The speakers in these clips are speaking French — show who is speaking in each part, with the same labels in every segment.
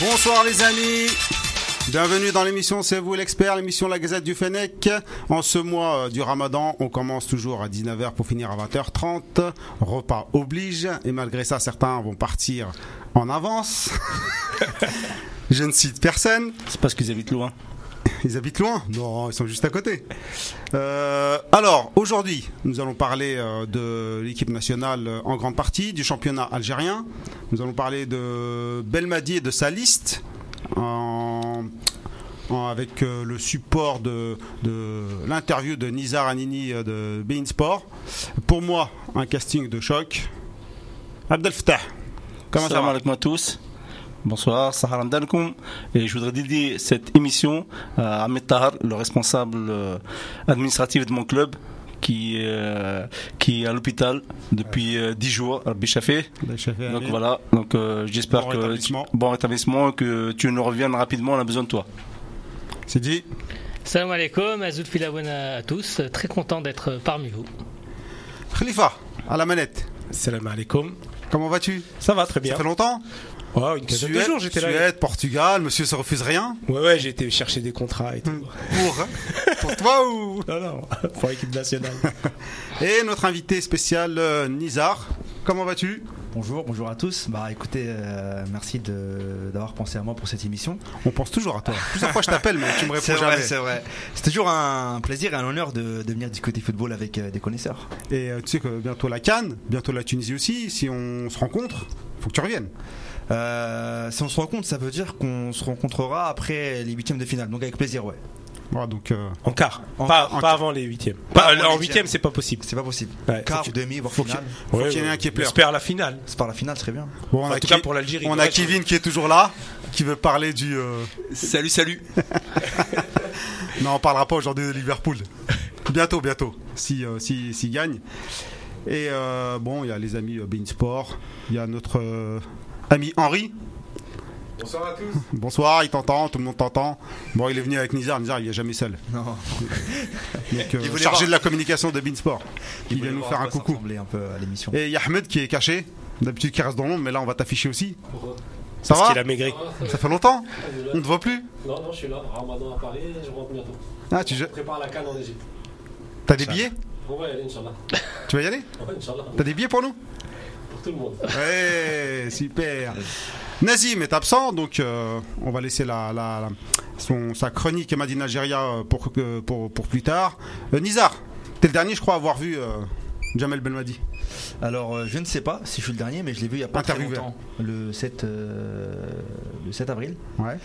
Speaker 1: Bonsoir les amis Bienvenue dans l'émission C'est vous l'expert, l'émission La Gazette du Fennec. En ce mois euh, du Ramadan, on commence toujours à 19h pour finir à 20h30. Repas oblige et malgré ça certains vont partir en avance. Je ne cite personne.
Speaker 2: C'est parce qu'ils habitent loin.
Speaker 1: Ils habitent loin Non, ils sont juste à côté. Euh, alors, aujourd'hui, nous allons parler euh, de l'équipe nationale euh, en grande partie, du championnat algérien. Nous allons parler de Belmadi et de sa liste, en- en- avec euh, le support de, de l'interview de Nizar Anini euh, de Bein Sport. Pour moi, un casting de choc. Abdel Fattah, comment ça
Speaker 2: Salam
Speaker 1: va
Speaker 2: alaikum à tous. Bonsoir, Sahar Amdalkoum. Et je voudrais dédier cette émission euh, à Ahmed Tahar, le responsable euh, administratif de mon club, qui, euh, qui est à l'hôpital depuis euh, 10 jours, Rabbi Chafé. Donc voilà, donc euh, j'espère
Speaker 1: Bon
Speaker 2: que
Speaker 1: rétablissement.
Speaker 2: bon rétablissement, que tu nous reviennes rapidement, on a besoin de toi.
Speaker 1: C'est dit
Speaker 3: Salam alaikum, Azoul Filabouana à tous, très content d'être parmi vous.
Speaker 1: Khalifa, à la manette.
Speaker 4: Salam alaikum.
Speaker 1: Comment vas-tu
Speaker 4: Ça va très bien.
Speaker 1: Ça fait longtemps
Speaker 4: Ouais, une quinzaine de jours j'étais là.
Speaker 1: Suède, Portugal, monsieur se refuse rien.
Speaker 4: Ouais, ouais, j'ai été chercher des contrats et tout.
Speaker 1: Pour, pour toi ou.
Speaker 4: Non, non, pour l'équipe nationale.
Speaker 1: Et notre invité spécial, euh, Nizar. Comment vas-tu
Speaker 5: Bonjour, bonjour à tous. Bah écoutez, euh, merci de- d'avoir pensé à moi pour cette émission.
Speaker 1: On pense toujours à toi. Plusieurs fois je t'appelle, mais tu me réponds jamais.
Speaker 5: vrai. C'est toujours un plaisir et un honneur de, de venir discuter football avec euh, des connaisseurs.
Speaker 1: Et euh, tu sais que bientôt la Cannes, bientôt la Tunisie aussi. Si on se rencontre, faut que tu reviennes.
Speaker 5: Euh, si on se rencontre, ça veut dire qu'on se rencontrera après les huitièmes de finale. Donc avec plaisir, ouais.
Speaker 1: Voilà, donc euh,
Speaker 4: En quart.
Speaker 5: En-
Speaker 4: pas,
Speaker 1: en
Speaker 4: pas
Speaker 1: quart.
Speaker 4: avant les huitièmes.
Speaker 5: Pas
Speaker 4: Pas-
Speaker 5: avant les
Speaker 4: en
Speaker 5: huitièmes.
Speaker 4: huitièmes, c'est pas possible.
Speaker 5: C'est pas possible.
Speaker 4: Ouais, faut
Speaker 5: Quart,
Speaker 4: qu'il-
Speaker 5: demi, voire
Speaker 1: faut
Speaker 5: finale.
Speaker 1: qu'il y en ait un qui pleure.
Speaker 4: J'espère la finale.
Speaker 5: C'est par la finale, très bien.
Speaker 1: bon, on
Speaker 4: En
Speaker 1: a,
Speaker 4: tout cas,
Speaker 1: Kevi-
Speaker 4: pour l'Algérie.
Speaker 1: on
Speaker 4: le
Speaker 1: a
Speaker 4: reste,
Speaker 1: Kevin qui est toujours là, qui veut parler du. euh,
Speaker 6: Salut, salut.
Speaker 1: Non, on parlera pas aujourd'hui de Liverpool. Bientôt, bientôt, si euh, si, s'il gagne. Et euh, bon, il y a les amis euh, Bein Sport, il y a notre euh, ami Henri. Bonsoir à tous. Bonsoir, il t'entend, tout le monde t'entend. Bon, il est venu avec Nizar, Nizar il est jamais seul.
Speaker 5: Non.
Speaker 1: Donc, euh, chargé
Speaker 5: voulait voir-
Speaker 1: de la communication de Bein Sport. Il, vient
Speaker 5: voulait
Speaker 1: nous
Speaker 5: voir
Speaker 1: faire
Speaker 5: à
Speaker 1: un
Speaker 5: quoi ça
Speaker 1: coucou.
Speaker 5: ressemblait un peu à l'émission.
Speaker 1: Et il y a Ahmed qui est caché, d'habitude qui reste dans l'ombre, mais là on va t'afficher aussi. Ça
Speaker 4: Parce
Speaker 1: va
Speaker 4: qu'il a maigri.
Speaker 1: Ça fait longtemps On te voit plus
Speaker 7: Non, non, je suis là, Ramadan à Paris, je rentre bientôt.
Speaker 1: Ah, tu
Speaker 7: Je prépare la canne en Égypte.
Speaker 1: as des billets
Speaker 7: On va y aller, Inch'Allah.
Speaker 1: Tu vas y aller
Speaker 7: Ouais, Inch'Allah,
Speaker 1: T'as des billets pour nous
Speaker 7: pour tout le monde.
Speaker 1: Ouais, Eh, super. Nazim est absent, donc euh, on va laisser la, la- la- son, sa chronique et Madine Algéria euh, pour, euh, pour, pour plus tard. Euh, Nizar, t'es le dernier, je crois, à avoir vu euh, Jamel Belmadi.
Speaker 5: Alors, euh, je ne sais pas si je suis le dernier, mais je l'ai vu il y a pas très
Speaker 1: Interviewé.
Speaker 5: longtemps, le 7, euh, le 7 avril.
Speaker 1: Ouais.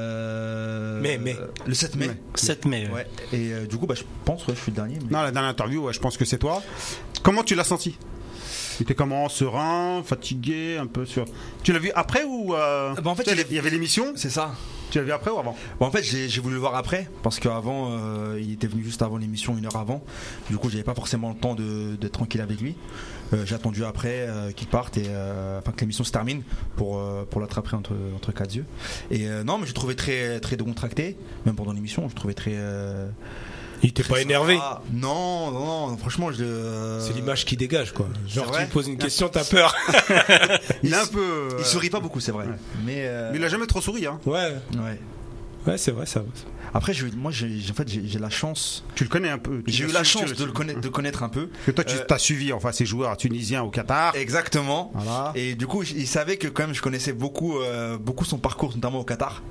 Speaker 5: Euh,
Speaker 4: Mais, mais.
Speaker 5: Le 7 mai.
Speaker 1: Mais.
Speaker 2: 7 mai. ouais.
Speaker 5: Ouais. Et euh, du coup, bah, je pense que je suis le dernier. mais-
Speaker 1: Non, la dernière interview, ouais, je pense que c'est toi. Comment tu l'as senti Il était comment Serein, fatigué, un peu sur. Tu l'as vu après ou euh,
Speaker 5: Bah, en fait,
Speaker 1: tu sais,
Speaker 5: il-
Speaker 1: il y avait l'émission.
Speaker 5: C'est Euh, ça.
Speaker 1: Tu l'as vu après ou avant
Speaker 5: Bon, en fait, j'ai j'ai voulu le voir après parce qu'avant, euh, il était venu juste avant l'émission, une heure avant. Du coup, j'avais pas forcément le temps de- d'être tranquille avec lui. Euh, j'ai attendu après euh, qu'il parte et euh, enfin que l'émission se termine pour euh, pour l'attraper entre entre quatre yeux. Et euh, non, mais je le trouvais très très décontracté, même pendant l'émission, je le trouvais très. euh,
Speaker 4: Il était
Speaker 5: très
Speaker 4: pas énervé.
Speaker 1: Ah.
Speaker 5: sympa. Non, non, non, franchement, je. le-
Speaker 4: C'est l'image qui dégage, quoi. Genre, tu
Speaker 5: vrai
Speaker 4: lui poses une question, t'as peur.
Speaker 1: Il est un peu. euh,
Speaker 5: Il sourit pas beaucoup, c'est vrai.
Speaker 1: Ouais.
Speaker 5: Mais. euh,
Speaker 1: Mais il a jamais trop souri, hein.
Speaker 4: Ouais,
Speaker 5: ouais.
Speaker 4: ouais, c'est vrai, ça.
Speaker 5: Après, je, moi, j'ai j'ai- en fait, j'ai j'ai la chance.
Speaker 1: Tu le connais un peu. tu
Speaker 5: J'ai eu
Speaker 1: l'as
Speaker 5: la
Speaker 1: su- tu
Speaker 5: chance
Speaker 1: l'as
Speaker 5: de
Speaker 1: su.
Speaker 5: le connaître, de le connaître un peu.
Speaker 1: Parce que toi, tu
Speaker 5: Euh,
Speaker 1: t'as suivi enfin ces joueurs tunisiens au Qatar.
Speaker 5: Exactement.
Speaker 1: Voilà.
Speaker 5: Et du coup, j- il savait que quand même, je connaissais beaucoup, euh, beaucoup son parcours, notamment au Qatar.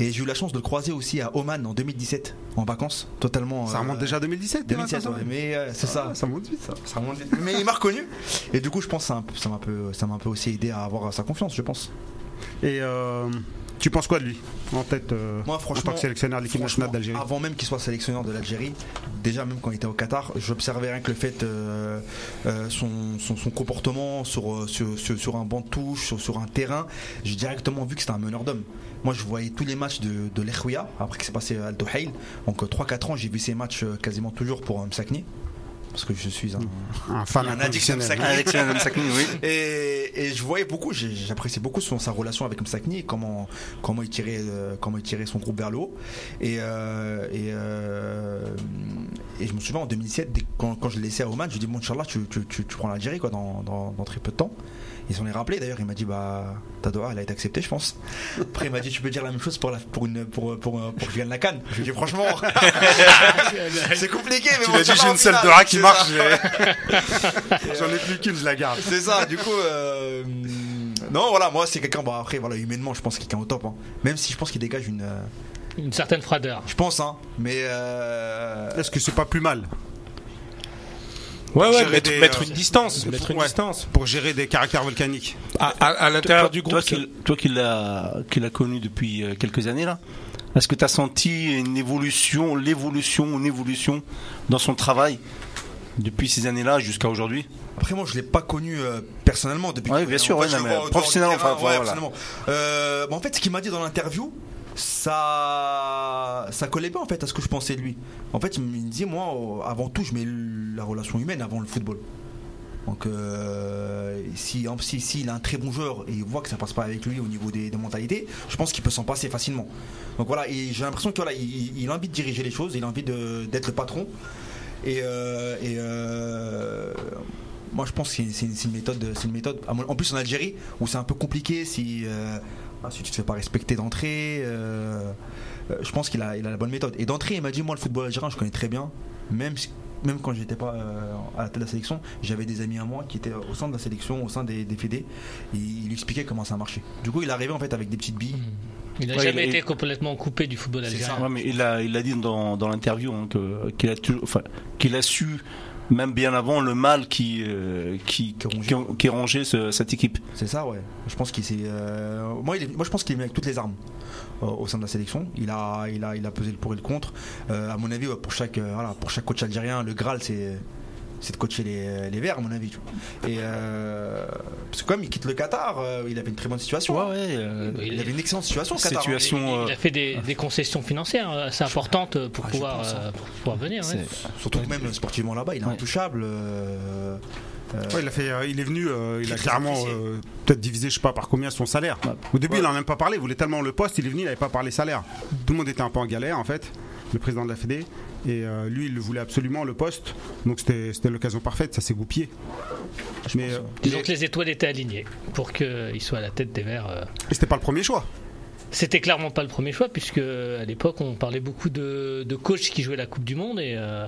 Speaker 5: Et j'ai eu la chance de le croiser aussi à Oman en 2017, en vacances, totalement.
Speaker 1: ça
Speaker 5: euh,
Speaker 1: remonte déjà à 2017.
Speaker 5: 2017,
Speaker 1: t'es là,
Speaker 5: ouais,
Speaker 1: ça, ça
Speaker 5: mais euh, c'est ça.
Speaker 1: Ah, ça monte vite, ça.
Speaker 5: Ça remonte vite. Mais il m'a reconnu. Et du coup, je pense que ça un peu- ça m'a un peu, ça m'a un peu aussi aidé à avoir sa confiance, je pense.
Speaker 1: Et euh, tu penses quoi de lui en tête euh,
Speaker 5: Moi,
Speaker 1: en tant
Speaker 5: franchement,
Speaker 1: que sélectionneur de l'équipe
Speaker 5: Franchement,
Speaker 1: nationale d'Algérie
Speaker 5: Avant même qu'il soit sélectionneur de l'Algérie, déjà même quand il était au Qatar, j'observais rien que le fait euh, euh, son, son- son comportement sur, euh, sur, sur- sur un banc de touche, sur, sur un terrain, j'ai directement vu que c'était un meneur d'hommes. Moi je voyais tous les matchs de, de l'Echouya, après que c'est passé à Al Dohail. Donc 3-4 ans j'ai vu ces matchs euh, quasiment toujours pour euh, Msakni. Parce que je suis un.
Speaker 1: Un fan
Speaker 5: un addict
Speaker 1: inconditionnel.
Speaker 5: Msakni.
Speaker 2: Avec Salam Sakni, oui.
Speaker 5: Et, et je voyais beaucoup, j'ai- j'appréciais beaucoup son, sa relation avec Msakni, comment, comment, il tirait, euh, comment il tirait son groupe vers le haut. Et, euh, et, euh, Et je me souviens en 2007, dès- quand, quand je le laissais à Oman, je lui ai dit, bon, Inch'Allah, tu, tu, tu, tu prends l'Algérie quoi, dans, dans, dans très peu de temps. Ils s'en est rappelé d'ailleurs, il m'a dit, bah, ta doha, elle a été acceptée, je pense. Après, il m'a dit, tu peux dire la même chose pour, la, pour, une, pour, pour, pour, que je gagne la canne. Je lui ai dit, franchement, c'est compliqué, mais
Speaker 1: Tu
Speaker 5: bon,
Speaker 1: l'as dit,
Speaker 5: ça va,
Speaker 1: j'ai
Speaker 5: au
Speaker 1: une seule
Speaker 5: final,
Speaker 1: Dora qui
Speaker 5: c'est
Speaker 1: marche.
Speaker 5: ça.
Speaker 1: j'ai- J'en ai plus qu'une, je la garde.
Speaker 5: C'est ça, du coup. euh, Non, voilà, moi c'est quelqu'un. Bon, après, voilà, humainement, je pense qu'il est au top. hein. Même si je pense qu'il dégage une. euh,
Speaker 3: Une certaine froideur.
Speaker 5: Je pense, hein. Mais. euh,
Speaker 1: Est-ce que c'est pas plus mal
Speaker 4: Ouais, ouais,
Speaker 1: Gérer
Speaker 4: mettre,
Speaker 1: des,
Speaker 4: mettre
Speaker 1: euh,
Speaker 4: une distance. Mettre une
Speaker 1: Ouais.
Speaker 4: distance.
Speaker 1: pour gérer des caractères volcaniques
Speaker 4: À, à- à l'intérieur
Speaker 2: Toi-
Speaker 4: du
Speaker 2: Toi
Speaker 4: groupe.
Speaker 2: qui, toi qui l'as qui l'as connu depuis euh, quelques années là, est-ce que tu as senti une évolution, l'évolution, une évolution dans son travail depuis ces années-là jusqu'à aujourd'hui
Speaker 5: Après, moi, je l'ai pas connu euh, personnellement depuis.
Speaker 2: Ouais,
Speaker 5: que-
Speaker 2: bien sûr,
Speaker 5: en fait,
Speaker 2: ouais,
Speaker 5: je
Speaker 2: non,
Speaker 5: le
Speaker 2: mais
Speaker 5: vois autour
Speaker 2: professionnellement,
Speaker 5: du terrain,
Speaker 2: enfin,
Speaker 5: ouais,
Speaker 2: voilà.
Speaker 5: professionnellement. Euh, bon, en fait, ce qu'il m'a dit dans l'interview, ça, ça collait pas en fait à ce que je pensais de lui. En fait, il me dit, moi, oh, avant tout, je mets la relation humaine avant le football. Donc, euh, si en- si, s'il a un très bon joueur et il voit que ça passe pas avec lui au niveau des, des mentalités, je pense qu'il peut s'en passer facilement. Donc voilà, et j'ai l'impression qu'il voilà, il, il a envie de diriger les choses, il a envie de- d'être le patron. Et, euh, et, euh, moi, je pense que c'est- c'est une, c'est une méthode. C'est une méthode. à mon- En plus, en Algérie, où c'est un peu compliqué si, euh, ah, si tu te fais pas respecter d'entrée. euh, euh, je pense qu'il a, il a la bonne méthode. Et d'entrée, il m'a dit moi, le football algérien, je connais très bien. Même, si- même quand j'étais pas euh, à la tête de la sélection, j'avais des amis à moi qui étaient au sein de la sélection, au sein des, des fédés. Et il expliquait comment ça marchait. Du coup, il arrivait en fait avec des petites billes.
Speaker 3: Il n'a
Speaker 2: Ouais,
Speaker 3: jamais
Speaker 2: il-
Speaker 3: été
Speaker 2: il-
Speaker 3: complètement coupé du football
Speaker 5: C'est ça.
Speaker 3: algérien.
Speaker 2: Ouais, mais il a, il a dit dans, dans l'interview hein, que- qu'il a, toujours- enfin, qu'il a su, même bien avant, le mal qui, euh, qui,
Speaker 5: Qui rongeait.
Speaker 2: qui, qui rongeait ce- cette équipe.
Speaker 5: C'est ça, ouais. Je pense qu'il s'est. euh, Moi, il est- moi, je pense qu'il est venu avec toutes les armes euh, au sein de la sélection. Il a, il a, il a pesé le pour et le contre. Euh, à mon avis, ouais, pour chaque, euh, voilà, pour chaque coach algérien, le Graal, c'est, c'est de coacher les, les Verts, à mon avis. tu vois. Et euh, parce que comme il quitte le Qatar, euh, il avait une très bonne situation.
Speaker 2: ouais, euh,
Speaker 3: Oui,
Speaker 5: Il avait une excellente situation au Qatar. hein.
Speaker 3: Il,
Speaker 2: situation.
Speaker 3: il
Speaker 2: euh,
Speaker 3: a fait des, des concessions financières euh, assez importantes pour,
Speaker 5: Ah, je
Speaker 3: pouvoir,
Speaker 5: pense, hein.
Speaker 3: euh, pour pouvoir venir. ouais.
Speaker 2: c'est-
Speaker 5: Surtout que même sportivement là-bas, il est
Speaker 2: Ouais.
Speaker 5: intouchable. euh, euh,
Speaker 1: Ouais, il, a fait, euh, il est venu, euh, il a
Speaker 5: Très
Speaker 1: clairement
Speaker 5: apprécié.
Speaker 1: euh, peut-être divisé, je sais pas par combien son salaire. Au début, il en a même pas parlé, il voulait tellement le poste, il est venu, il n'avait pas parlé salaire. Tout le monde était un peu en galère en fait, le président de la Fédé. Et euh, lui, il le voulait absolument le poste, donc c'était c'était l'occasion parfaite, ça s'est goupillé. Mais euh,
Speaker 3: Disons que les étoiles étaient alignées pour qu'il soit à la tête des Verts. euh.
Speaker 1: et c'était pas le premier choix.
Speaker 3: C'était clairement pas le premier choix, puisque euh, à l'époque, on parlait beaucoup de, de coachs qui jouaient la Coupe du Monde et. euh,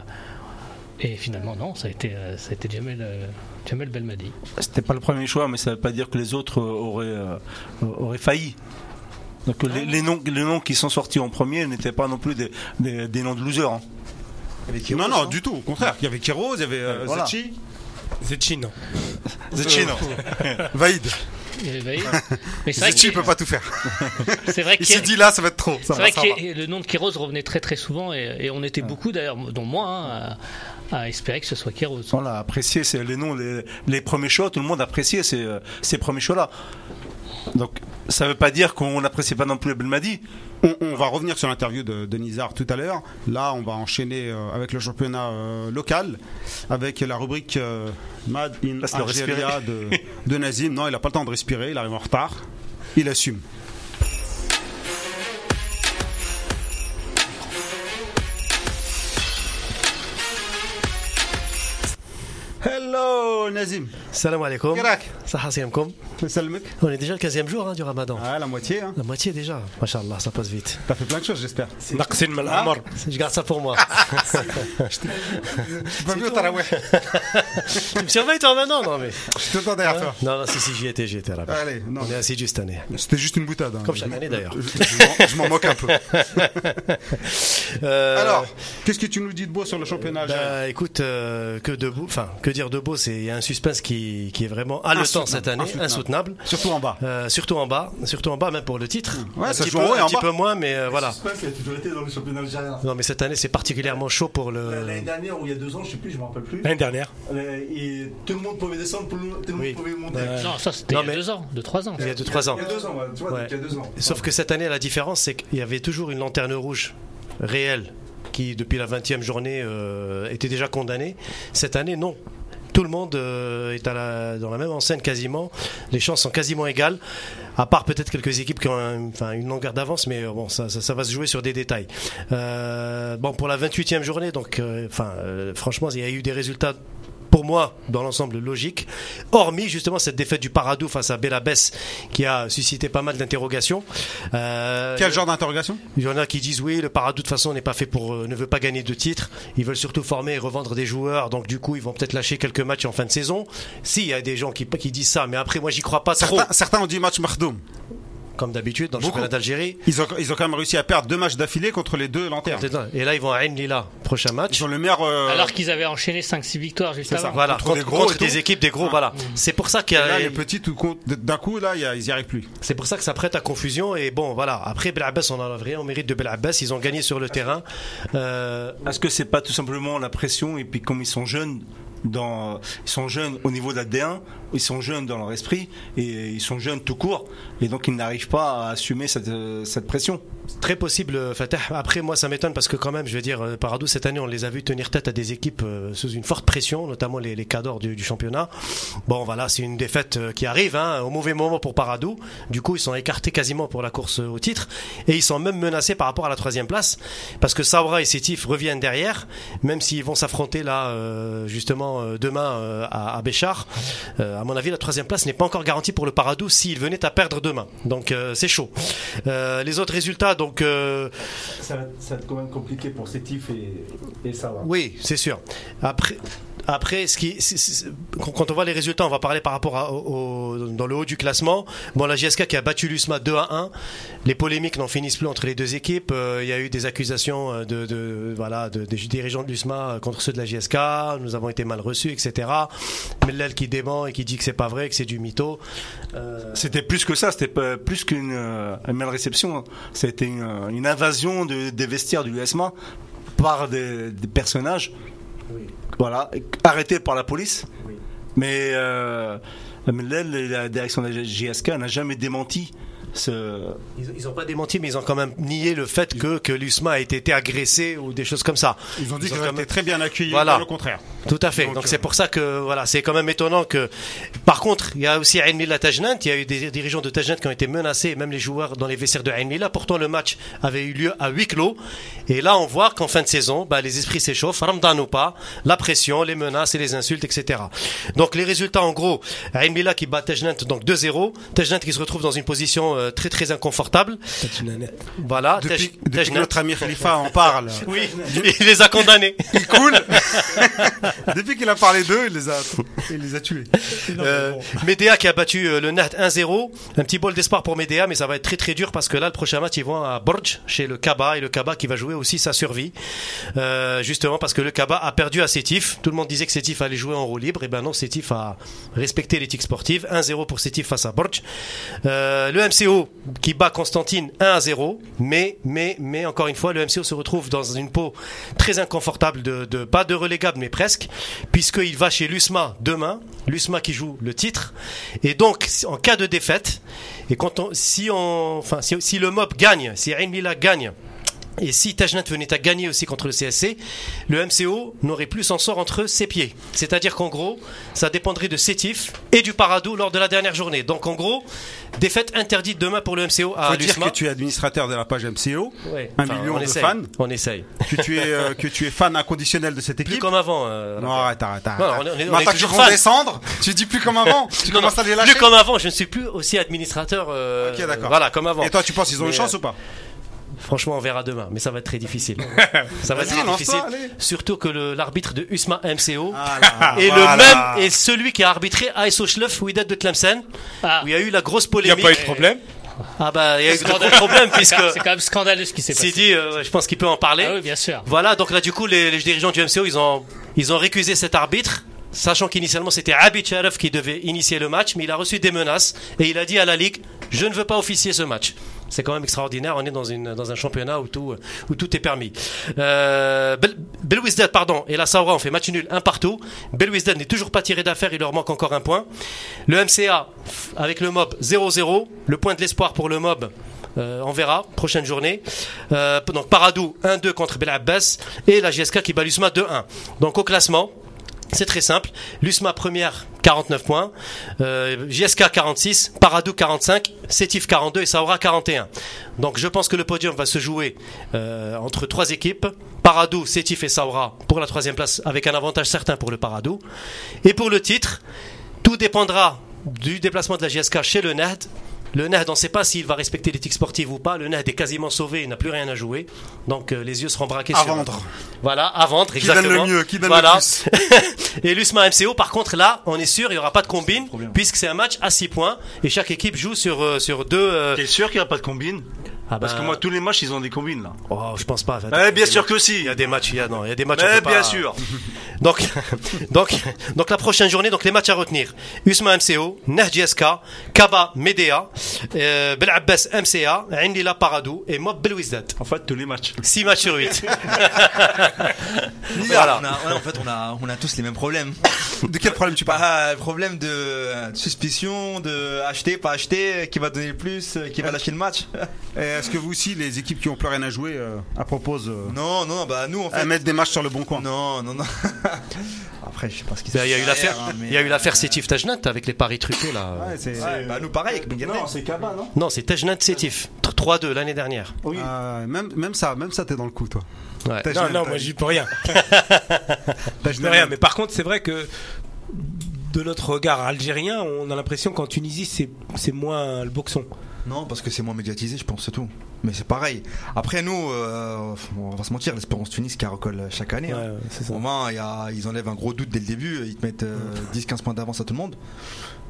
Speaker 3: et finalement, non, ça a été, euh, ça a été Jamel, euh, Jamel Belmadi.
Speaker 2: C'était pas le premier choix, mais ça veut pas dire que les autres euh, auraient, euh, auraient failli. Donc les, les noms, les noms qui sont sortis en premier n'étaient pas non plus des, des, des noms de losers. hein.
Speaker 5: avec Kéros,
Speaker 1: non, non,
Speaker 5: hein.
Speaker 1: du tout, au contraire. Il y avait Kéros, il y avait euh,
Speaker 2: Voilà.
Speaker 1: Zetchi.
Speaker 4: Zetchi, non.
Speaker 2: Zetchi, non.
Speaker 1: Euh, Vaïd.
Speaker 3: Il est éveillé. Mais c'est vrai
Speaker 1: Zetchi, il
Speaker 3: que
Speaker 1: peut pas tout faire.
Speaker 3: c'est vrai
Speaker 1: Il
Speaker 3: qu'il-
Speaker 1: s'est dit là, ça va être trop. Ça
Speaker 3: C'est
Speaker 1: va,
Speaker 3: vrai
Speaker 1: ça va.
Speaker 3: que le nom de Kéros revenait très très souvent et, et on était beaucoup d'ailleurs, dont moi, hein, à, à espérer que ce soit Kéros.
Speaker 2: On l'a apprécié, c'est les noms, les, les premiers choix, tout le monde appréciait ces, euh, ces premiers choix-là. Donc ça veut pas dire qu'on n'appréciait pas non plus Belmadi.
Speaker 1: On, on va revenir sur l'interview de, de Nizar tout à l'heure. Là, on va enchaîner euh, avec le championnat euh, local, avec la rubrique euh, Mad in
Speaker 2: Laisse-le
Speaker 1: Algeria de, de Nazim. Non, il n'a pas le temps de respirer, il arrive en retard. Il assume. Hello Nazim,
Speaker 6: Salam alaikum.
Speaker 1: Irak.
Speaker 6: Sahasiamkom.
Speaker 1: Salmek.
Speaker 6: On est déjà le 15e jour hein, du ramadan.
Speaker 1: Ah, la moitié, hein.
Speaker 6: La moitié déjà. Machallah, ça passe vite.
Speaker 1: t'as fait plein de choses, j'espère.
Speaker 4: Naqsin Malamar.
Speaker 6: Je garde ça pour moi.
Speaker 1: Tu pas vu au Taraweh,
Speaker 6: tu me surveilles toi maintenant Non, mais.
Speaker 1: je t'entends derrière toi.
Speaker 6: Non, non, si, si, j'y étais, j'y étais là
Speaker 1: Allez, non.
Speaker 6: On est assez juste cette année.
Speaker 1: C'était juste une boutade. hein.
Speaker 6: Comme chaque année,
Speaker 1: Je-
Speaker 6: d'ailleurs.
Speaker 1: Je, je m'en- je m'en moque un peu.
Speaker 6: Euh,
Speaker 1: Alors, qu'est-ce que tu nous dis de beau sur le championnat algérien
Speaker 6: Bah, écoute, euh, que de beau, enfin, que dire de beau, c'est il y a un suspense qui, qui est vraiment haletant
Speaker 1: Insoutenable,
Speaker 6: cette
Speaker 1: insoutenable.
Speaker 6: année, insoutenable.
Speaker 1: Surtout en bas.
Speaker 6: Euh, surtout en bas, surtout en bas, même pour le titre.
Speaker 1: Ouais,
Speaker 6: un
Speaker 1: ça
Speaker 6: petit
Speaker 1: joue
Speaker 6: peu,
Speaker 1: en haut et
Speaker 6: un
Speaker 1: en
Speaker 6: petit
Speaker 1: bas.
Speaker 6: peu moins, mais euh, voilà.
Speaker 8: Ça qui a toujours été dans le championnat algérien.
Speaker 6: Non, mais cette année, c'est particulièrement chaud pour
Speaker 2: Euh.
Speaker 8: L'année
Speaker 6: le.
Speaker 8: dernière ou il y a deux ans, je sais plus, je me rappelle plus.
Speaker 4: L'année dernière.
Speaker 8: Et tout le monde pouvait descendre, tout le monde tout le monde
Speaker 6: Oui.
Speaker 8: pouvait monter.
Speaker 3: Non, ça c'était
Speaker 6: Non,
Speaker 3: il y a
Speaker 6: mais-
Speaker 3: deux ans, deux trois ans.
Speaker 6: Il y a deux trois ans.
Speaker 8: Il y a deux ans, ouais, tu vois,
Speaker 6: Ouais.
Speaker 8: donc il y a deux ans.
Speaker 6: Sauf que cette année, la différence, c'est qu'il y avait toujours une lanterne rouge réelle qui, depuis la 20e journée, euh, était déjà condamnée. Cette année, non. Tout le monde euh, est à la- dans la même enseigne quasiment. Les chances sont quasiment égales, à part peut-être quelques équipes qui ont un- enfin, une longueur d'avance, mais euh, bon, ça, ça- ça va se jouer sur des détails. Euh, bon, pour la 28e journée, donc, euh, enfin, euh, franchement, il y a eu des résultats. Pour moi, dans l'ensemble, logiques, hormis justement cette défaite du Paradou face à Belabès qui a suscité pas mal d'interrogations. Euh,
Speaker 1: Quel genre d'interrogation
Speaker 6: il y en a qui disent oui, le Paradou de toute façon n'est pas fait pour, euh, ne veut pas gagner de titres. Ils veulent surtout former et revendre des joueurs, donc du coup ils vont peut-être lâcher quelques matchs en fin de saison. Si il y a des gens qui, qui disent ça, mais après moi j'y crois pas trop.
Speaker 1: certains, certains ont dit match Mardoum.
Speaker 6: Comme d'habitude dans le
Speaker 1: Beaucoup.
Speaker 6: championnat d'Algérie.
Speaker 1: Ils ont, ils ont quand même réussi à perdre deux matchs d'affilée contre les deux lanternes.
Speaker 6: Et là ils vont à Ain Lila, prochain match.
Speaker 1: Ils ont le meilleur. euh,
Speaker 3: Alors qu'ils avaient enchaîné 5-6 victoires juste
Speaker 1: ça.
Speaker 3: avant.
Speaker 6: Voilà
Speaker 1: contre
Speaker 6: contre,
Speaker 1: des gros
Speaker 6: contre
Speaker 1: et tout. Ah. Mm.
Speaker 6: des équipes, des gros, voilà. C'est pour ça qu'il y
Speaker 1: et
Speaker 6: a-
Speaker 1: là, les petits, tout compte- d'un coup, là, il y a- ils n'y arrivent plus.
Speaker 6: C'est pour ça que ça prête à confusion. Et bon, voilà. Après, Belabès, on en a rien au mérite de Belabès. Ils ont gagné sur le terrain. Euh,
Speaker 2: Est-ce que c'est pas tout simplement la pression et puis comme ils sont jeunes dans ils sont jeunes au niveau de la D1, ils sont jeunes dans leur esprit et ils sont jeunes tout court et donc ils n'arrivent pas à assumer cette, euh, cette pression.
Speaker 6: Très possible, euh, Fatah. Après, moi, ça m'étonne parce que quand même, je veux dire, euh, Paradou, cette année, on les a vus tenir tête à des équipes euh, sous une forte pression, notamment les, les cadors du, du championnat. Bon, voilà, c'est une défaite euh, qui arrive hein, au mauvais moment pour Paradou. Du coup, ils sont écartés quasiment pour la course euh, au titre et ils sont même menacés par rapport à la troisième place parce que Sabra et Sétif reviennent derrière, même s'ils vont s'affronter là, euh, justement, euh, demain euh, à, à Béchar. Euh, à mon avis, la troisième place n'est pas encore garantie pour le Paradou s'il venait à perdre demain. Donc, euh, c'est chaud. Euh, les autres résultats, donc euh,
Speaker 8: Ça va, être- ça va être quand même compliqué pour Sétif et, et ça va.
Speaker 6: oui, c'est sûr. Après. Après, ce qui, c'est- c'est- quand quand on voit les résultats, on va parler par rapport à- au, au- dans le haut du classement. Bon, la GSK qui a battu l'USMA 2 à 1. Les polémiques n'en finissent plus entre les deux équipes. Euh, Il y a eu des accusations euh, de, de- voilà de- des dirigeants de l'USMA euh, contre ceux de la GSK. Nous avons été mal reçus, etc. Mellel qui dément et qui dit que c'est pas vrai, que c'est du mytho. Euh,
Speaker 2: C'était plus que ça, c'était pas- plus qu'une euh, une malréception. C'était une, euh, une invasion de- des vestiaires du USMA par des, des personnages voilà, arrêtés par la police. Mais euh, Mellel, la direction de la JSK n'a jamais démenti ce,
Speaker 6: Ils n'ont pas démenti, mais ils ont quand même nié le fait que, que l'USMA ait été agressé ou des choses comme ça.
Speaker 1: Ils ont dit
Speaker 6: Ils
Speaker 1: qu'ils
Speaker 6: ont quand
Speaker 1: ont été
Speaker 6: même-
Speaker 1: très bien accueillis,
Speaker 6: Voilà.
Speaker 1: bien le contraire.
Speaker 6: Tout à fait.
Speaker 1: Donc,
Speaker 6: Donc
Speaker 1: euh,
Speaker 6: c'est pour ça que voilà, c'est quand même étonnant que. Par contre, il y a aussi Ain Mila Tajnant. Il y a eu des dirigeants de Tajnant qui ont été menacés, et même les joueurs dans les vestiaires de Ain Mila. Pourtant, le match avait eu lieu à huis clos. Et là, on voit qu'en fin de saison, bah, les esprits s'échauffent. Ramadan ou pas, la pression, les menaces et les insultes, etc. Donc les résultats, en gros, Ain Mila qui bat Tajnant donc 2-0. Tajnant qui se retrouve dans une position euh, très très inconfortable. Voilà.
Speaker 1: Depuis,
Speaker 6: Taj-
Speaker 1: depuis que
Speaker 6: Tajnant-
Speaker 1: notre ami Khalifa en parle,
Speaker 6: Oui, il les a condamnés.
Speaker 1: il coule. depuis qu'il a parlé d'eux, il les a, il les a tués.
Speaker 6: Euh, Médéa qui a battu euh, le Nat 1-0. Un petit bol d'espoir pour Médéa, mais ça va être très très dur parce que là, le prochain match, ils vont à Borj chez le Kaba et le Kaba qui va jouer aussi sa survie. Euh, justement parce que le Kaba a perdu à Sétif. Tout le monde disait que Sétif allait jouer en roue libre. Et ben non, Sétif a respecté l'éthique sportive. 1-0 pour Sétif face à Borj. Euh, le MCO qui bat Constantine 1-0. Mais, mais, mais encore une fois, le MCO se retrouve dans une peau très inconfortable de, de pas de relégable, mais presque, puisqu'il va chez l'USMA demain. L'USMA qui joue le titre. Et donc, si- en cas de défaite, et quand on, si on, enfin, si, si le MOB gagne, si Ain Lila gagne, et si Tajnat venait à gagner aussi contre le CSC, le MCO n'aurait plus son sort entre ses pieds. C'est-à-dire qu'en gros, ça dépendrait de Sétif et du Paradou lors de la dernière journée. Donc en gros, défaite interdite demain pour le MCO à
Speaker 1: Faut dire
Speaker 6: l'USMA.
Speaker 1: que tu es administrateur de la page MCO,
Speaker 6: Ouais.
Speaker 1: un
Speaker 6: Enfin,
Speaker 1: million
Speaker 6: on
Speaker 1: de
Speaker 6: essaye.
Speaker 1: fans,
Speaker 6: On essaye.
Speaker 1: que tu es, euh, que tu es fan inconditionnel de cette
Speaker 6: Plus
Speaker 1: équipe.
Speaker 6: comme avant. euh,
Speaker 1: Non, arrête, arrête, arrête.
Speaker 6: Non, on est- on est
Speaker 1: Maintenant qu'ils
Speaker 6: toujours
Speaker 1: vont
Speaker 6: fan.
Speaker 1: descendre, tu dis plus comme avant. Tu
Speaker 6: Non, non,
Speaker 1: commences à les lâcher.
Speaker 6: plus comme avant, je ne suis plus aussi administrateur. euh,
Speaker 1: Ok, d'accord.
Speaker 6: Voilà, comme avant.
Speaker 1: Et toi, tu penses qu'ils ont
Speaker 6: Mais, euh,
Speaker 1: une chance ou pas
Speaker 6: Franchement, on verra demain, mais ça va être très difficile. ça va
Speaker 1: Vas-y,
Speaker 6: être très
Speaker 1: lance-toi,
Speaker 6: difficile.
Speaker 1: allez.
Speaker 6: Surtout que le- l'arbitre de Usma MCO
Speaker 1: Ah,
Speaker 6: est
Speaker 1: voilà.
Speaker 6: le même est celui qui a arbitré ASO Schleff Widat de Tlemcen,
Speaker 3: Ah.
Speaker 6: où il y a eu la grosse
Speaker 4: Il n'y a
Speaker 6: polémique.
Speaker 4: pas eu de problème.
Speaker 6: Ah bah, il y a eu de gros problèmes puisque
Speaker 3: C'est quand même scandaleux ce qui s'est passé.
Speaker 6: Sidi, euh, je pense qu'il peut en parler.
Speaker 3: Ah oui, bien sûr.
Speaker 6: Voilà, donc là du coup, les, les dirigeants du MCO, ils ont, ils ont récusé cet arbitre, sachant qu'initialement c'était Abi Tcharaf qui devait initier le match, mais il a reçu des menaces et il a dit à la Ligue, je ne veux pas officier ce match. C'est quand même extraordinaire, on est dans, une, dans un championnat où tout, où tout est permis. Euh, Bel- Belwizdad, pardon, et la Saoura ont fait match nul, un partout. Belwizdad n'est toujours pas tiré d'affaire, il leur manque encore un point. Le MCA, avec le MOB, 0-0. Le point de l'espoir pour le MOB, euh, on verra, prochaine journée. Euh, donc Paradou 1-2 contre Belabbas et la GSK qui bat l'USMA 2-1. Donc au classement, C'est très simple. Lusma première, 49 points. Euh, JSK 46, Paradou 45, Sétif 42 et Saoura 41. Donc je pense que le podium va se jouer euh, entre trois équipes. Paradou, Sétif et Saoura pour la troisième place avec un avantage certain pour le Paradou. Et pour le titre, tout dépendra du déplacement de la JSK chez le NAD. Le NAD, on ne sait pas s'il va respecter l'éthique sportive ou pas. Le NAD est quasiment sauvé, il n'a plus rien à jouer. Donc euh, les yeux seront braqués
Speaker 1: À
Speaker 6: sur
Speaker 1: vendre.
Speaker 6: Voilà, à vendre,
Speaker 1: Qui donne
Speaker 6: exactement.
Speaker 1: le mieux Qui donne
Speaker 6: Voilà.
Speaker 1: le plus
Speaker 6: Et l'USMA MCO, par contre, là, on est sûr, il n'y aura pas de combine, puisque c'est un match à 6 points, et chaque équipe joue sur, euh, sur deux. euh,
Speaker 2: T'es sûr qu'il n'y a pas de combine
Speaker 6: ah
Speaker 2: Parce
Speaker 6: bah,
Speaker 2: que moi, tous les matchs, ils ont des combines là.
Speaker 6: oh, je pense pas.
Speaker 2: Euh. Eh, bien sûr que
Speaker 6: Il
Speaker 2: si.
Speaker 6: y a des matchs, il y a, non, il y a des matchs. on
Speaker 2: Eh,
Speaker 6: peut
Speaker 2: bien
Speaker 6: pas-
Speaker 2: sûr.
Speaker 6: Donc, donc, donc la prochaine journée, donc les matchs à retenir. Usma MCO, Nahdi SK, Kaba Medea, euh, Belabbas MCA, Indila Paradou et Mob Belwizdat.
Speaker 2: En fait, tous les matchs.
Speaker 6: 6 matchs sur 8.
Speaker 5: On a- ouais, en fait, on a, on a tous les mêmes problèmes.
Speaker 1: De quel problème tu parles
Speaker 5: Pas problème de euh, suspicion, de acheter, pas acheter, euh, qui va donner le plus, euh, qui va lâcher le match.
Speaker 1: Et Est-ce que vous aussi, les équipes qui ont plus rien à jouer, euh, à proposent euh,
Speaker 5: Non, non, bah nous en
Speaker 1: à
Speaker 5: fait.
Speaker 1: mettre des matchs sur le bon coin
Speaker 5: Non, non, non. Ah, Après, je sais pas ce qui
Speaker 6: Il y a eu l'affaire, il y a eu l'affaire Sétif Tajnat avec les paris truqués là.
Speaker 1: Ouais, c'est-
Speaker 5: euh,
Speaker 6: Ah,
Speaker 5: Ouais, bah nous pareil avec Bengamer.
Speaker 8: Non, c'est Kaba, non
Speaker 6: Non, c'est Tajnat Sétif. 3-2 l'année dernière.
Speaker 8: Oui.
Speaker 1: Ah, même, même ça, même ça, t'es dans le coup, toi.
Speaker 6: Ouais.
Speaker 1: T'as
Speaker 4: Non,
Speaker 1: jamais-
Speaker 4: non,
Speaker 1: t'as-
Speaker 4: moi j'y peux rien. Bah,
Speaker 1: t'as
Speaker 4: Je
Speaker 1: jamais-
Speaker 4: n'ai rien. Mais par contre, c'est vrai que de notre regard algérien, on a l'impression qu'en Tunisie, c'est c'est moins le boxon.
Speaker 5: Non, parce que c'est moins médiatisé, je pense, c'est tout. Mais c'est pareil. Après, nous, euh, on va se mentir, l'Espérance Tunis qui recolle chaque année. hein.
Speaker 4: Ouais, c'est ça.
Speaker 5: Au moins, il y a- ils enlèvent un gros doute dès le début, ils te mettent 10-15 points d'avance à tout le monde.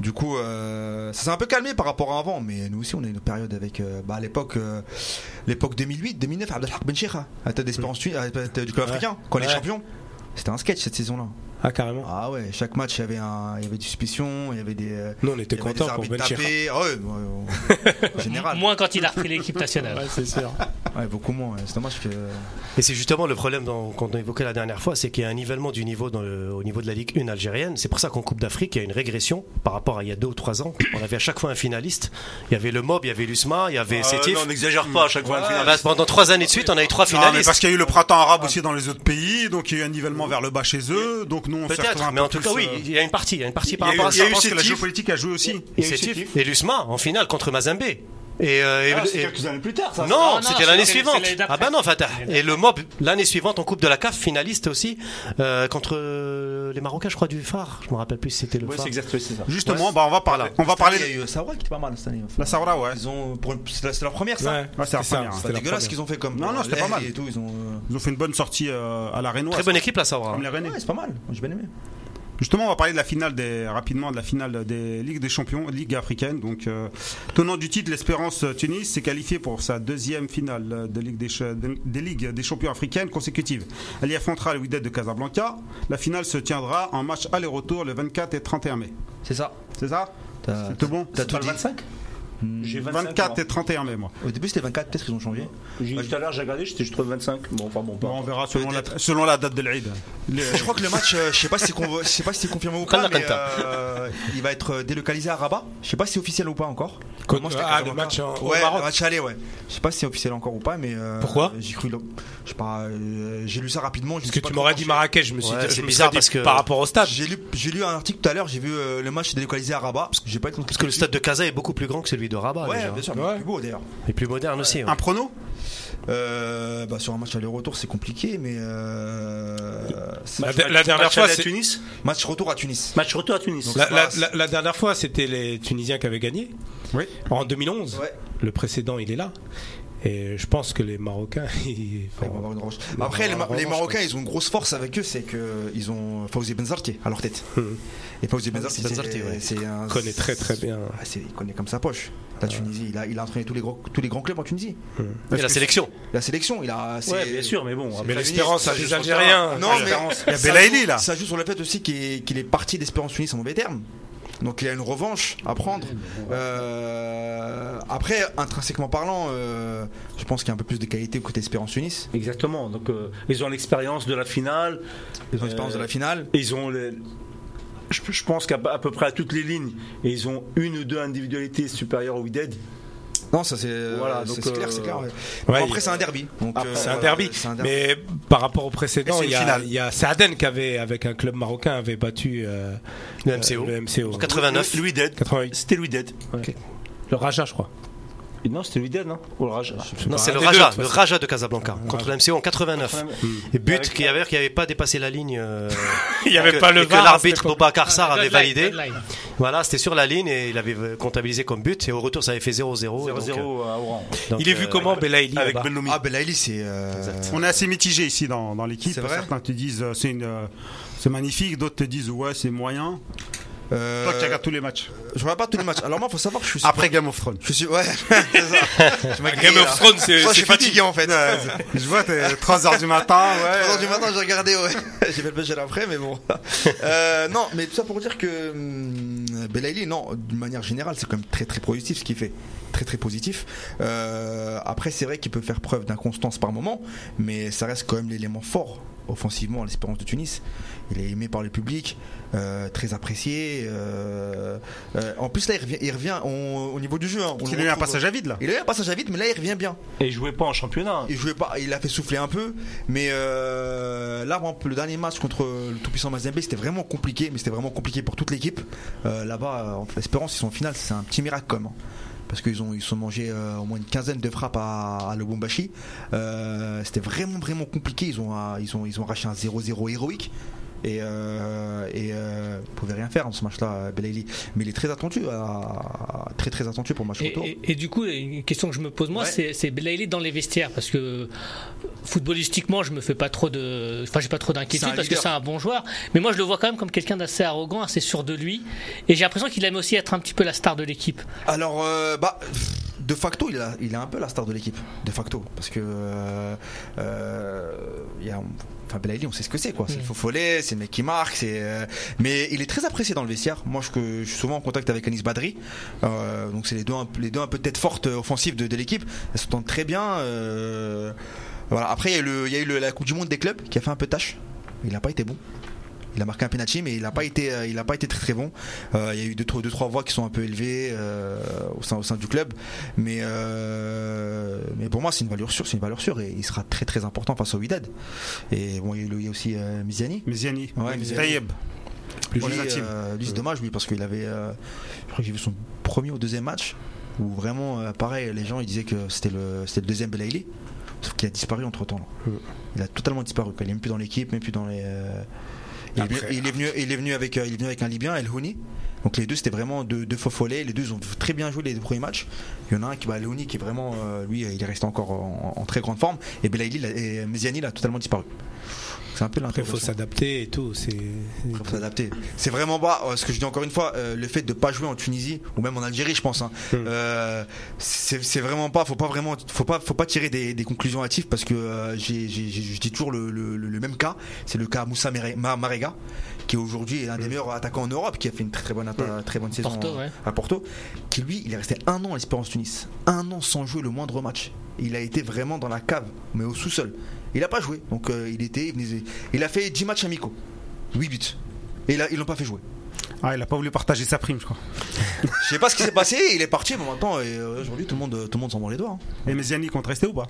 Speaker 5: Du coup, euh, ça s'est un peu calmé par rapport à avant, mais nous aussi, on a eu une période avec, euh, bah, à l'époque, euh, l'époque 2008-2009, Abdelhak Ben Ah, Benchira, à tête d'Espérance Tunis, à la tête euh, du club
Speaker 4: Ouais.
Speaker 5: africain, quand les
Speaker 4: Ouais.
Speaker 5: champions. C'était un sketch cette saison-là.
Speaker 4: Ah, carrément.
Speaker 5: Ah ouais, chaque match, il y avait, un, il y avait des suspicions, il y avait des. euh,
Speaker 4: Nous, on était
Speaker 5: il y avait
Speaker 4: contents
Speaker 5: des
Speaker 4: pour
Speaker 5: arbitres
Speaker 4: Ben Chira.
Speaker 5: tapés. Ah ouais, ouais, en général.
Speaker 3: Moins quand il a repris l'équipe nationale.
Speaker 4: c'est sûr.
Speaker 5: Ouais, beaucoup moins. ouais. C'est dommage que.
Speaker 6: Et c'est justement le problème dont- qu'on a évoqué la dernière fois, c'est qu'il y a un nivellement du niveau dans le- au niveau de la Ligue 1 algérienne. C'est pour ça qu'en Coupe d'Afrique, il y a une régression par rapport à il y a deux ou trois ans. On avait à chaque fois un finaliste. Il y avait le Mob, il y avait l'USMA, il y
Speaker 1: Ah,
Speaker 6: avait Sétif.
Speaker 2: non, n'exagère pas à chaque fois.
Speaker 6: Ouais, bah, pendant trois années de suite, on a eu trois
Speaker 1: Non, mais
Speaker 6: finalistes.
Speaker 1: parce qu'il y a eu le printemps arabe aussi dans les autres pays, donc il y a eu un nivellement vers le bas chez eux, donc nous on s'est retrouvés un
Speaker 6: Peut-être,
Speaker 1: peu
Speaker 6: mais en tout
Speaker 1: plus,
Speaker 6: cas, oui,
Speaker 1: euh,
Speaker 6: il y a une partie, il y a une partie
Speaker 1: Il
Speaker 6: par
Speaker 1: y a eu,
Speaker 6: rapport à
Speaker 1: il y
Speaker 6: ça.
Speaker 1: a eu cette
Speaker 6: Sétif.
Speaker 1: géopolitique a joué aussi.
Speaker 8: Il y a eu
Speaker 6: Sétif.
Speaker 8: Sétif.
Speaker 6: Et l'USMA en finale contre Mazembe. Et, euh, et-
Speaker 8: Ah, c'est
Speaker 6: et-
Speaker 8: quelques années plus tard, ça.
Speaker 6: Non,
Speaker 3: non,
Speaker 6: c'était
Speaker 3: c'est-
Speaker 6: l'année
Speaker 3: c'est-
Speaker 6: suivante.
Speaker 3: c'est l'année d'après.
Speaker 6: Ah bah non, Fatah. Et le mob, l'année suivante, en Coupe de la CAF, finaliste aussi, euh, contre euh, les Marocains, je crois, du phare. Je me rappelle plus si c'était le
Speaker 8: Ouais,
Speaker 6: phare.
Speaker 8: c'est exact, ouais, c'est ça.
Speaker 1: Justement, bah on va parler. On va
Speaker 5: Cette
Speaker 1: parler
Speaker 5: année,
Speaker 1: de
Speaker 5: Ah, Il y a eu Saoura qui était pas mal cette année.
Speaker 1: la Sahara, ouais.
Speaker 5: Ils ont. pour une- C'est la, c'est leur première, ça.
Speaker 4: Ouais,
Speaker 1: la
Speaker 4: c'était
Speaker 1: première.
Speaker 5: C'est
Speaker 4: la
Speaker 5: dégueulasse ce
Speaker 4: première.
Speaker 5: qu'ils ont fait comme.
Speaker 1: Non, non, c'était
Speaker 5: euh,
Speaker 1: pas mal.
Speaker 5: Et tout, ils ont. euh,
Speaker 1: Ils ont fait une bonne sortie euh, à la Rénoise.
Speaker 6: Très bonne équipe, hein. la Saoura.
Speaker 1: Comme les Rennais.
Speaker 5: Ouais, c'est pas mal. J'ai bien aimé.
Speaker 1: Justement, on va parler de la finale des rapidement de la finale des Ligues des Champions, Ligue africaine. Donc, euh, tenant du titre, l'Espérance Tunis s'est qualifiée pour sa deuxième finale de Ligue des, Cha- de- des Ligues des Champions africaines consécutives. Elle y affrontera le Wydad de Casablanca. La finale se tiendra en match aller-retour le 24 et 31 mai.
Speaker 5: C'est ça.
Speaker 1: C'est ça
Speaker 5: T'as
Speaker 1: C'est tout bon
Speaker 5: t'as
Speaker 8: C'est pas
Speaker 5: tout
Speaker 8: le
Speaker 5: dit.
Speaker 8: 25 J'ai 25,
Speaker 1: 24
Speaker 8: moi.
Speaker 1: et 31 mai, moi.
Speaker 5: Au début, c'était 24, peut-être qu'ils ont changé.
Speaker 8: J'ai- Tout à l'heure, j'ai regardé, j'étais juste trouvé 25. Bon, enfin bon, pas.
Speaker 1: Bon, on verra selon la, selon la date de l'Aïd.
Speaker 5: Je crois que le match, euh, je sais pas si c'est convo- je sais pas si c'est confirmé ou
Speaker 6: Pas
Speaker 5: pas,
Speaker 6: la
Speaker 5: mais
Speaker 6: Kanta.
Speaker 5: euh, il va être euh, délocalisé à Rabat. Je sais pas si c'est officiel ou pas encore.
Speaker 4: Contre-
Speaker 5: Moi, j'étais à
Speaker 4: ah, le
Speaker 5: Casablanca.
Speaker 4: match en- au
Speaker 5: ouais,
Speaker 4: Maroc.
Speaker 5: le match aller, ouais. Je sais pas si c'est officiel encore ou pas, mais euh,
Speaker 4: Pourquoi
Speaker 5: J'ai cru, le- je sais pas, euh, j'ai lu ça rapidement. je me
Speaker 4: Parce que
Speaker 5: suis pas
Speaker 4: tu m'aurais
Speaker 5: trop
Speaker 4: dit
Speaker 5: penché.
Speaker 4: Marrakech, je me suis
Speaker 6: Ouais,
Speaker 4: dit-
Speaker 6: c'est
Speaker 4: je me
Speaker 6: bizarre
Speaker 4: serais dit,
Speaker 6: parce que-
Speaker 4: par rapport au stade.
Speaker 5: J'ai lu, j'ai lu un article tout à l'heure, j'ai vu euh, le match délocalisé à Rabat, parce que j'ai pas été
Speaker 6: Parce que le stade de Casa est beaucoup plus grand que celui de Rabat.
Speaker 5: Ah, Ouais,
Speaker 6: déjà.
Speaker 5: bien sûr, mais
Speaker 4: Ouais.
Speaker 5: plus beau d'ailleurs.
Speaker 6: Et plus moderne aussi. ouais.
Speaker 1: Un prono
Speaker 5: Euh, bah, sur un match aller-retour, c'est compliqué, mais euh, c'est-
Speaker 4: La, la dernière
Speaker 8: Match
Speaker 4: fois,
Speaker 8: aller à
Speaker 4: c'est-
Speaker 8: Tunis
Speaker 5: match retour à Tunis.
Speaker 8: Match retour à Tunis.
Speaker 4: la, la- la- la dernière fois, c'était les Tunisiens qui avaient gagné.
Speaker 1: Oui.
Speaker 4: En 2011.
Speaker 5: Ouais.
Speaker 4: Le précédent, il est là. Et je pense que les Marocains. ils-
Speaker 5: Ouais, on va avoir une revanche. Après, les, Ma-
Speaker 4: revanche,
Speaker 5: les
Speaker 4: quoi.
Speaker 5: Marocains, ils ont une grosse force avec eux, c'est que ils ont Fawzi Benzarti à leur tête.
Speaker 4: Mhm.
Speaker 5: Et Fawzi Benzarti,
Speaker 6: Benzarti,
Speaker 5: c'est-
Speaker 6: ouais.
Speaker 5: c'est un.
Speaker 4: On connaît très très bien.
Speaker 5: Ah, c'est- il connaît comme sa poche. La Tunisie, il a, il a entraîné tous les, gros, tous les grands clubs en Tunisie.
Speaker 6: Et la sélection.
Speaker 5: La sélection, il a. c'est-
Speaker 8: Ouais, bien sûr, mais bon.
Speaker 4: Mais
Speaker 8: après-
Speaker 4: l'espérance à
Speaker 5: ça
Speaker 4: des
Speaker 5: joue sur le
Speaker 4: Algériens.
Speaker 5: Non, mais
Speaker 1: Il y a
Speaker 5: ça
Speaker 1: Belaïli,
Speaker 5: joue-
Speaker 1: là.
Speaker 5: Ça joue sur le fait aussi qu'il est, qu'il est parti d'Espérance Tunis en mauvais terme. Donc il a une revanche à prendre. Euh, après, intrinsèquement parlant, euh, je pense qu'il y a un peu plus de qualité côté Espérance Tunis.
Speaker 8: Exactement. Donc, euh, ils ont l'expérience de la finale.
Speaker 5: Ils ont l'expérience de la finale.
Speaker 8: Et Ils ont les- je, je pense qu'à à peu près à toutes les lignes, et ils ont une ou deux individualités supérieures au Wydad.
Speaker 5: Non, ça c'est
Speaker 2: Voilà,
Speaker 5: c'est
Speaker 2: donc,
Speaker 5: c'est clair,
Speaker 2: euh,
Speaker 5: c'est clair. ouais.
Speaker 4: ouais,
Speaker 5: Après, c'est un derby. Donc,
Speaker 4: Après,
Speaker 5: euh,
Speaker 4: c'est un derby.
Speaker 5: c'est un
Speaker 4: Mais par rapport au précédent,
Speaker 6: Et c'est
Speaker 4: il
Speaker 6: une
Speaker 4: y, a-
Speaker 6: finale.
Speaker 4: il y a Saaden qui avait, avec un club marocain, avait battu euh,
Speaker 6: Le MCO.
Speaker 4: euh, le MCO.
Speaker 6: En 89.
Speaker 8: Louis Dead.
Speaker 4: 88.
Speaker 8: C'était Louis Dead.
Speaker 4: Le Raja, je crois.
Speaker 2: Non, c'était Louis Dead,
Speaker 8: hein.
Speaker 2: non
Speaker 5: Oh,
Speaker 2: Ou le Raj
Speaker 6: Non, c'est
Speaker 4: un
Speaker 6: le
Speaker 4: des deux, de
Speaker 6: Raja,
Speaker 4: toute
Speaker 6: le
Speaker 4: façon.
Speaker 6: Raja de Casablanca contre le MCO en 89. Et but qui avait qui n'avait pas dépassé la ligne. euh,
Speaker 4: Il n'y avait
Speaker 6: que-
Speaker 4: pas le
Speaker 6: et que
Speaker 4: VAR à
Speaker 6: l'arbitre
Speaker 4: cette époque.
Speaker 6: Boubacar Sarr avait
Speaker 3: Deadline,
Speaker 6: Ah, validé.
Speaker 3: deadline.
Speaker 6: Voilà, c'était sur la ligne et il avait euh, comptabilisé comme but et au retour ça avait fait 0-0. et donc,
Speaker 2: 0-0 à Oran.
Speaker 6: euh, donc,
Speaker 4: Il est vu
Speaker 6: euh,
Speaker 4: comment Belaïli
Speaker 8: Avec
Speaker 4: là-bas
Speaker 8: Bellomi.
Speaker 5: Ah, Belaïli, c'est. euh,
Speaker 1: On est assez mitigé ici dans, dans l'équipe.
Speaker 5: C'est vrai
Speaker 1: Certains te disent euh, c'est une, euh, c'est magnifique, d'autres te disent ouais c'est moyen.
Speaker 5: euh,
Speaker 1: Toi qui regardes tous les matchs.
Speaker 5: Je regarde pas tous les matchs. Alors, moi, faut savoir que je suis.
Speaker 1: Après Game of Thrones.
Speaker 5: Je suis. Ouais, c'est ça. Je m'agrille,
Speaker 4: Game
Speaker 5: là.
Speaker 4: of Thrones, c'est
Speaker 5: Moi, je
Speaker 4: c'est
Speaker 5: suis fatigué en fait.
Speaker 1: Je vois t'es 3h du matin. Ouais.
Speaker 5: 3 heures du matin, j'ai regardé, ouais. j'ai fait le budget après, mais bon. Euh, non, mais tout ça pour dire que hum, Belaïli, non, d'une manière générale, c'est quand même très très positif ce qu'il fait. Très très positif. Euh, après, c'est vrai qu'il peut faire preuve d'inconstance par moment, mais ça reste quand même l'élément fort offensivement à l'espérance de Tunis. Il est aimé par le public, euh, très apprécié. euh, euh, en plus, là, il revient, il revient au, au niveau du jeu. hein. On
Speaker 1: Parce
Speaker 5: le
Speaker 1: qu'il a eu un
Speaker 5: retrouve-
Speaker 1: passage à vide là.
Speaker 5: Il a eu un passage à vide, mais là, il revient bien
Speaker 2: Et il jouait pas en championnat.
Speaker 8: hein.
Speaker 5: il jouait pas, il a fait souffler un peu, mais euh, là, par exemple, le dernier match contre le tout-puissant Mazembe, c'était vraiment compliqué, mais c'était vraiment compliqué pour toute l'équipe. Euh, Là-bas, euh, en espérance, ils sont en finale, c'est un petit miracle quand même. hein. Parce qu'ils ont ils se sont mangés euh, au moins une quinzaine de frappes à, à Lubumbashi. Euh, C'était vraiment vraiment compliqué. Ils ont euh, ils ont ils ont arraché un 0-0 héroïque. Et, euh, et euh, vous pouvez rien faire en ce match-là, euh, Belaïli. Mais il est très attendu, à- très très attendu pour le match
Speaker 3: Et,
Speaker 5: retour.
Speaker 3: et- et du coup, une question que je me pose moi,
Speaker 5: Ouais.
Speaker 3: c'est c'est Belaïli dans les vestiaires parce que euh, footballistiquement, je me fais pas trop de, enfin, j'ai pas trop
Speaker 5: C'est
Speaker 3: d'inquiétude
Speaker 5: un
Speaker 3: parce que
Speaker 5: leader.
Speaker 3: c'est un bon joueur. Mais moi, je le vois quand même comme quelqu'un d'assez arrogant, assez sûr de lui. Et j'ai l'impression qu'il aime aussi être un petit peu la star de l'équipe.
Speaker 5: Alors, euh, bah, de facto, il a, il a un peu la star de l'équipe. De facto. Parce que. Euh, euh, il y a, enfin, Belaïli, on sait ce que c'est, quoi. C'est le faux follet, c'est le mec qui marque. c'est euh, mais il est très apprécié dans le vestiaire. Moi, je, que- je suis souvent en contact avec Anis Badri. Euh, donc, c'est les deux, un- les deux un peu tête forte euh, offensive de, de l'équipe. Elles s'entendent très bien. euh, voilà. Après, il y a eu, le- il y a eu le- la Coupe du Monde des clubs qui a fait un peu tâche. Il n'a pas été bon. Il a marqué un penalty, mais il n'a pas été, euh, il a pas été très très bon. Euh, il y a eu deux, trois, deux, trois voix qui sont un peu élevées euh, au sein, au sein du club, mais euh, mais pour moi c'est une valeur sûre, c'est une valeur sûre et il sera très très important face au Wydad. Et bon, il y a eu- il y a aussi euh, Miziani.
Speaker 1: Miziani.
Speaker 5: Ouais, Miziani.
Speaker 1: Tayeb.
Speaker 5: Lui,
Speaker 1: Plus jeune.
Speaker 5: euh, lui, c'est dommage lui parce qu'il avait, euh, je crois que j'ai vu son premier ou deuxième match où vraiment euh, pareil, les gens ils disaient que c'était le, c'était le deuxième Belaïli, sauf qu'il a disparu entre temps. Il a totalement disparu. quoi. Il est même plus dans l'équipe, même plus dans les. euh, Il est, venu, il, est venu, il est venu avec euh, il est venu avec un Libyen, El Houni. Donc les deux c'était vraiment deux, deux faux follets. Les deux ils ont très bien joué les deux premiers matchs. Il y en a un qui bah, El Houni qui est vraiment euh, lui il est resté encore en, en très grande forme et Belaïli il a- et Meziani il a totalement disparu. C'est un peu
Speaker 4: Après, il faut
Speaker 5: l'interrogation.
Speaker 4: s'adapter et tout. C'est
Speaker 5: Après, faut s'adapter. C'est vraiment bas. euh, Ce que je dis encore une fois, euh, le fait de pas jouer en Tunisie ou même en Algérie, je pense. hein, euh, c'est c'est vraiment pas. Faut pas vraiment. Faut pas. Faut pas tirer des, des conclusions hâtives parce que euh, j'ai- j'ai- j'ai- je dis toujours le, le- le même cas. C'est le cas Moussa Mere- Ma- Marega, qui est aujourd'hui un des meilleurs attaquants en Europe, qui a fait une très très bonne atta- très bonne saison
Speaker 3: Porto,
Speaker 5: en-
Speaker 3: ouais.
Speaker 5: à Porto, qui lui, il est resté un an à l'Espérance Tunis, un an sans jouer le moindre match. Il a été vraiment dans la cave, mais au sous-sol. Il n'a pas joué, donc euh, il était, il, venait- il a fait 10 matchs amicaux. 8 buts. Et là, ils l'ont pas fait jouer.
Speaker 1: Ah, il a pas voulu partager sa prime, je crois.
Speaker 5: Je sais pas ce qui s'est passé, il est parti, mais maintenant, et euh, aujourd'hui, tout le monde, tout le monde s'en mord les doigts. hein.
Speaker 1: Et Miziani compte rester ou pas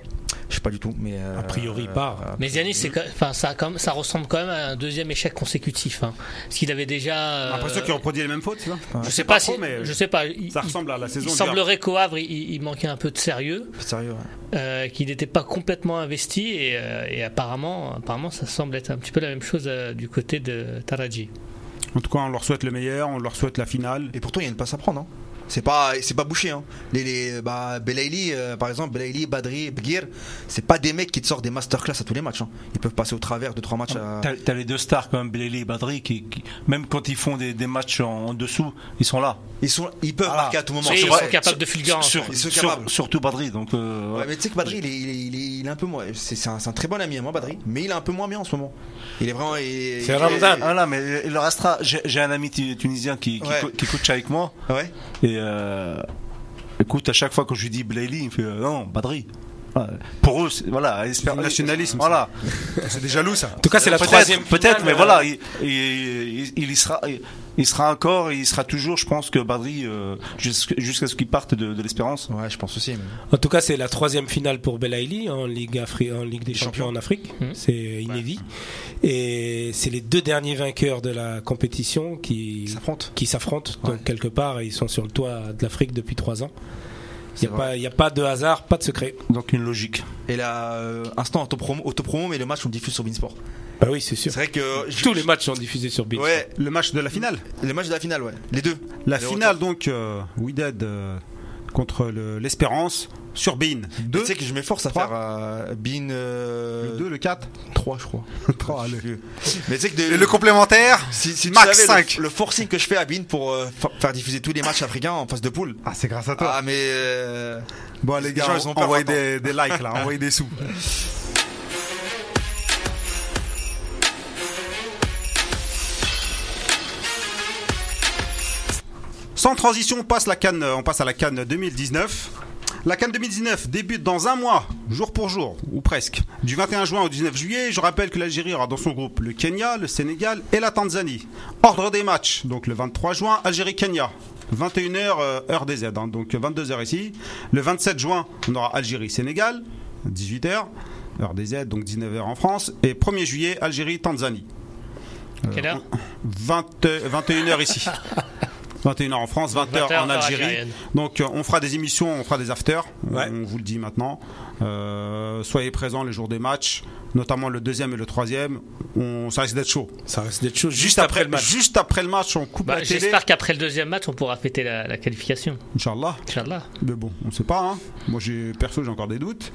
Speaker 5: Je sais pas du tout, mais. euh,
Speaker 4: A priori, il part.
Speaker 5: euh,
Speaker 3: Mais Ziani, c'est, quand- enfin, ça, a quand même- ça ressemble quand même à un deuxième échec consécutif. Hein. Parce qu'il avait déjà. euh,
Speaker 1: J'ai l'impression qu'il reproduit les mêmes fautes, c'est ça
Speaker 3: je
Speaker 1: C'est
Speaker 3: sais pas,
Speaker 1: trop,
Speaker 3: si,
Speaker 1: mais
Speaker 3: je sais pas. Il,
Speaker 1: ça
Speaker 3: il-
Speaker 1: ressemble à la
Speaker 3: il
Speaker 1: saison. d'hier.
Speaker 3: semblerait qu'au Havre, il, il manquait un peu de sérieux.
Speaker 5: Sérieux, ouais.
Speaker 3: euh, qu'il n'était pas complètement investi et, euh, et apparemment, apparemment ça semble être un petit peu la même chose euh, du côté de Taraji.
Speaker 1: En tout cas, on leur souhaite le meilleur, on leur souhaite la finale.
Speaker 5: Et pourtant, il y a une passe à prendre. Hein. C'est pas, c'est pas bouché. Hein. Les, les, bah, Belaïli, euh, par exemple, Belaïli, Badri, Bgir, c'est pas des mecs qui te sortent des masterclass à tous les matchs. hein. Ils peuvent passer au travers de trois matchs. à-
Speaker 2: Ah, T'as t'as les deux stars quand même, Belélé et Badri, qui, qui- même quand ils font des, des matchs en, en dessous, ils sont là.
Speaker 5: Ils sont, ils peuvent
Speaker 2: Voilà.
Speaker 5: marquer à tout moment.
Speaker 3: Oui,
Speaker 5: C'est
Speaker 3: ils
Speaker 5: vrai.
Speaker 3: sont capables de fulgurance.
Speaker 2: Sur-
Speaker 5: Ils sont
Speaker 2: sur-
Speaker 5: capables.
Speaker 2: surtout Badri. Donc, euh,
Speaker 5: Ouais, mais tu sais que Badri, il est, il est- il est- il est un peu moins. C'est c'est un, c'est un très bon ami à moi, Badri. Mais il est un peu moins bien en ce moment. Il est vraiment. il-
Speaker 4: C'est
Speaker 5: il-
Speaker 4: Ramdan.
Speaker 2: Voilà, Ah, mais il restera. J'ai j'ai un ami tu- tunisien qui, qui,
Speaker 5: Ouais.
Speaker 2: co- qui coach avec moi.
Speaker 5: Ouais.
Speaker 2: Et euh, écoute, à chaque fois que je lui dis Blaili, il me fait euh, non, Badri. euh, pour eux, c'est- voilà, espère-
Speaker 1: du nationalisme,
Speaker 2: Voilà,
Speaker 1: C'est des jaloux, ça.
Speaker 4: En tout cas, c'est la
Speaker 2: Peut-être,
Speaker 4: troisième.
Speaker 2: Peut-être,
Speaker 4: finale,
Speaker 2: mais
Speaker 4: euh,
Speaker 2: voilà, il, il- il y sera. il- il sera encore, et il sera toujours, je pense que Badri, euh, jusqu'- jusqu'à ce qu'il parte de, de l'espérance.
Speaker 5: Ouais, je pense aussi. mais-
Speaker 4: En tout cas, c'est la troisième finale pour Belaïli en Ligue, Afri- en Ligue des Champions en Afrique.
Speaker 3: Mhm.
Speaker 4: C'est inédit. Et c'est les deux derniers vainqueurs de la compétition qui qui s'affrontent. Donc, quelque part, ils sont sur le toit de l'Afrique depuis trois ans. Il
Speaker 5: C'est vrai.
Speaker 4: n'y a, pas de hasard, pas de secret.
Speaker 2: Donc une logique.
Speaker 5: Et là, euh, instant autopromo, autopromo, mais le match on le diffuse sur Beansport.
Speaker 4: Bah oui, c'est sûr.
Speaker 5: C'est vrai que euh, je-
Speaker 4: Tous les matchs sont diffusés sur BIN.
Speaker 5: Ouais,
Speaker 1: Le match de la finale.
Speaker 5: les matchs de la finale, ouais. Les deux.
Speaker 1: La
Speaker 5: Les
Speaker 1: finale, donc, euh, We Dead euh, contre le- l'Espérance sur Bean.
Speaker 5: Tu
Speaker 1: 2,
Speaker 5: sais que je m'efforce à
Speaker 1: Trois.
Speaker 5: faire euh, Bean
Speaker 1: le 2, le 4.
Speaker 5: 3, je crois.
Speaker 1: 3,
Speaker 5: Je sais plus. Mais tu sais que de-
Speaker 1: Et le complémentaire
Speaker 5: si, si tu
Speaker 1: Max
Speaker 5: savais le-
Speaker 1: cinq.
Speaker 5: Le, forcing que je fais à Bean pour euh, fa- faire diffuser tous les matchs africains en phase de poule.
Speaker 1: Ah, c'est grâce à toi.
Speaker 5: Ah, mais. euh,
Speaker 1: bon, les gars,
Speaker 5: gens, ils ont peur
Speaker 1: envoyez
Speaker 5: maintenant.
Speaker 1: des, des likes là, envoyez des sous. Sans transition, on passe, la canne, on passe à la Cannes 2019. La Cannes 2019 débute dans un mois, jour pour jour, ou presque. Du 21 juin au 19 juillet, je rappelle que l'Algérie aura dans son groupe le Kenya, le Sénégal et la Tanzanie. Ordre des matchs, donc le 23 juin, Algérie-Kenya. 21h, euh, heure des Z, hein, donc 22h ici. Le 27 juin, on aura Algérie-Sénégal, 18h, heure des Z, donc 19h en France. Et 1er juillet, Algérie-Tanzanie.
Speaker 3: Quelle heure
Speaker 1: 20, 21h ici. 21h en France, 20h
Speaker 3: 20 heures
Speaker 1: en
Speaker 3: heure
Speaker 1: Algérie.
Speaker 3: algérienne.
Speaker 1: Donc euh, on fera des émissions, on fera des afters,
Speaker 4: Ouais.
Speaker 1: on vous le dit maintenant. Euh, soyez présents les jours des matchs, notamment le deuxième et le troisième. On, ça risque d'être chaud.
Speaker 4: Ça reste d'être chaud juste après le match.
Speaker 1: Juste après le match, on coupe
Speaker 3: Bah,
Speaker 1: la télé.
Speaker 3: J'espère qu'après le deuxième match, on pourra fêter la, la qualification.
Speaker 1: Inch'Allah.
Speaker 3: Inch'Allah.
Speaker 1: Mais bon, on sait pas. Hein. Moi, j'ai perso, j'ai encore des doutes.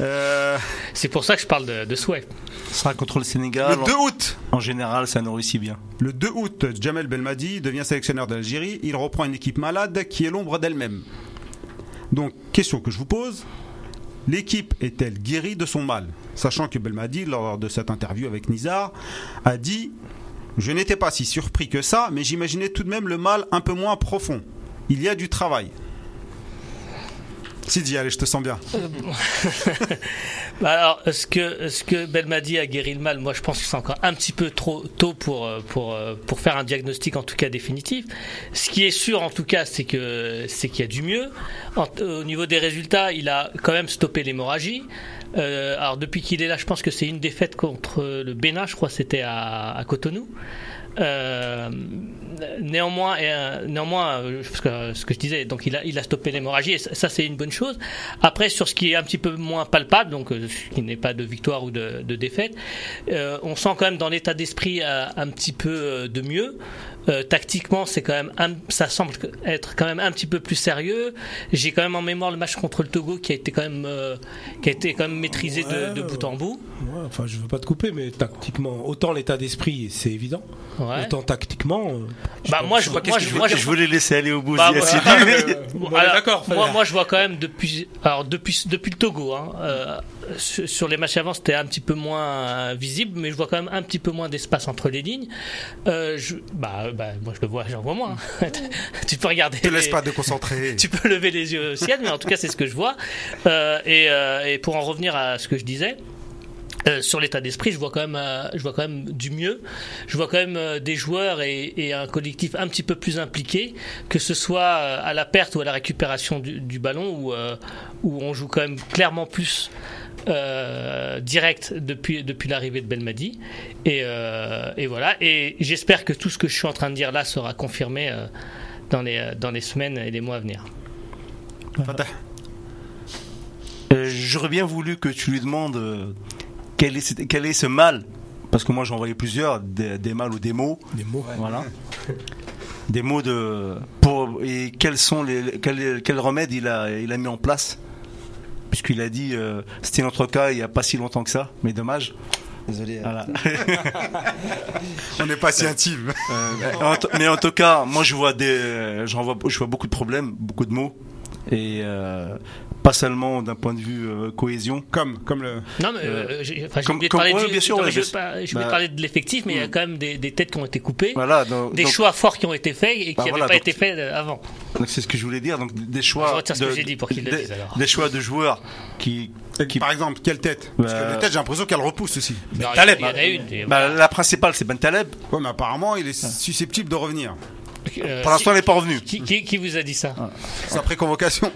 Speaker 1: Euh,
Speaker 3: C'est pour ça que je parle de, de souhait.
Speaker 2: Ce sera contre le Sénégal.
Speaker 1: le 2 août,
Speaker 2: En général, ça nous réussit bien.
Speaker 1: le 2 août, Jamel Belmadi devient sélectionneur d'Algérie. Il reprend une équipe malade qui est l'ombre d'elle-même. Donc, question que je vous pose. L'équipe est-elle guérie de son mal Sachant que Belmadi, lors de cette interview avec Nizar, a dit Je n'étais pas si surpris que ça, mais j'imaginais tout de même le mal un peu moins profond. Il y a du travail. Sidi, allez, je te sens bien.
Speaker 3: Bah alors, est-ce que, est-ce que Belmadi a guéri le mal Moi, je pense que c'est encore un petit peu trop tôt pour, euh, pour, euh, pour faire un diagnostic, en tout cas définitif. Ce qui est sûr, en tout cas, c'est que c'est qu'il y a du mieux. En- au niveau des résultats, il a quand même stoppé l'hémorragie. Euh, alors, depuis qu'il est là, je pense que c'est une défaite contre le Bénin, je crois, que c'était à, à Cotonou. Euh, néanmoins, et, euh, néanmoins euh, parce que, euh, ce que je disais, donc il a, il a stoppé l'hémorragie, et ça, ça, c'est une bonne chose. Après, sur ce qui est un petit peu moins palpable, donc euh, ce qui n'est pas de victoire ou de, de défaite, euh, on sent quand même dans l'état d'esprit euh, un petit peu euh, de mieux. Euh, tactiquement, c'est quand même un- ça semble être quand même un petit peu plus sérieux. J'ai quand même en mémoire le match contre le Togo qui a été quand même euh, qui a été quand même maîtrisé de, de
Speaker 4: Ouais.
Speaker 3: bout en bout.
Speaker 4: Ouais, enfin, je veux pas te couper, mais tactiquement, autant l'état d'esprit, c'est évident.
Speaker 3: Ouais.
Speaker 4: Autant tactiquement. euh,
Speaker 3: Bah moi je
Speaker 4: sais pas
Speaker 3: moi
Speaker 4: qu'est-ce que
Speaker 3: je-
Speaker 4: je
Speaker 3: moi, je-
Speaker 2: Je voulais laisser aller au bout.
Speaker 3: Bah,
Speaker 2: si-
Speaker 3: voilà.
Speaker 2: si-
Speaker 4: Bon, on est
Speaker 3: Alors,
Speaker 4: d'accord, Fabien.
Speaker 3: moi, moi, je vois quand même depuis, alors depuis, depuis le Togo, hein, euh, sur, sur les matchs avant, c'était un petit peu moins euh, visible, mais je vois quand même un petit peu moins d'espace entre les lignes. Euh, je, bah, euh, bah, moi, je le vois, j'en vois moins. hein. tu peux regarder.
Speaker 1: Te laisse
Speaker 3: les-
Speaker 1: pas déconcentrer.
Speaker 3: Tu peux lever les yeux au ciel, mais en tout cas, c'est ce que je vois. Euh, et, euh, et pour en revenir à ce que je disais. euh, sur l'état d'esprit, je vois quand même, euh, je vois quand même du mieux. Je vois quand même euh, des joueurs et, et un collectif un petit peu plus impliqué, que ce soit euh, à la perte ou à la récupération du, du ballon, où, euh, où on joue quand même clairement plus euh, direct depuis depuis l'arrivée de Belmadi. Et, euh, et voilà. Et j'espère que tout ce que je suis en train de dire là sera confirmé euh, dans les euh, dans les semaines et les mois à venir.
Speaker 2: Euh, J'aurais bien voulu que tu lui demandes euh, quel est, ce- quel est ce mal. Parce que moi, j'en voyais plusieurs, des, des mâles ou des mots.
Speaker 4: Des mots.
Speaker 2: Voilà. Des mots de. Pour, et quels sont les, quel, quel remède il a, il a mis en place Puisqu'il a dit, euh, c'était notre cas il n'y a pas si longtemps que ça, mais dommage.
Speaker 5: Désolé.
Speaker 4: Ah.
Speaker 5: euh,
Speaker 2: Voilà.
Speaker 1: On n'est pas si intime.
Speaker 2: En t- mais en tout cas, moi je vois des, j'en vois, je vois beaucoup de problèmes, beaucoup de mots. et euh, pas seulement d'un point de vue euh, cohésion.
Speaker 1: Comme, comme le.
Speaker 3: Non, mais euh, j'ai enfin, j'ai
Speaker 2: comme-
Speaker 3: oublié de
Speaker 2: comme-
Speaker 3: parler
Speaker 2: ouais,
Speaker 3: du-
Speaker 2: bien sûr,
Speaker 3: non,
Speaker 2: ouais,
Speaker 3: je
Speaker 2: bien
Speaker 3: vais
Speaker 2: sûr.
Speaker 3: pas- je vais
Speaker 2: Bah,
Speaker 3: parler de l'effectif, mais il y a quand même des, des têtes qui ont été coupées,
Speaker 2: Voilà, donc,
Speaker 3: des
Speaker 2: donc-
Speaker 3: choix forts qui ont été faits et qui
Speaker 2: Bah
Speaker 3: n'avaient
Speaker 2: voilà,
Speaker 3: pas
Speaker 2: donc-
Speaker 3: été faits euh, avant.
Speaker 2: donc c'est ce que je voulais dire. Donc des
Speaker 3: Je
Speaker 2: choix,
Speaker 3: retire ce que j'ai dit pour qu'il le
Speaker 2: des-
Speaker 3: dise, alors.
Speaker 2: des choix de joueurs qui, qui
Speaker 1: Par exemple, quelle tête Parce que
Speaker 2: Bah.
Speaker 1: la tête, j'ai l'impression qu'elle repousse aussi.
Speaker 3: Non, il y-
Speaker 2: Taleb.
Speaker 3: il y en a une. et-
Speaker 2: Bah, la principale, c'est Ben Taleb.
Speaker 1: Ouais, mais apparemment, il est susceptible de revenir.
Speaker 3: euh,
Speaker 2: Pour l'instant, elle n'est pas revenue.
Speaker 3: qui, qui- qui vous a dit ça
Speaker 1: Sa préconvocation.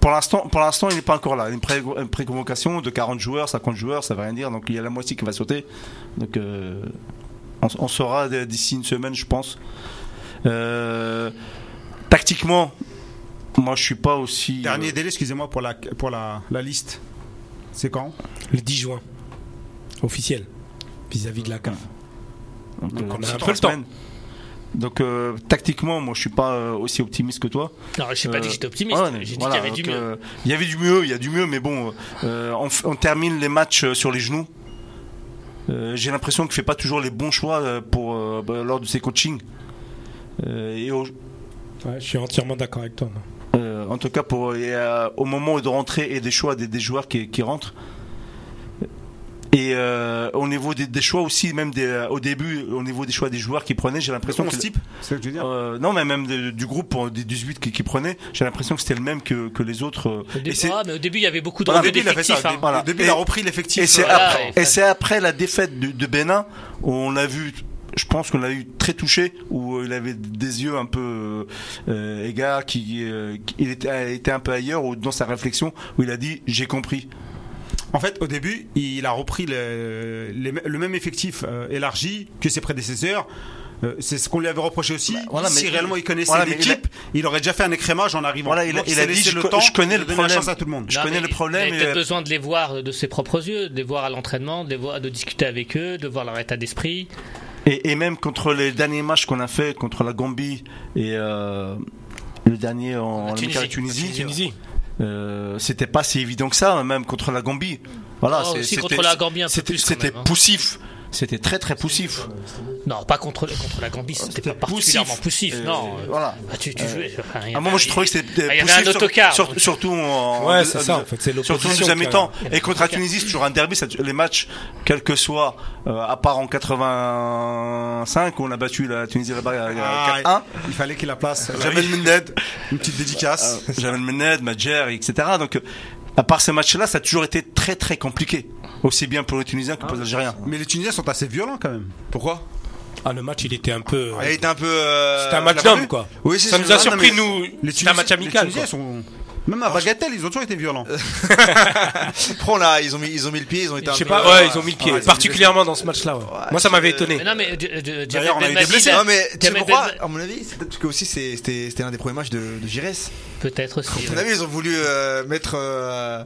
Speaker 2: Pour l'instant, pour l'instant, il n'est pas encore là. Une pré- une pré-convocation de 40 joueurs, 50 joueurs, ça veut rien dire. Donc il y a la moitié qui va sauter. Donc euh, on, on saura d- d'ici une semaine, je pense. Euh, tactiquement, moi je suis pas aussi. euh,
Speaker 1: Dernier délai, excusez-moi, pour la, pour la, la liste. C'est quand
Speaker 4: le 10 juin, officiel, vis-à-vis de la CAF.
Speaker 2: euh, donc, euh,
Speaker 4: on a
Speaker 2: c'est
Speaker 4: un peu
Speaker 2: trois
Speaker 4: le temps.
Speaker 2: semaines. Donc euh, tactiquement, moi je suis pas euh, aussi optimiste que toi.
Speaker 3: Non, je n'ai pas dit que j'étais optimiste.
Speaker 2: Euh, Ouais,
Speaker 3: J'ai dit
Speaker 2: voilà,
Speaker 3: qu'il y avait du
Speaker 2: donc,
Speaker 3: mieux.
Speaker 2: euh, Il y avait du mieux, il y a du mieux, mais bon, euh, on, f- on termine les matchs euh, sur les genoux. Euh, J'ai l'impression qu'il fait pas toujours les bons choix euh, pour, euh, bah, lors de ses coachings. Euh, et au-
Speaker 4: Ouais, je suis entièrement d'accord avec toi. moi.
Speaker 2: euh, en tout cas, pour, et, euh, au moment de rentrer et des choix des, des joueurs qui, qui rentrent. Et euh, au niveau des, des choix aussi, même des, euh, au début, au niveau des choix des joueurs qui prenaient, j'ai l'impression
Speaker 1: On
Speaker 2: que-
Speaker 1: se type C'est ce que je veux dire
Speaker 2: euh, non, mais même de- du groupe euh, des 18 qui, qui prenaient, j'ai l'impression que c'était le même que, que les autres. euh,
Speaker 3: Au
Speaker 2: et
Speaker 3: début,
Speaker 2: c'est-
Speaker 3: ah, mais au début, il y avait beaucoup de
Speaker 2: Voilà,
Speaker 3: revues
Speaker 2: au début, il avait ça,
Speaker 3: d'effectifs.
Speaker 2: au
Speaker 3: hein.
Speaker 2: début, voilà.
Speaker 1: Au début,
Speaker 2: Et-
Speaker 1: il a repris l'effectif. euh,
Speaker 2: Et c'est
Speaker 3: Voilà,
Speaker 2: après,
Speaker 3: ouais,
Speaker 2: et
Speaker 3: ça-
Speaker 2: c'est après la défaite du- de, Bénin où on l'a vu, je pense qu'on l'a eu très touché, où euh, il avait des yeux un peu euh, égards, qui, euh, qui- il était, était un peu ailleurs, ou dans sa réflexion, où il a dit j'ai compris.
Speaker 1: En fait, au début, il a repris le, les- le même effectif euh, élargi que ses prédécesseurs. Euh, c'est ce qu'on lui avait reproché aussi.
Speaker 2: Bah, voilà, mais-
Speaker 1: si réellement il connaissait
Speaker 2: voilà, mais
Speaker 1: l'équipe, il, aurait déjà fait un écrémage en arrivant.
Speaker 2: Voilà, il a-
Speaker 1: Donc,
Speaker 2: il
Speaker 1: s'est
Speaker 2: a dit,
Speaker 1: laissé
Speaker 2: je
Speaker 1: le
Speaker 2: co-
Speaker 1: temps
Speaker 2: je connais
Speaker 1: de
Speaker 2: le
Speaker 1: donner
Speaker 2: problème.
Speaker 1: la chance à tout le monde.
Speaker 2: Je connais le problème,
Speaker 3: Il
Speaker 2: et-
Speaker 3: avait peut-être besoin de les voir de ses propres yeux, de les voir à l'entraînement, de les voir, de discuter avec eux, de voir leur état d'esprit.
Speaker 2: Et, et même contre les derniers matchs qu'on a fait contre la Gambie et euh, le dernier en, en
Speaker 3: Tunisie.
Speaker 2: Amérique de Tunisie,
Speaker 4: Tunisie.
Speaker 2: euh, c'était pas si évident que ça, même contre la Gambie. Voilà,
Speaker 3: Oh,
Speaker 2: c'est-
Speaker 3: aussi
Speaker 2: c'était-
Speaker 3: contre la Gambie un peu
Speaker 2: c'était-
Speaker 3: plus quand
Speaker 2: C'était
Speaker 3: même, hein.
Speaker 2: poussif, c'était très très poussif.
Speaker 3: Non, pas contre, contre la Gambie, c'était pas particulièrement poussif.
Speaker 2: Euh,
Speaker 3: non,
Speaker 2: voilà.
Speaker 3: Ah, tu, tu jouais. enfin, il y
Speaker 2: À un
Speaker 3: avait-
Speaker 2: moment, je trouvais que c'était
Speaker 3: Ah, il y avait
Speaker 2: poussif,
Speaker 3: un
Speaker 2: sur-
Speaker 3: autocar.
Speaker 2: sur- surtout en,
Speaker 4: Ouais,
Speaker 2: en-
Speaker 4: c'est
Speaker 2: en-
Speaker 4: ça, en fait, c'est
Speaker 2: surtout en
Speaker 4: l'opposition
Speaker 2: deuxième
Speaker 4: qui a-
Speaker 2: temps.
Speaker 3: Il y avait
Speaker 2: Et contre la
Speaker 3: autocar.
Speaker 2: Tunisie, c'est toujours un derby. ça- les matchs, quel que soit, euh, à part en 85 où on a battu la Tunisie là-bas euh,
Speaker 1: Ah,
Speaker 2: 4-1.
Speaker 1: il fallait qu'il la place.
Speaker 2: Jamel Mended,
Speaker 1: Une petite dédicace.
Speaker 3: Ah,
Speaker 2: Jamel Mended, Madjer, etc. Donc, euh, à part ces matchs-là, ça a toujours été très très compliqué, aussi bien pour les Tunisiens que pour les Algériens.
Speaker 1: Mais les Tunisiens sont assez violents quand même.
Speaker 5: Pourquoi
Speaker 4: Ah, le match, il était un peu.
Speaker 5: Il était un peu. euh,
Speaker 4: C'était un match
Speaker 5: tu l'as pas
Speaker 4: d'hommes,
Speaker 5: vu
Speaker 4: quoi.
Speaker 5: Oui, c'est
Speaker 4: ça nous a
Speaker 5: non,
Speaker 4: surpris,
Speaker 5: mais-
Speaker 4: nous.
Speaker 1: Les
Speaker 4: C'était un match amical.
Speaker 1: les Tunisiens sont. Même à Bagatelle, ils ont toujours été violents.
Speaker 5: Prends là, ils ont mis, ils ont mis le pied, ils ont été
Speaker 4: quoi. Je sais
Speaker 5: un peu- euh,
Speaker 4: pas, ouais, ils ont mis le pied.
Speaker 5: Ouais, ils ont
Speaker 4: Particulièrement dans ce match-là. ouais. Moi, ça m'avait
Speaker 5: c'est-
Speaker 4: étonné.
Speaker 3: Mais non, mais de- de- de-
Speaker 1: D'ailleurs, on a eu des
Speaker 3: Belmadi,
Speaker 1: blessés.
Speaker 3: là,
Speaker 5: Non mais tu sais
Speaker 3: Jamel
Speaker 5: pourquoi
Speaker 3: Belmadi-
Speaker 5: À mon avis, c'est peut-être que aussi c'est- c'était c'était l'un des premiers matchs de, de Giresse.
Speaker 3: Peut-être aussi.
Speaker 5: À mon
Speaker 3: ouais.
Speaker 5: avis, ils ont voulu euh, mettre. euh,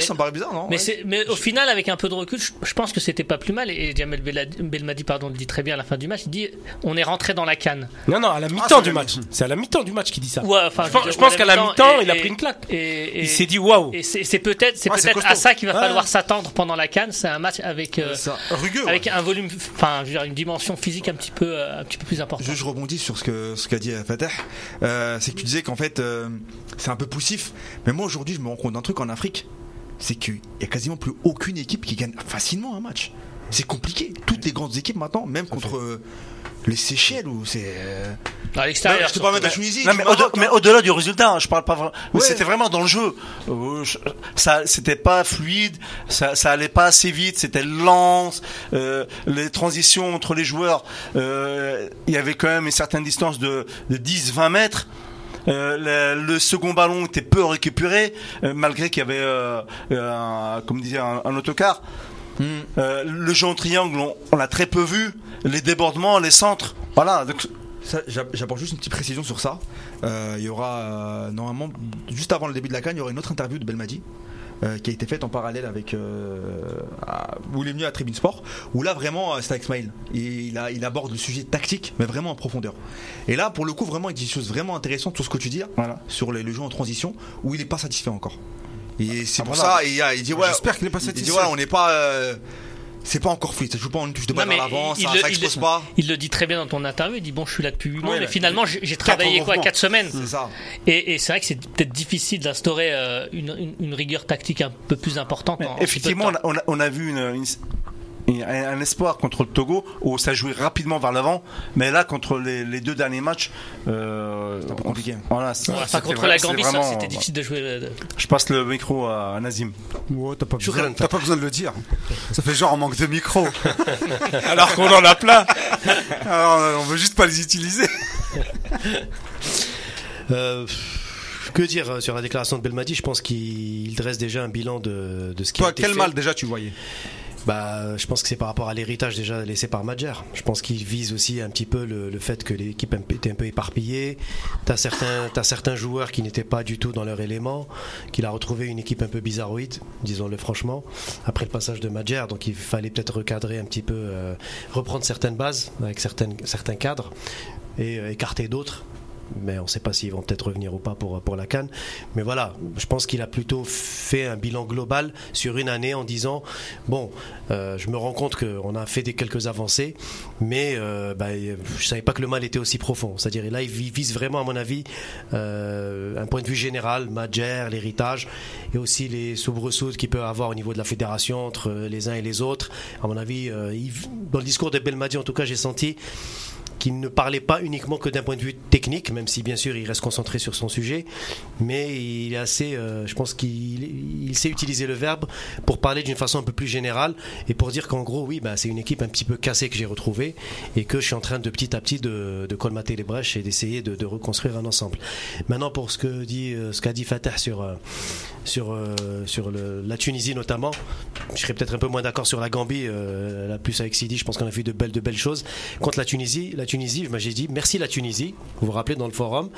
Speaker 3: Mais-
Speaker 5: ça me paraît bizarre, non
Speaker 3: Mais,
Speaker 5: Ouais.
Speaker 3: c'est- mais au final, avec un peu de recul, je, je pense que c'était pas plus mal. Et Jamel Belad- Belmadi pardon, le dit très bien à la fin du match. Il dit on est rentré dans la canne.
Speaker 4: Non, non, à la
Speaker 1: c'est
Speaker 4: mi-temps
Speaker 1: la
Speaker 4: du
Speaker 1: mi-
Speaker 4: match. C'est à la mi-temps du match qu'il dit ça.
Speaker 3: Ou, euh, enfin,
Speaker 4: Ah. Je pense-
Speaker 3: veux dire,
Speaker 4: je pense
Speaker 3: ou à
Speaker 4: qu'à la mi-temps,
Speaker 3: et-
Speaker 4: il a
Speaker 3: et-
Speaker 4: pris une claque.
Speaker 3: Et, et-
Speaker 4: Il s'est dit oh. waouh.
Speaker 3: Et c'est c'est peut-être c'est
Speaker 1: Ouais, c'est
Speaker 3: peut-être à
Speaker 1: costaud.
Speaker 3: ça qu'il va
Speaker 4: Ouais.
Speaker 3: falloir s'attendre pendant la canne. C'est un match avec euh,
Speaker 5: Ça.
Speaker 1: Rugueux. ouais.
Speaker 3: avec un volume, enfin, je veux dire, une dimension physique un petit peu euh, un petit peu plus importante.
Speaker 5: Je, je rebondis sur ce que ce qu'a dit euh, Fateh. Euh, c'est que tu disais qu'en fait euh, c'est un peu poussif. Mais moi aujourd'hui je me rends compte d'un truc en Afrique, c'est qu'il y a quasiment plus aucune équipe qui gagne facilement un match. C'est compliqué. Toutes les grandes équipes maintenant, même contre euh, les Seychelles ou c'est. euh,
Speaker 3: À
Speaker 5: Non,
Speaker 3: l'extérieur.
Speaker 5: je te
Speaker 3: surtout.
Speaker 5: parle même de la Tunisie.
Speaker 2: Non,
Speaker 5: du
Speaker 2: mais,
Speaker 5: Maroc,
Speaker 2: au-delà-
Speaker 5: hein.
Speaker 2: mais au-delà du résultat, hein, je parle pas vraiment. mais
Speaker 5: Ouais.
Speaker 2: C'était vraiment dans le jeu. Euh, je- ça, c'était pas fluide, ça, ça allait pas assez vite, c'était lent. euh, les transitions entre les joueurs, euh, il y avait quand même une certaine distance de, de 10-20 mètres. Euh, le, le second ballon était peu récupéré, euh, malgré qu'il y avait, euh, euh, un- comme disait, un, un autocar. Euh, le jeu en triangle, on, on l'a très peu vu. Les débordements, les centres, voilà. Donc,
Speaker 5: Ça, j'app- J'apporte juste une petite précision sur ça. Euh, il y aura euh, normalement, juste avant le début de la canne, il y aura une autre interview de Belmadi. euh, qui a été faite en parallèle avec euh, à- où il est venu à Tribune Sport où là vraiment euh, c'est avec Smile il, il a- il aborde le sujet tactique mais vraiment en profondeur et là pour le coup vraiment il dit des choses vraiment intéressantes sur ce que tu dis là,
Speaker 2: Voilà.
Speaker 5: sur les- le jeu en transition où il n'est pas satisfait encore et c'est
Speaker 2: Ah,
Speaker 5: pour
Speaker 2: voilà.
Speaker 5: ça et, ah, il dit ouais
Speaker 1: J'espère qu'il est pas
Speaker 5: il dit
Speaker 1: satisfait.
Speaker 5: voilà on n'est pas euh, c'est pas encore free. Ça joue pas en une touche de
Speaker 3: Non,
Speaker 5: balle
Speaker 3: mais
Speaker 5: à l'avant,
Speaker 3: il
Speaker 5: ça,
Speaker 3: le-
Speaker 5: ça
Speaker 3: il le- Hmm.
Speaker 5: expose pas.
Speaker 3: Il le dit très bien dans ton interview. Il dit bon, je suis là depuis 8 mois,
Speaker 5: Ouais,
Speaker 3: mais
Speaker 5: là,
Speaker 3: finalement, j'ai j'ai travaillé quoi
Speaker 5: mouvements. Mmh.
Speaker 3: 4 semaines.
Speaker 5: C'est ça.
Speaker 3: Et, et c'est vrai que c'est peut-être difficile d'instaurer euh, une, une- une rigueur tactique un peu plus importante. en- en peu de
Speaker 2: Effectivement,
Speaker 3: temps.
Speaker 2: on a, on a- on a vu une- une- une- un un espoir contre le Togo où ça jouait rapidement vers l'avant, mais là, contre les, les deux derniers matchs, euh,
Speaker 5: un peu
Speaker 2: on-
Speaker 5: compliqué.
Speaker 2: Voilà, c'est-
Speaker 3: Enfin,
Speaker 2: c'était
Speaker 3: contre
Speaker 2: vrai-
Speaker 3: la
Speaker 2: c'est
Speaker 3: Gambie,
Speaker 2: vraiment-
Speaker 3: ça, c'était difficile de jouer. euh, de-
Speaker 2: Je passe le micro à Nazim.
Speaker 1: Ouais, t'as pas, besoin,
Speaker 6: Shukran.
Speaker 1: t'as pas besoin de le dire. Ça fait genre on manque de micro.
Speaker 2: Alors qu'on en a plein.
Speaker 1: Alors, on veut juste pas les utiliser.
Speaker 6: Euh, que dire euh, sur la déclaration de Belmadi Je pense qu'il dresse déjà un bilan de, de ce qui a
Speaker 1: Toi,
Speaker 6: été
Speaker 1: quel
Speaker 6: fait.
Speaker 1: mal déjà tu voyais
Speaker 6: Bah, je pense que c'est par rapport à l'héritage déjà laissé par Madjer. Je pense qu'il vise aussi un petit peu le, le fait que l'équipe un peu- était un peu éparpillée. T'as certains, t'as certains joueurs qui n'étaient pas du tout dans leur élément, qu'il a retrouvé une équipe un peu bizarroïde, disons-le franchement, après le passage de Madjer. Donc il fallait peut-être recadrer un petit peu, euh, reprendre certaines bases avec certaines, certains cadres et euh, écarter d'autres. Mais on ne sait pas s'ils vont peut-être revenir ou pas pour, pour la Cannes. Mais voilà, je pense qu'il a plutôt fait un bilan global sur une année en disant Bon, euh, je me rends compte qu'on a fait des, quelques avancées, mais euh, bah, euh, je savais pas que le mal était aussi profond. C'est-à-dire, là, il vi- vise vraiment, à mon avis, euh, un point de vue général, Madjer, l'héritage, et aussi les soubresauts qu'il peut avoir au niveau de la fédération entre euh, les uns et les autres. À mon avis, euh, il- dans le discours de Belmadi, en tout cas, j'ai senti qu'il ne parlait pas uniquement que d'un point de vue technique, même si bien sûr il reste concentré sur son sujet, mais il est assez, euh, je pense qu'il il sait utiliser le verbe pour parler d'une façon un peu plus générale et pour dire qu'en gros, oui, bah, c'est une équipe un petit peu cassée que j'ai retrouvée et que je suis en train de petit à petit de, de colmater les brèches et d'essayer de, de reconstruire un ensemble. Maintenant, pour ce que dit, euh, ce qu'a dit Fatah sur euh, sur euh, sur le- la Tunisie notamment, je serais peut-être un peu moins d'accord sur la Gambie, euh, la plus avec Sidi, je pense qu'on a vu de belles de belles choses contre la Tunisie. La Tunisie, moi, j'ai dit merci la Tunisie. Vous vous rappelez dans le forum,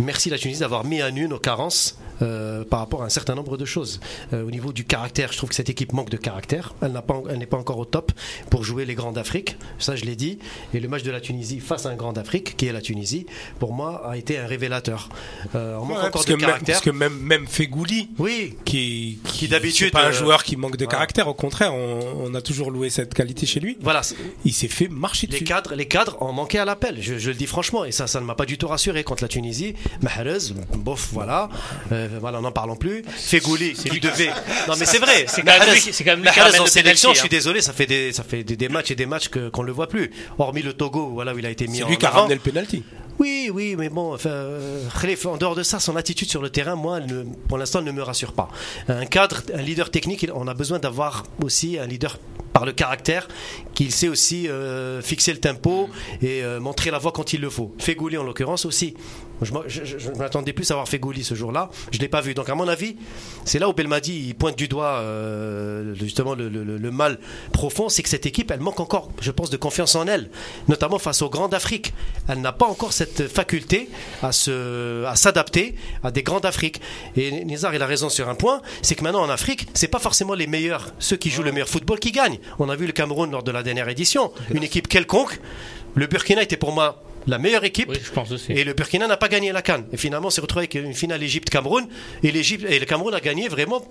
Speaker 6: merci la Tunisie d'avoir mis à nu nos carences euh, par rapport à un certain nombre de choses. Euh, au niveau du caractère, je trouve que cette équipe manque de caractère. Elle n'a pas, elle n'est pas encore au top pour jouer les grands d'Afrique. Ça, je l'ai dit. Et le match de la Tunisie face à un grand d'Afrique, qui est la Tunisie, pour moi, a été un révélateur. Euh, on manque
Speaker 4: Ouais,
Speaker 6: encore
Speaker 4: parce,
Speaker 6: de
Speaker 4: que même,
Speaker 6: caractère.
Speaker 4: parce que même, même Fegouli,
Speaker 6: Oui,
Speaker 4: qui,
Speaker 6: Qui d'habitude,
Speaker 4: c'est pas
Speaker 6: euh,
Speaker 4: un joueur qui manque de caractère, au contraire, on, on a toujours loué cette qualité chez lui.
Speaker 6: voilà. c'est-
Speaker 4: Il s'est fait marcher
Speaker 6: Les
Speaker 4: dessus.
Speaker 6: cadres, les cadres en manquaient à l'appel, je, je le dis franchement, et ça, ça ne m'a pas du tout rassuré contre la Tunisie. Mahrez, bof, voilà, Euh, voilà, n'en parlons plus. Fegouli, qui devait. Non, mais c'est vrai.
Speaker 3: C'est quand même
Speaker 6: Mahrez-
Speaker 3: lui qui- c'est quand même lui qui
Speaker 6: Mahrez
Speaker 3: ramène
Speaker 6: en
Speaker 3: le
Speaker 6: sélection,
Speaker 3: penalty,
Speaker 6: je suis
Speaker 3: hein.
Speaker 6: désolé, ça fait des, ça fait des, des matchs et des matchs que- qu'on ne le voit plus. Hormis le Togo, voilà, où il a été mis
Speaker 4: C'est
Speaker 6: en
Speaker 4: lui qui a
Speaker 6: avant.
Speaker 4: ramené le penalty.
Speaker 6: Oui, oui, mais bon, enfin, euh, Khalif, en dehors de ça, son attitude sur le terrain, moi, elle ne- pour l'instant, elle ne me rassure pas. Un cadre, un leader technique, il- on a besoin d'avoir aussi un leader par le caractère, qu'il sait aussi euh, fixer le tempo et euh, montrer la voie quand il le faut. Fegouli, en l'occurrence, aussi. Je m'a- Je je- je m'attendais plus à voir Fegouli ce jour-là. Je ne l'ai pas vu. Donc, à mon avis, c'est là où Belmadi il pointe du doigt euh, justement le, le- le- le mal profond, c'est que cette équipe, elle manque encore, je pense, de confiance en elle, notamment face aux grandes Afriques. Elle n'a pas encore cette faculté à se, à s'adapter à des grandes Afriques. Et Nizar, il a raison sur un point, c'est que maintenant en Afrique, c'est pas forcément les meilleurs, ceux qui jouent le meilleur football qui gagnent. On a vu le Cameroun lors de la dernière édition, une équipe quelconque. Le Burkina était pour moi la meilleure équipe.
Speaker 3: Oui, je pense aussi.
Speaker 6: Et le Burkina n'a pas gagné la Cannes. Et finalement, on s'est retrouvé avec une finale Égypte-Cameroun. Et, l'Égypte- et le Cameroun a gagné vraiment.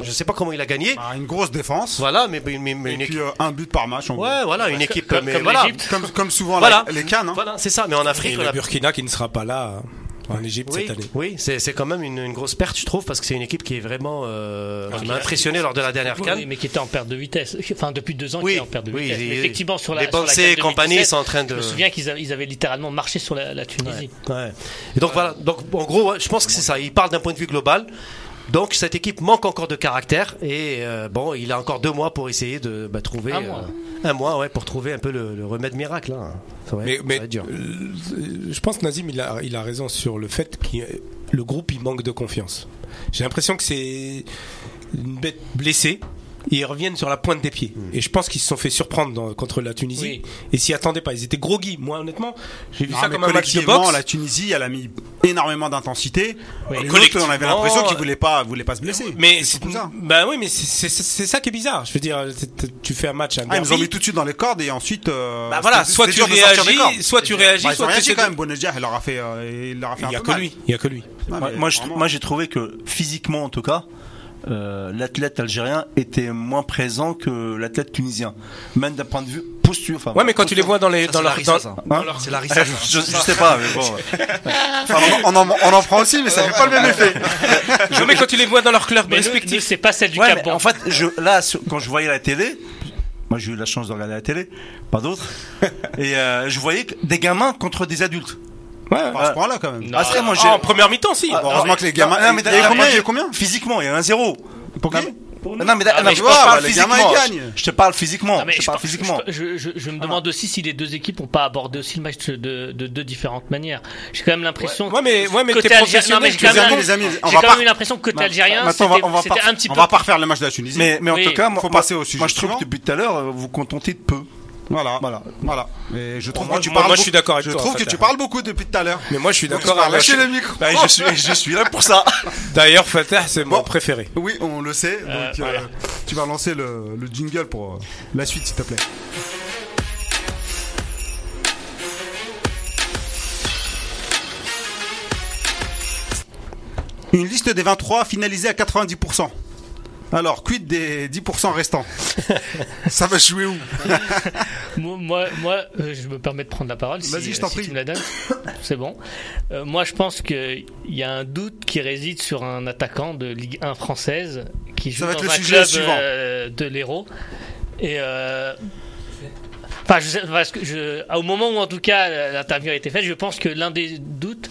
Speaker 6: Je ne sais pas comment il a gagné.
Speaker 1: Bah, une grosse défense.
Speaker 6: Voilà, mais, mais- mais- mais
Speaker 1: Et
Speaker 6: une
Speaker 1: puis
Speaker 6: équipe.
Speaker 1: euh, un but par match. en
Speaker 6: Ouais, voilà, une équipe.
Speaker 3: comme-
Speaker 6: mais
Speaker 3: comme
Speaker 6: voilà.
Speaker 3: l'Égypte.
Speaker 1: gros. Comme, comme souvent la-
Speaker 6: Voilà.
Speaker 1: les cannes. hein.
Speaker 6: Voilà, c'est ça. Mais en
Speaker 4: Et
Speaker 6: Afrique, on
Speaker 4: le
Speaker 6: a-
Speaker 4: Burkina qui ne sera pas là hein, en Égypte
Speaker 6: Oui,
Speaker 4: cette année.
Speaker 6: oui, c'est c'est quand même une, une grosse perte, je trouve, parce que c'est une équipe qui est vraiment. euh, qui m'a impressionné lors de la dernière
Speaker 3: Oui,
Speaker 6: Cannes.
Speaker 3: mais qui était en perte de vitesse. Enfin, depuis deux ans,
Speaker 6: Oui,
Speaker 3: qui est en perte de
Speaker 6: oui,
Speaker 3: vitesse. Mais
Speaker 6: oui, oui.
Speaker 3: effectivement, sur la,
Speaker 6: Les
Speaker 3: sur la
Speaker 6: Bansé
Speaker 3: Cannes
Speaker 6: et compagnie
Speaker 3: 2017,
Speaker 6: sont en train de-
Speaker 3: Je me souviens qu'ils avaient, ils avaient littéralement marché sur la, la Tunisie.
Speaker 6: Ouais. Et donc voilà, donc en gros, ouais, je pense que c'est ça. Il parle d'un point de vue global. Donc cette équipe manque encore de caractère et euh, bon, il a encore deux mois pour essayer de bah, trouver
Speaker 3: Un mois.
Speaker 6: un mois, ouais, pour trouver un peu le, le remède miracle. hein. Ça va
Speaker 4: Mais,
Speaker 6: être- ça
Speaker 4: mais,
Speaker 6: va être dur.
Speaker 4: euh, je pense que Nazim il a, il a raison sur le fait que le groupe il manque de confiance. J'ai l'impression que c'est une bête blessée. Et ils reviennent sur la pointe des pieds.
Speaker 1: Hmm.
Speaker 4: Et je pense qu'ils se sont fait surprendre dans- contre la Tunisie.
Speaker 3: Oui.
Speaker 4: Et s'y attendaient pas. Ils étaient gros guis. Moi, honnêtement, j'ai vu
Speaker 1: Non,
Speaker 4: ça
Speaker 1: mais
Speaker 4: comme un match de boxe.
Speaker 1: collectivement, la Tunisie, elle a mis énormément d'intensité.
Speaker 4: Oui.
Speaker 1: Et l'autre,
Speaker 4: Collectivement,
Speaker 1: on avait l'impression
Speaker 4: euh,
Speaker 1: qu'ils voulaient pas, voulaient pas se blesser.
Speaker 4: Mais
Speaker 1: c'est
Speaker 4: c'est
Speaker 1: tout ça.
Speaker 4: Bah oui, mais c'est- c'est c'est ça qui est bizarre. Je veux dire, c'est- tu fais un match. Un
Speaker 1: Ah, ils nous ont
Speaker 4: derby.
Speaker 1: mis tout de suite dans les cordes et ensuite. euh,
Speaker 4: Bah voilà,
Speaker 1: c'était-
Speaker 4: soit
Speaker 1: c'était
Speaker 4: tu
Speaker 1: dur de sortir des
Speaker 4: réagis,
Speaker 1: cordes.
Speaker 4: soit tu
Speaker 1: Bah,
Speaker 4: réagis,
Speaker 1: ils ont
Speaker 4: soit tu
Speaker 1: réagi
Speaker 4: essaies
Speaker 1: quand
Speaker 4: de-
Speaker 1: même. Bonedjah, elle leur a fait, euh, il leur a fait
Speaker 4: Il y
Speaker 1: un
Speaker 4: a
Speaker 1: peu
Speaker 4: que
Speaker 1: mal.
Speaker 4: lui. Il y a que lui.
Speaker 1: Ouais,
Speaker 2: Moi,
Speaker 1: mais
Speaker 2: moi, je-
Speaker 1: vraiment.
Speaker 2: moi, j'ai trouvé que physiquement, en tout cas, euh, l'athlète algérien était moins présent que l'athlète tunisien, même d'un point de vue posture. enfin,
Speaker 4: Ouais, mais quand tu les vois dans les
Speaker 5: Ça,
Speaker 4: dans
Speaker 5: c'est la
Speaker 4: leur
Speaker 5: rissa,
Speaker 4: dans-
Speaker 5: ça.
Speaker 2: hein
Speaker 5: C'est la
Speaker 2: Ah,
Speaker 5: rissa.
Speaker 2: je,
Speaker 5: ça.
Speaker 2: je- je sais pas, mais bon. ouais.
Speaker 1: Enfin, on, en, on en- on en prend aussi, mais ça fait pas le même effet.
Speaker 4: Non, mais quand tu les vois dans leur club
Speaker 3: Mais nous, nous,
Speaker 4: respectif.
Speaker 3: c'est pas celle du
Speaker 2: Ouais,
Speaker 3: Cap
Speaker 2: mais
Speaker 3: Bon.
Speaker 2: en fait, je, là, sur- quand je voyais la télé, moi j'ai eu la chance de regarder la télé, pas d'autres, et euh, je voyais que des gamins contre des adultes.
Speaker 4: Ouais.
Speaker 1: Par ce point-là, quand même.
Speaker 3: Non,
Speaker 2: Parce que moi, j'ai-
Speaker 4: Ah, en première mi-temps, si.
Speaker 2: Ah,
Speaker 1: Bon, heureusement
Speaker 2: non,
Speaker 1: que les gamins-
Speaker 2: non, mais
Speaker 1: il y a eu
Speaker 2: d'ailleurs,
Speaker 1: combien, il y a eu
Speaker 2: j'ai-
Speaker 1: combien
Speaker 2: Physiquement, il y a un zéro.
Speaker 1: Pour qui
Speaker 2: Non, mais- non, mais,
Speaker 3: Ah,
Speaker 2: non,
Speaker 3: mais
Speaker 2: je te
Speaker 3: je
Speaker 1: vois,
Speaker 2: parle
Speaker 1: bah, les gamins,
Speaker 2: physiquement.
Speaker 1: ils gagnent.
Speaker 2: Je, je te parle physiquement.
Speaker 3: Non, mais
Speaker 2: je te
Speaker 3: je,
Speaker 2: parle
Speaker 3: pense-
Speaker 2: physiquement.
Speaker 3: je, je- je me demande aussi si les deux équipes n'ont pas abordé aussi le match de, de deux différentes manières. J'ai quand même l'impression.
Speaker 4: Ouais, mais ouais, mais
Speaker 3: Côté
Speaker 4: t'es
Speaker 3: algérien, non, mais
Speaker 4: professionnel.
Speaker 3: j'ai
Speaker 4: tu les
Speaker 1: Les
Speaker 3: Gamin.
Speaker 1: amis,
Speaker 4: as-
Speaker 1: les amis, on
Speaker 3: J'ai
Speaker 1: va
Speaker 3: quand
Speaker 1: pas.
Speaker 3: même eu l'impression que côté algérien,
Speaker 2: maintenant, on va-
Speaker 3: c'était
Speaker 2: on va
Speaker 3: c'était
Speaker 2: pas-
Speaker 3: un petit
Speaker 1: On
Speaker 3: peu.
Speaker 1: va pas refaire le match de la Tunisie.
Speaker 2: Mais, mais en
Speaker 3: Oui.
Speaker 2: tout cas, moi,
Speaker 1: Faut passer au
Speaker 2: moi
Speaker 1: sujet
Speaker 2: je trouve
Speaker 1: suivant.
Speaker 2: que depuis tout à l'heure, euh, vous vous contentez de peu.
Speaker 1: Voilà.
Speaker 2: Voilà.
Speaker 1: Voilà. Et je trouve
Speaker 4: Moi,
Speaker 1: que tu
Speaker 4: moi,
Speaker 1: parles.
Speaker 4: moi, je suis
Speaker 1: beaucoup-
Speaker 4: d'accord avec
Speaker 1: Je
Speaker 4: toi,
Speaker 1: trouve
Speaker 4: en
Speaker 1: que
Speaker 4: fait,
Speaker 1: tu
Speaker 4: hein.
Speaker 1: parles beaucoup depuis tout à l'heure.
Speaker 4: Mais moi, je suis
Speaker 1: Donc,
Speaker 4: d'accord.
Speaker 1: tu vas
Speaker 4: avec-
Speaker 1: lâcher le micro.
Speaker 4: Bah, je suis, je suis là
Speaker 2: Pour ça.
Speaker 4: D'ailleurs, Fatah, c'est mon
Speaker 1: Bon.
Speaker 4: préféré.
Speaker 1: Oui, on le sait. Donc, euh,
Speaker 3: voilà.
Speaker 1: tu vas lancer le, le jingle pour euh, la suite, s'il te plaît. Une liste des 23 finalisée à 90%. Alors, quid des 10% restants Ça va jouer où
Speaker 3: Moi, moi, moi, euh, je me permets de prendre la parole. si- euh,
Speaker 1: Vas-y, je t'en
Speaker 3: si
Speaker 1: prie.
Speaker 3: tu me la donnes. c'est bon. Euh, moi, je pense qu'il y a un doute qui réside sur un attaquant de Ligue 1 française qui joue
Speaker 1: Ça va
Speaker 3: dans
Speaker 1: être le
Speaker 3: un
Speaker 1: sujet
Speaker 3: club
Speaker 1: suivant.
Speaker 3: euh, de l'Hérault. Et. euh, Enfin, je sais- parce que je, au moment où en tout cas l'interview a été faite, je pense que l'un des doutes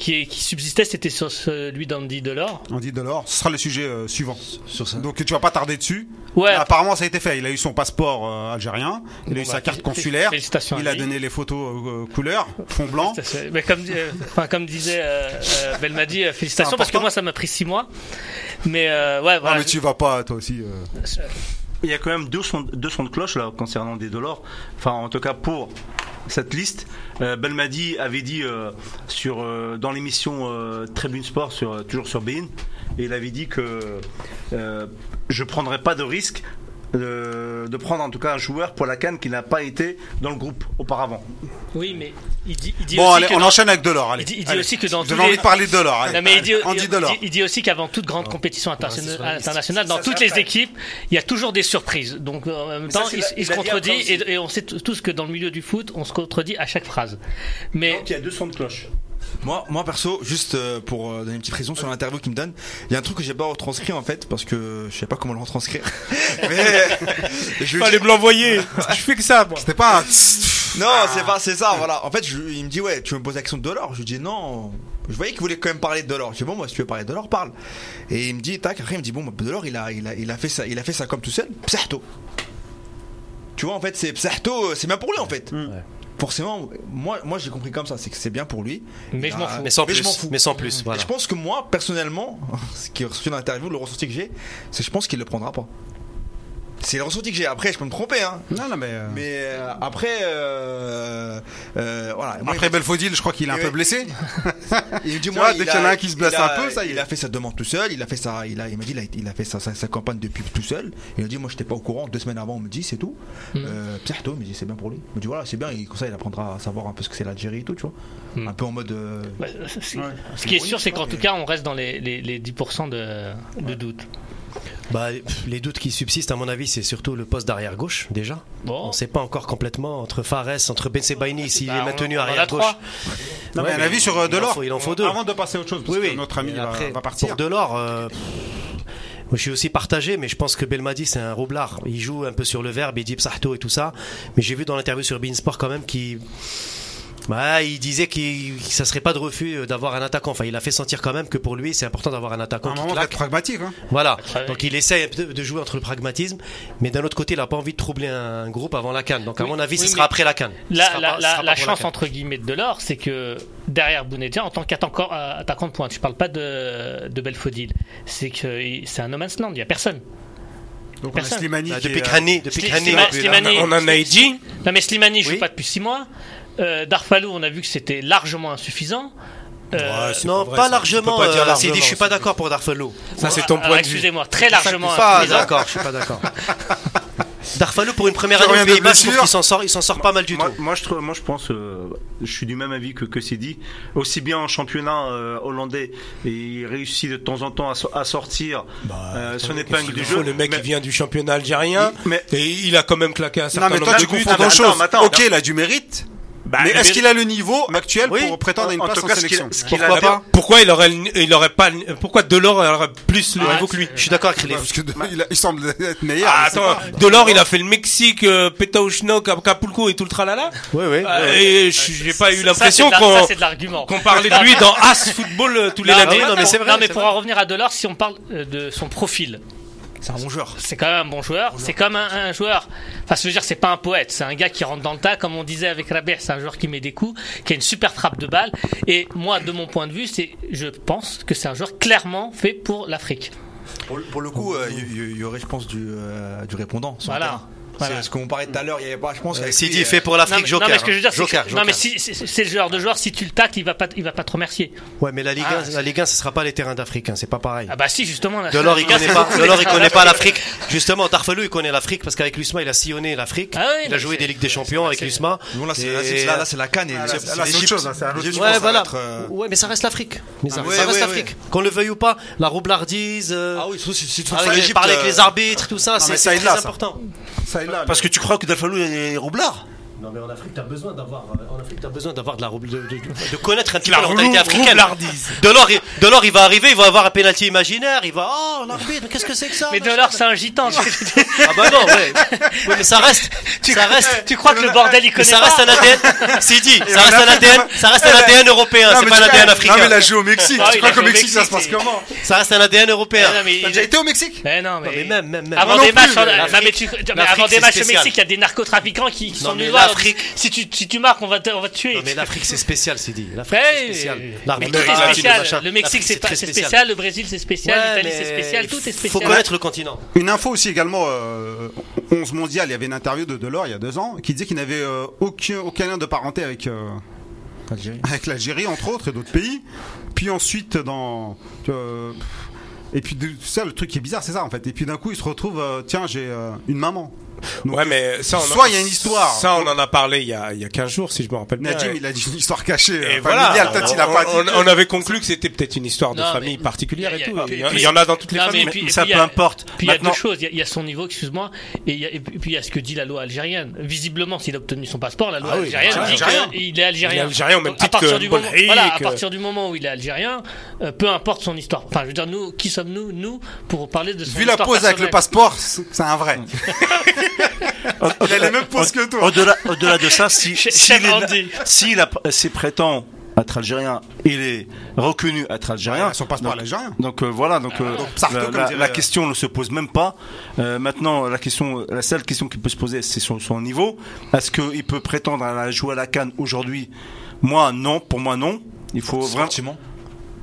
Speaker 3: qui, qui subsistait, c'était sur celui d'Andy Delors.
Speaker 1: On dit Delors, ce sera le sujet euh, suivant.
Speaker 5: Sur ça.
Speaker 1: Donc tu vas pas tarder dessus.
Speaker 3: Ouais.
Speaker 1: Apparemment ça a été fait. Il a eu son passeport euh, algérien, il a eu
Speaker 3: Bon,
Speaker 1: sa
Speaker 3: bah,
Speaker 1: carte
Speaker 3: fé-
Speaker 1: consulaire,
Speaker 3: félicitations à
Speaker 1: il a
Speaker 3: lui.
Speaker 1: donné les photos euh, couleur, fond blanc.
Speaker 3: Ça, c'est- Mais comme, euh, enfin, comme disait euh, euh, Belmadi, euh, félicitations
Speaker 1: C'est
Speaker 3: parce que
Speaker 1: important.
Speaker 3: moi ça m'a pris 6 mois. Mais euh, ouais,
Speaker 1: Ah
Speaker 3: voilà.
Speaker 1: mais tu vas pas toi aussi. euh.
Speaker 2: Il y a quand même deux sons, deux sons de cloche là concernant des dollars. Enfin, en tout cas pour cette liste. Euh, Belmadi avait dit euh, sur euh, dans l'émission euh, Tribune Sport sur euh, toujours sur Bein, et il avait dit que euh, je prendrais pas de risque. euh, de prendre en tout cas un joueur pour la canne qui n'a pas été dans le groupe auparavant.
Speaker 3: Oui, mais il dit, il dit
Speaker 1: Bon
Speaker 3: aussi
Speaker 1: allez,
Speaker 3: que
Speaker 1: on
Speaker 3: dans-
Speaker 1: enchaîne avec Delors. Allez.
Speaker 3: Il dit- il dit
Speaker 1: Allez.
Speaker 3: aussi que dans
Speaker 1: Vous
Speaker 3: tous
Speaker 1: avez envie
Speaker 3: les-
Speaker 1: de parler de Delors.
Speaker 3: Non, mais il dit,
Speaker 1: on
Speaker 3: il-
Speaker 1: dit Delors.
Speaker 3: il- il dit aussi qu'avant toute grande compétition
Speaker 7: c'est sur
Speaker 3: internationale,
Speaker 7: la liste.
Speaker 3: internationale, dans toutes les équipes, il y a toujours des surprises. Donc en même temps,
Speaker 2: ça, c'est
Speaker 3: il,
Speaker 2: la-
Speaker 3: se- il
Speaker 2: il
Speaker 3: se
Speaker 2: l'a dit
Speaker 3: contredit
Speaker 2: après aussi.
Speaker 3: et, et on sait t- tous que dans le milieu du foot, on se contredit à chaque phrase. Mais
Speaker 2: Donc il y a deux sons de cloche.
Speaker 5: Moi, moi perso, juste euh, pour euh, donner une petite raison sur l'interview qu'il me donne, il y a un truc que j'ai pas retranscrit en fait parce que je sais pas comment le retranscrire. Mais je vais
Speaker 4: Fallait me l'envoyer. Je fais que ça, moi.
Speaker 1: C'était pas un tss-
Speaker 5: Non, c'est pas, c'est ça, voilà. En fait, je- il me dit, ouais, tu veux me poser la question de Dollar Je lui dis, non. Je voyais qu'il voulait quand même parler de Dollar. Je dis, bon, moi, si tu veux parler de Dollar, parle. Et il me dit, tac, après, il me dit, bon, bah, Delors, il a, il a, il a fait ça, il a fait ça comme tout seul, psahto. Tu vois, en fait, c'est psahto, c'est bien pour lui, en fait.
Speaker 3: Mm.
Speaker 5: Forcément, moi, moi, j'ai compris comme ça, c'est que c'est bien pour lui.
Speaker 3: mais je m'en
Speaker 5: Ah,
Speaker 3: fous.
Speaker 6: Mais sans
Speaker 5: Mais je m'en
Speaker 6: plus.
Speaker 5: fous.
Speaker 6: Mais sans plus.
Speaker 5: Et
Speaker 6: Voilà.
Speaker 5: je pense que moi, personnellement, ce qui est ressorti dans l'interview, le ressenti que j'ai, c'est que je pense qu'il le prendra pas. C'est le ressenti que j'ai. Après, je peux me tromper, hein.
Speaker 1: Non non mais. euh,
Speaker 5: Mais euh, après, euh, euh, voilà. Moi,
Speaker 1: Après Belfodil, je crois qu'il est un
Speaker 5: Et
Speaker 1: peu
Speaker 5: ouais.
Speaker 1: blessé.
Speaker 5: il me dit,
Speaker 1: Tu
Speaker 5: moi,
Speaker 1: vois, dès qu'il y en a un qui se blesse
Speaker 5: il a-
Speaker 1: un peu, ça y est.
Speaker 5: Il a fait sa demande tout seul, il a fait ça, il a, il m'a dit, il a, il a fait sa, sa, sa campagne depuis tout seul. Il a dit, moi, j'étais pas au courant. Deux semaines avant, on me dit, c'est tout.
Speaker 3: Mm.
Speaker 5: Euh, Psarto, il me dit, c'est bien pour lui. Il me dit, voilà, c'est bien. Et comme ça, il apprendra à savoir un peu ce que c'est l'Algérie et tout, tu vois.
Speaker 3: Mm.
Speaker 5: Un peu en mode. euh,
Speaker 3: Bah, c'est- c'est- Ce qui est sûr, c'est qu'en tout cas, on reste dans les, les, les 10% de, de doute.
Speaker 6: Bah, pff, les doutes qui subsistent, à mon avis, c'est surtout le poste d'arrière gauche, déjà.
Speaker 3: Bon.
Speaker 6: On ne sait pas encore complètement entre Fares, entre Ben Sebaini, s'il
Speaker 3: Bah, on-
Speaker 6: est maintenu
Speaker 3: on en a
Speaker 6: arrière gauche.
Speaker 3: trois.
Speaker 1: Non,
Speaker 6: Ouais,
Speaker 1: mais un
Speaker 6: mais
Speaker 1: avis sur euh,
Speaker 6: il en
Speaker 1: Delors.
Speaker 6: faut- il en faut deux.
Speaker 1: Avant de passer à autre chose, parce que notre ami
Speaker 6: Mais
Speaker 1: va-
Speaker 6: après,
Speaker 1: va partir.
Speaker 6: Pour Delors, euh, pff, moi, je suis aussi partagé, mais je pense que Belmadi, c'est un roublard. Il joue un peu sur le verbe, il dit Psahto et tout ça. Mais j'ai vu dans l'interview sur Beansport quand même qu'il. Bah, il disait qu'il- que ça serait pas de refus euh, d'avoir un attaquant. Enfin, il a fait sentir quand même que pour lui, c'est important d'avoir un
Speaker 1: À
Speaker 6: attaquant
Speaker 1: un
Speaker 6: qui
Speaker 1: moment, faut
Speaker 6: claque.
Speaker 1: être pragmatique. hein.
Speaker 6: Voilà.
Speaker 3: Ouais.
Speaker 6: Donc il essaie de de jouer entre le pragmatisme, mais d'un autre côté, il n'a pas envie de troubler un groupe avant la canne. Donc à
Speaker 3: Oui,
Speaker 6: mon avis, ce
Speaker 3: oui,
Speaker 6: sera
Speaker 3: mais
Speaker 6: après la canne. Ce
Speaker 3: La,
Speaker 6: sera
Speaker 3: la-
Speaker 6: pas- ce
Speaker 3: la- la
Speaker 6: sera pas pour la E
Speaker 3: chance
Speaker 6: canne.
Speaker 3: entre guillemets de Delors, c'est que derrière Bounedjah, en tant qu'attaquant euh, attaquant de pointe, je parle pas de, de Belfodil, c'est que euh, il- c'est un no man's land, il y a personne.
Speaker 1: Donc on a
Speaker 3: Personne.
Speaker 1: Slimani.
Speaker 6: Bah,
Speaker 1: qui
Speaker 6: depuis
Speaker 1: est, euh,
Speaker 6: Crani, depuis
Speaker 3: Sli-
Speaker 6: Crani,
Speaker 3: Slima-
Speaker 6: on peut-
Speaker 3: Slimani-
Speaker 4: On en a dit.
Speaker 3: Non mais Slimani, je
Speaker 6: Oui.
Speaker 3: suis pas depuis 6 mois. Euh, Darfalou, on a vu que c'était largement insuffisant. Euh,
Speaker 6: Non, pas, largement.
Speaker 4: pas dire
Speaker 6: euh,
Speaker 4: largement,
Speaker 6: Sidi, je suis pas
Speaker 4: c'est-
Speaker 6: d'accord pour Darfelo.
Speaker 4: Ça, c'est ton
Speaker 3: alors,
Speaker 4: point de vue.
Speaker 3: Excusez-moi, très euh, largement
Speaker 6: Pas
Speaker 3: insuffisant.
Speaker 6: d'accord, je suis pas d'accord. Darfalou pour une première
Speaker 1: Tu
Speaker 6: année aux
Speaker 1: reviens de
Speaker 6: Pays-Bas, je trouve
Speaker 1: blessure.
Speaker 6: qu'il s'en sort, il s'en sort pas mal du
Speaker 2: moi,
Speaker 6: tout.
Speaker 2: Moi je, trouve- moi, je pense, euh, je suis du même avis que, que dit Aussi bien en championnat euh, hollandais, il réussit de temps en temps à, so- à sortir
Speaker 1: Bah,
Speaker 2: euh, son épingle du jeu.
Speaker 4: Le mec
Speaker 2: mais-
Speaker 4: il vient du championnat algérien
Speaker 2: Mais-
Speaker 4: et il a quand même claqué un
Speaker 1: Non,
Speaker 4: certain
Speaker 1: mais toi,
Speaker 4: nombre de
Speaker 1: tu
Speaker 4: buts.
Speaker 1: confonds
Speaker 2: Ah,
Speaker 1: deux
Speaker 2: mais
Speaker 1: choses.
Speaker 2: attends, mais attends.
Speaker 1: ok, il a du mérite.
Speaker 5: Bah,
Speaker 1: mais
Speaker 2: le
Speaker 1: est-ce
Speaker 2: mérite-
Speaker 1: qu'il a le niveau actuel
Speaker 2: Oui.
Speaker 1: pour prétendre à une
Speaker 2: En- en
Speaker 1: place
Speaker 2: tout
Speaker 1: en
Speaker 2: cas, ce qu'il-
Speaker 1: sélection
Speaker 2: ce qu'il
Speaker 4: Pourquoi,
Speaker 2: avait-
Speaker 4: pas pourquoi il aurait, le- il aurait pas, le- pourquoi Delors aurait plus le
Speaker 3: Ah,
Speaker 4: niveau que lui
Speaker 6: Je suis d'accord avec
Speaker 1: Bah,
Speaker 6: Khalil.
Speaker 1: parce que de- il, a- il semble être meilleur.
Speaker 4: Ah,
Speaker 1: je sais
Speaker 4: attends,
Speaker 1: pas.
Speaker 4: Delors, il a fait le Mexique, euh, Pétaouchnok, Acapulco et tout le tralala.
Speaker 6: Oui, oui.
Speaker 4: Euh, et je- j'ai pas eu
Speaker 3: Ça,
Speaker 4: l'impression
Speaker 3: c'est de la- ça,
Speaker 4: qu'on
Speaker 3: c'est de l'argument.
Speaker 4: qu'on parlait de lui dans As Football euh, tous les
Speaker 6: Non,
Speaker 4: lundis.
Speaker 6: oui, non, mais c'est vrai,
Speaker 3: Non, mais
Speaker 6: c'est
Speaker 3: pour
Speaker 6: vrai.
Speaker 3: en revenir à Delors, si on parle euh, de son profil,
Speaker 5: C'est un bon joueur.
Speaker 3: c'est quand même un bon joueur. C'est comme un, un joueur. Enfin, je veux dire, c'est pas un poète. C'est un gars qui rentre dans le tas, comme on disait avec Rabih. C'est un joueur qui met des coups, qui a une super frappe de balle. Et moi, de mon point de vue, c'est, je pense que c'est un joueur clairement fait pour l'Afrique.
Speaker 5: Pour, pour le coup, euh, il y, il y aurait, je pense, du, euh, du répondant. sur le
Speaker 3: Voilà.
Speaker 5: terrain.
Speaker 3: Voilà.
Speaker 5: C'est ce qu'on parlait tout à l'heure. Il y avait pas, je pense. avec
Speaker 6: Sidi
Speaker 5: lui,
Speaker 6: est fait
Speaker 5: euh,
Speaker 6: pour
Speaker 3: Non,
Speaker 6: l'Afrique,
Speaker 3: mais-
Speaker 6: Joker.
Speaker 3: non, mais ce que je veux dire, c'est
Speaker 6: Joker,
Speaker 3: que-
Speaker 6: Joker.
Speaker 3: non, mais si, c'est c'est le genre de joueur, si tu le tacles, il va pas, il va pas te remercier.
Speaker 6: Ouais, mais la Ligue 1, la Ligue 1, ce sera pas les terrains d'Afrique, hein, c'est pas pareil.
Speaker 3: Ah bah si, justement. là,
Speaker 6: Delors,
Speaker 3: c'est
Speaker 6: il
Speaker 3: un gars,
Speaker 6: connaît
Speaker 3: Ah, c'est
Speaker 6: pas,
Speaker 3: beaucoup
Speaker 6: Delors, il
Speaker 3: d'extra-
Speaker 6: connaît pas l'Afrique. Justement, Darfelou, il connaît l'afrique parce qu'avec l'USMA, il a sillonné l'afrique.
Speaker 3: Ah oui,
Speaker 6: il
Speaker 3: mais
Speaker 6: a joué
Speaker 3: c'est-
Speaker 6: des Ligues des Champions avec
Speaker 3: c'est-
Speaker 6: l'USMA.
Speaker 5: euh, Bon, là,
Speaker 6: Et-
Speaker 5: c'est là, c'est- là, là, c'est la canne. Et
Speaker 1: Ah, là,
Speaker 5: c'est-
Speaker 1: c'est- là, c'est autre
Speaker 5: l'Égypte.
Speaker 1: chose, hein, c'est un autre
Speaker 5: L'Égypte, je pense,
Speaker 6: Ouais,
Speaker 5: ça va
Speaker 6: voilà.
Speaker 5: être, euh,
Speaker 6: Ouais, mais ça reste l'Afrique. Mais ça,
Speaker 5: Ah, ouais,
Speaker 6: ça reste
Speaker 5: ouais,
Speaker 6: l'Afrique.
Speaker 5: ouais.
Speaker 6: Qu'on le veuille ou pas, la roublardise, euh,
Speaker 5: Ah oui, surtout si si tu trouves
Speaker 6: avec,
Speaker 5: ça
Speaker 6: les,
Speaker 5: l'Égypte,
Speaker 6: parler avec
Speaker 5: euh,
Speaker 6: les arbitres, tout ça,
Speaker 1: mais ça
Speaker 6: c'est c'est
Speaker 1: aide
Speaker 6: très
Speaker 1: là, ça.
Speaker 6: important.
Speaker 1: Ça, il a,
Speaker 5: Parce
Speaker 1: le-
Speaker 5: que tu crois que Dalfalou est roublard
Speaker 6: Non, mais en Afrique, t'as besoin d'avoir, euh, en Afrique, t'as besoin d'avoir de la roub- de, de- de- de connaître un petit peu la mentalité africaine. Delors, il, Delors, il va arriver, il va avoir un pénalty imaginaire, il va, oh, l'arbitre, mais qu'est-ce que c'est que ça
Speaker 3: Mais
Speaker 6: machin
Speaker 3: Delors, c'est un gitan.
Speaker 6: Ah bah non, ouais. Oui, mais ça reste, ça reste,
Speaker 3: tu crois que le bordel, il
Speaker 6: mais
Speaker 3: connaît
Speaker 6: ça
Speaker 3: pas
Speaker 6: reste un ADN, c'est dit, ça
Speaker 1: en
Speaker 6: reste un
Speaker 1: Afrique,
Speaker 6: ADN,
Speaker 1: on va-
Speaker 6: ça reste un ADN européen,
Speaker 1: Non,
Speaker 6: c'est
Speaker 1: mais
Speaker 6: pas un
Speaker 1: tu- Non,
Speaker 6: ADN
Speaker 1: mais il a
Speaker 6: africain.
Speaker 1: joué au Mexique.
Speaker 3: Ah,
Speaker 1: tu
Speaker 3: il
Speaker 1: crois
Speaker 3: a
Speaker 1: qu'au
Speaker 3: joué au
Speaker 1: Mexique, ça se
Speaker 3: Mexique,
Speaker 1: passe
Speaker 3: c'est-
Speaker 1: comment
Speaker 6: Ça reste un ADN européen.
Speaker 3: Eh Non, mais
Speaker 1: T'as
Speaker 3: il-
Speaker 1: déjà été au Mexique
Speaker 3: Eh non, mais,
Speaker 6: mais même- même- même.
Speaker 3: avant
Speaker 1: Moi
Speaker 3: des
Speaker 1: non
Speaker 3: matchs,
Speaker 1: plus,
Speaker 3: hein, en-
Speaker 6: l'Afrique,
Speaker 3: non, mais tu- mais
Speaker 6: l'Afrique,
Speaker 3: avant
Speaker 6: c'est
Speaker 3: des matchs au
Speaker 6: spécial.
Speaker 3: Mexique, il y a des narcotrafiquants qui, qui
Speaker 6: Non,
Speaker 3: sont
Speaker 6: mais
Speaker 3: venus voir.
Speaker 6: l'Afrique-
Speaker 3: Si tu, si tu marques, on va te, on va te tuer.
Speaker 6: Non, mais l'Afrique, c'est spécial, c'est dit. L'Afrique,
Speaker 3: Ouais,
Speaker 6: c'est spécial.
Speaker 3: mais
Speaker 6: L'Arabie,
Speaker 3: tout est
Speaker 6: l'Arabie,
Speaker 3: spécial.
Speaker 6: machin.
Speaker 3: Le Mexique,
Speaker 6: L'Afrique,
Speaker 3: c'est pas-
Speaker 6: très
Speaker 3: c'est spécial. Le Brésil, c'est spécial.
Speaker 6: Ouais,
Speaker 3: L'Italie, c'est
Speaker 6: mais
Speaker 3: spécial. Tout est
Speaker 6: Faut
Speaker 3: spécial.
Speaker 6: connaître le continent.
Speaker 1: Une info aussi également, euh, 11 mondial, il y avait une interview de Delors il y a deux ans qui disait qu'il n'avait euh, aucun, aucun lien de parenté avec, euh,
Speaker 5: Algérie.
Speaker 1: avec l'Algérie, entre autres, et d'autres pays. Puis ensuite, dans. euh, et puis, de- ça, le truc qui est bizarre, c'est ça en fait. Et puis d'un coup, il se retrouve, euh, tiens, j'ai euh, une maman. Donc,
Speaker 4: Ouais, mais ça, on en-
Speaker 1: Soit il y a une histoire.
Speaker 4: Ça, on en a parlé il y a, il y a 15 jours, si je me rappelle bien.
Speaker 1: Nadim,
Speaker 4: Et-
Speaker 1: il a dit une histoire cachée. euh,
Speaker 4: et
Speaker 1: familiale,
Speaker 4: voilà,
Speaker 1: peut-être il a pas dit.
Speaker 4: on, on- on avait conclu que c'était peut-être une histoire de
Speaker 3: Non,
Speaker 4: famille
Speaker 3: mais-
Speaker 4: particulière
Speaker 3: il y
Speaker 4: et
Speaker 3: a-
Speaker 4: tout.
Speaker 3: et puis-
Speaker 4: Il y, en- il y en a dans toutes les
Speaker 3: Non,
Speaker 4: familles.
Speaker 3: mais- puis- et
Speaker 2: ça
Speaker 3: puis,
Speaker 2: peu
Speaker 3: il y a-
Speaker 2: importe.
Speaker 3: Puis il y a
Speaker 2: Maintenant,
Speaker 3: deux choses. Il y a- il y, a son niveau, excuse-moi, et, il y a- et puis il y a ce que dit la loi algérienne. Visiblement, s'il a obtenu son passeport, la loi
Speaker 4: Ah oui,
Speaker 3: algérienne
Speaker 4: il est
Speaker 3: dit
Speaker 4: algérien.
Speaker 3: qu'il est algérien.
Speaker 4: Il est algérien au même
Speaker 3: Donc, à
Speaker 4: titre
Speaker 3: partir
Speaker 4: que
Speaker 3: du moment,
Speaker 4: Bolhi,
Speaker 3: Voilà, à
Speaker 4: que-
Speaker 3: partir du moment où il est algérien, euh, peu importe son histoire. Enfin, je veux dire, nous, qui sommes-nous, nous, pour parler de son
Speaker 1: Vu la
Speaker 3: histoire
Speaker 1: pose avec le
Speaker 3: personnelle
Speaker 1: passeport, c'est c'est un vrai. il a les mêmes poses que toi.
Speaker 2: Au-delà, au-delà de ça, si,
Speaker 3: Chez-
Speaker 2: s'il
Speaker 3: chez
Speaker 2: est-
Speaker 3: Andy.
Speaker 2: s'il a- euh, s'il prétend être algérien, il est reconnu être algérien.
Speaker 1: Ah, Son passeport
Speaker 2: Donc,
Speaker 1: algérien. Ah,
Speaker 2: Donc euh, voilà, donc, euh,
Speaker 1: Donc, Sarko,
Speaker 2: la-
Speaker 1: comme
Speaker 2: la,
Speaker 1: dirait-
Speaker 2: la question ne se pose même pas. Euh, maintenant, la question, la seule question qui peut se poser, c'est sur son niveau. Est-ce qu'il peut prétendre à la jouer à la canne aujourd'hui Moi, non. Pour moi, non. Il faut vraiment.
Speaker 5: Sportivement,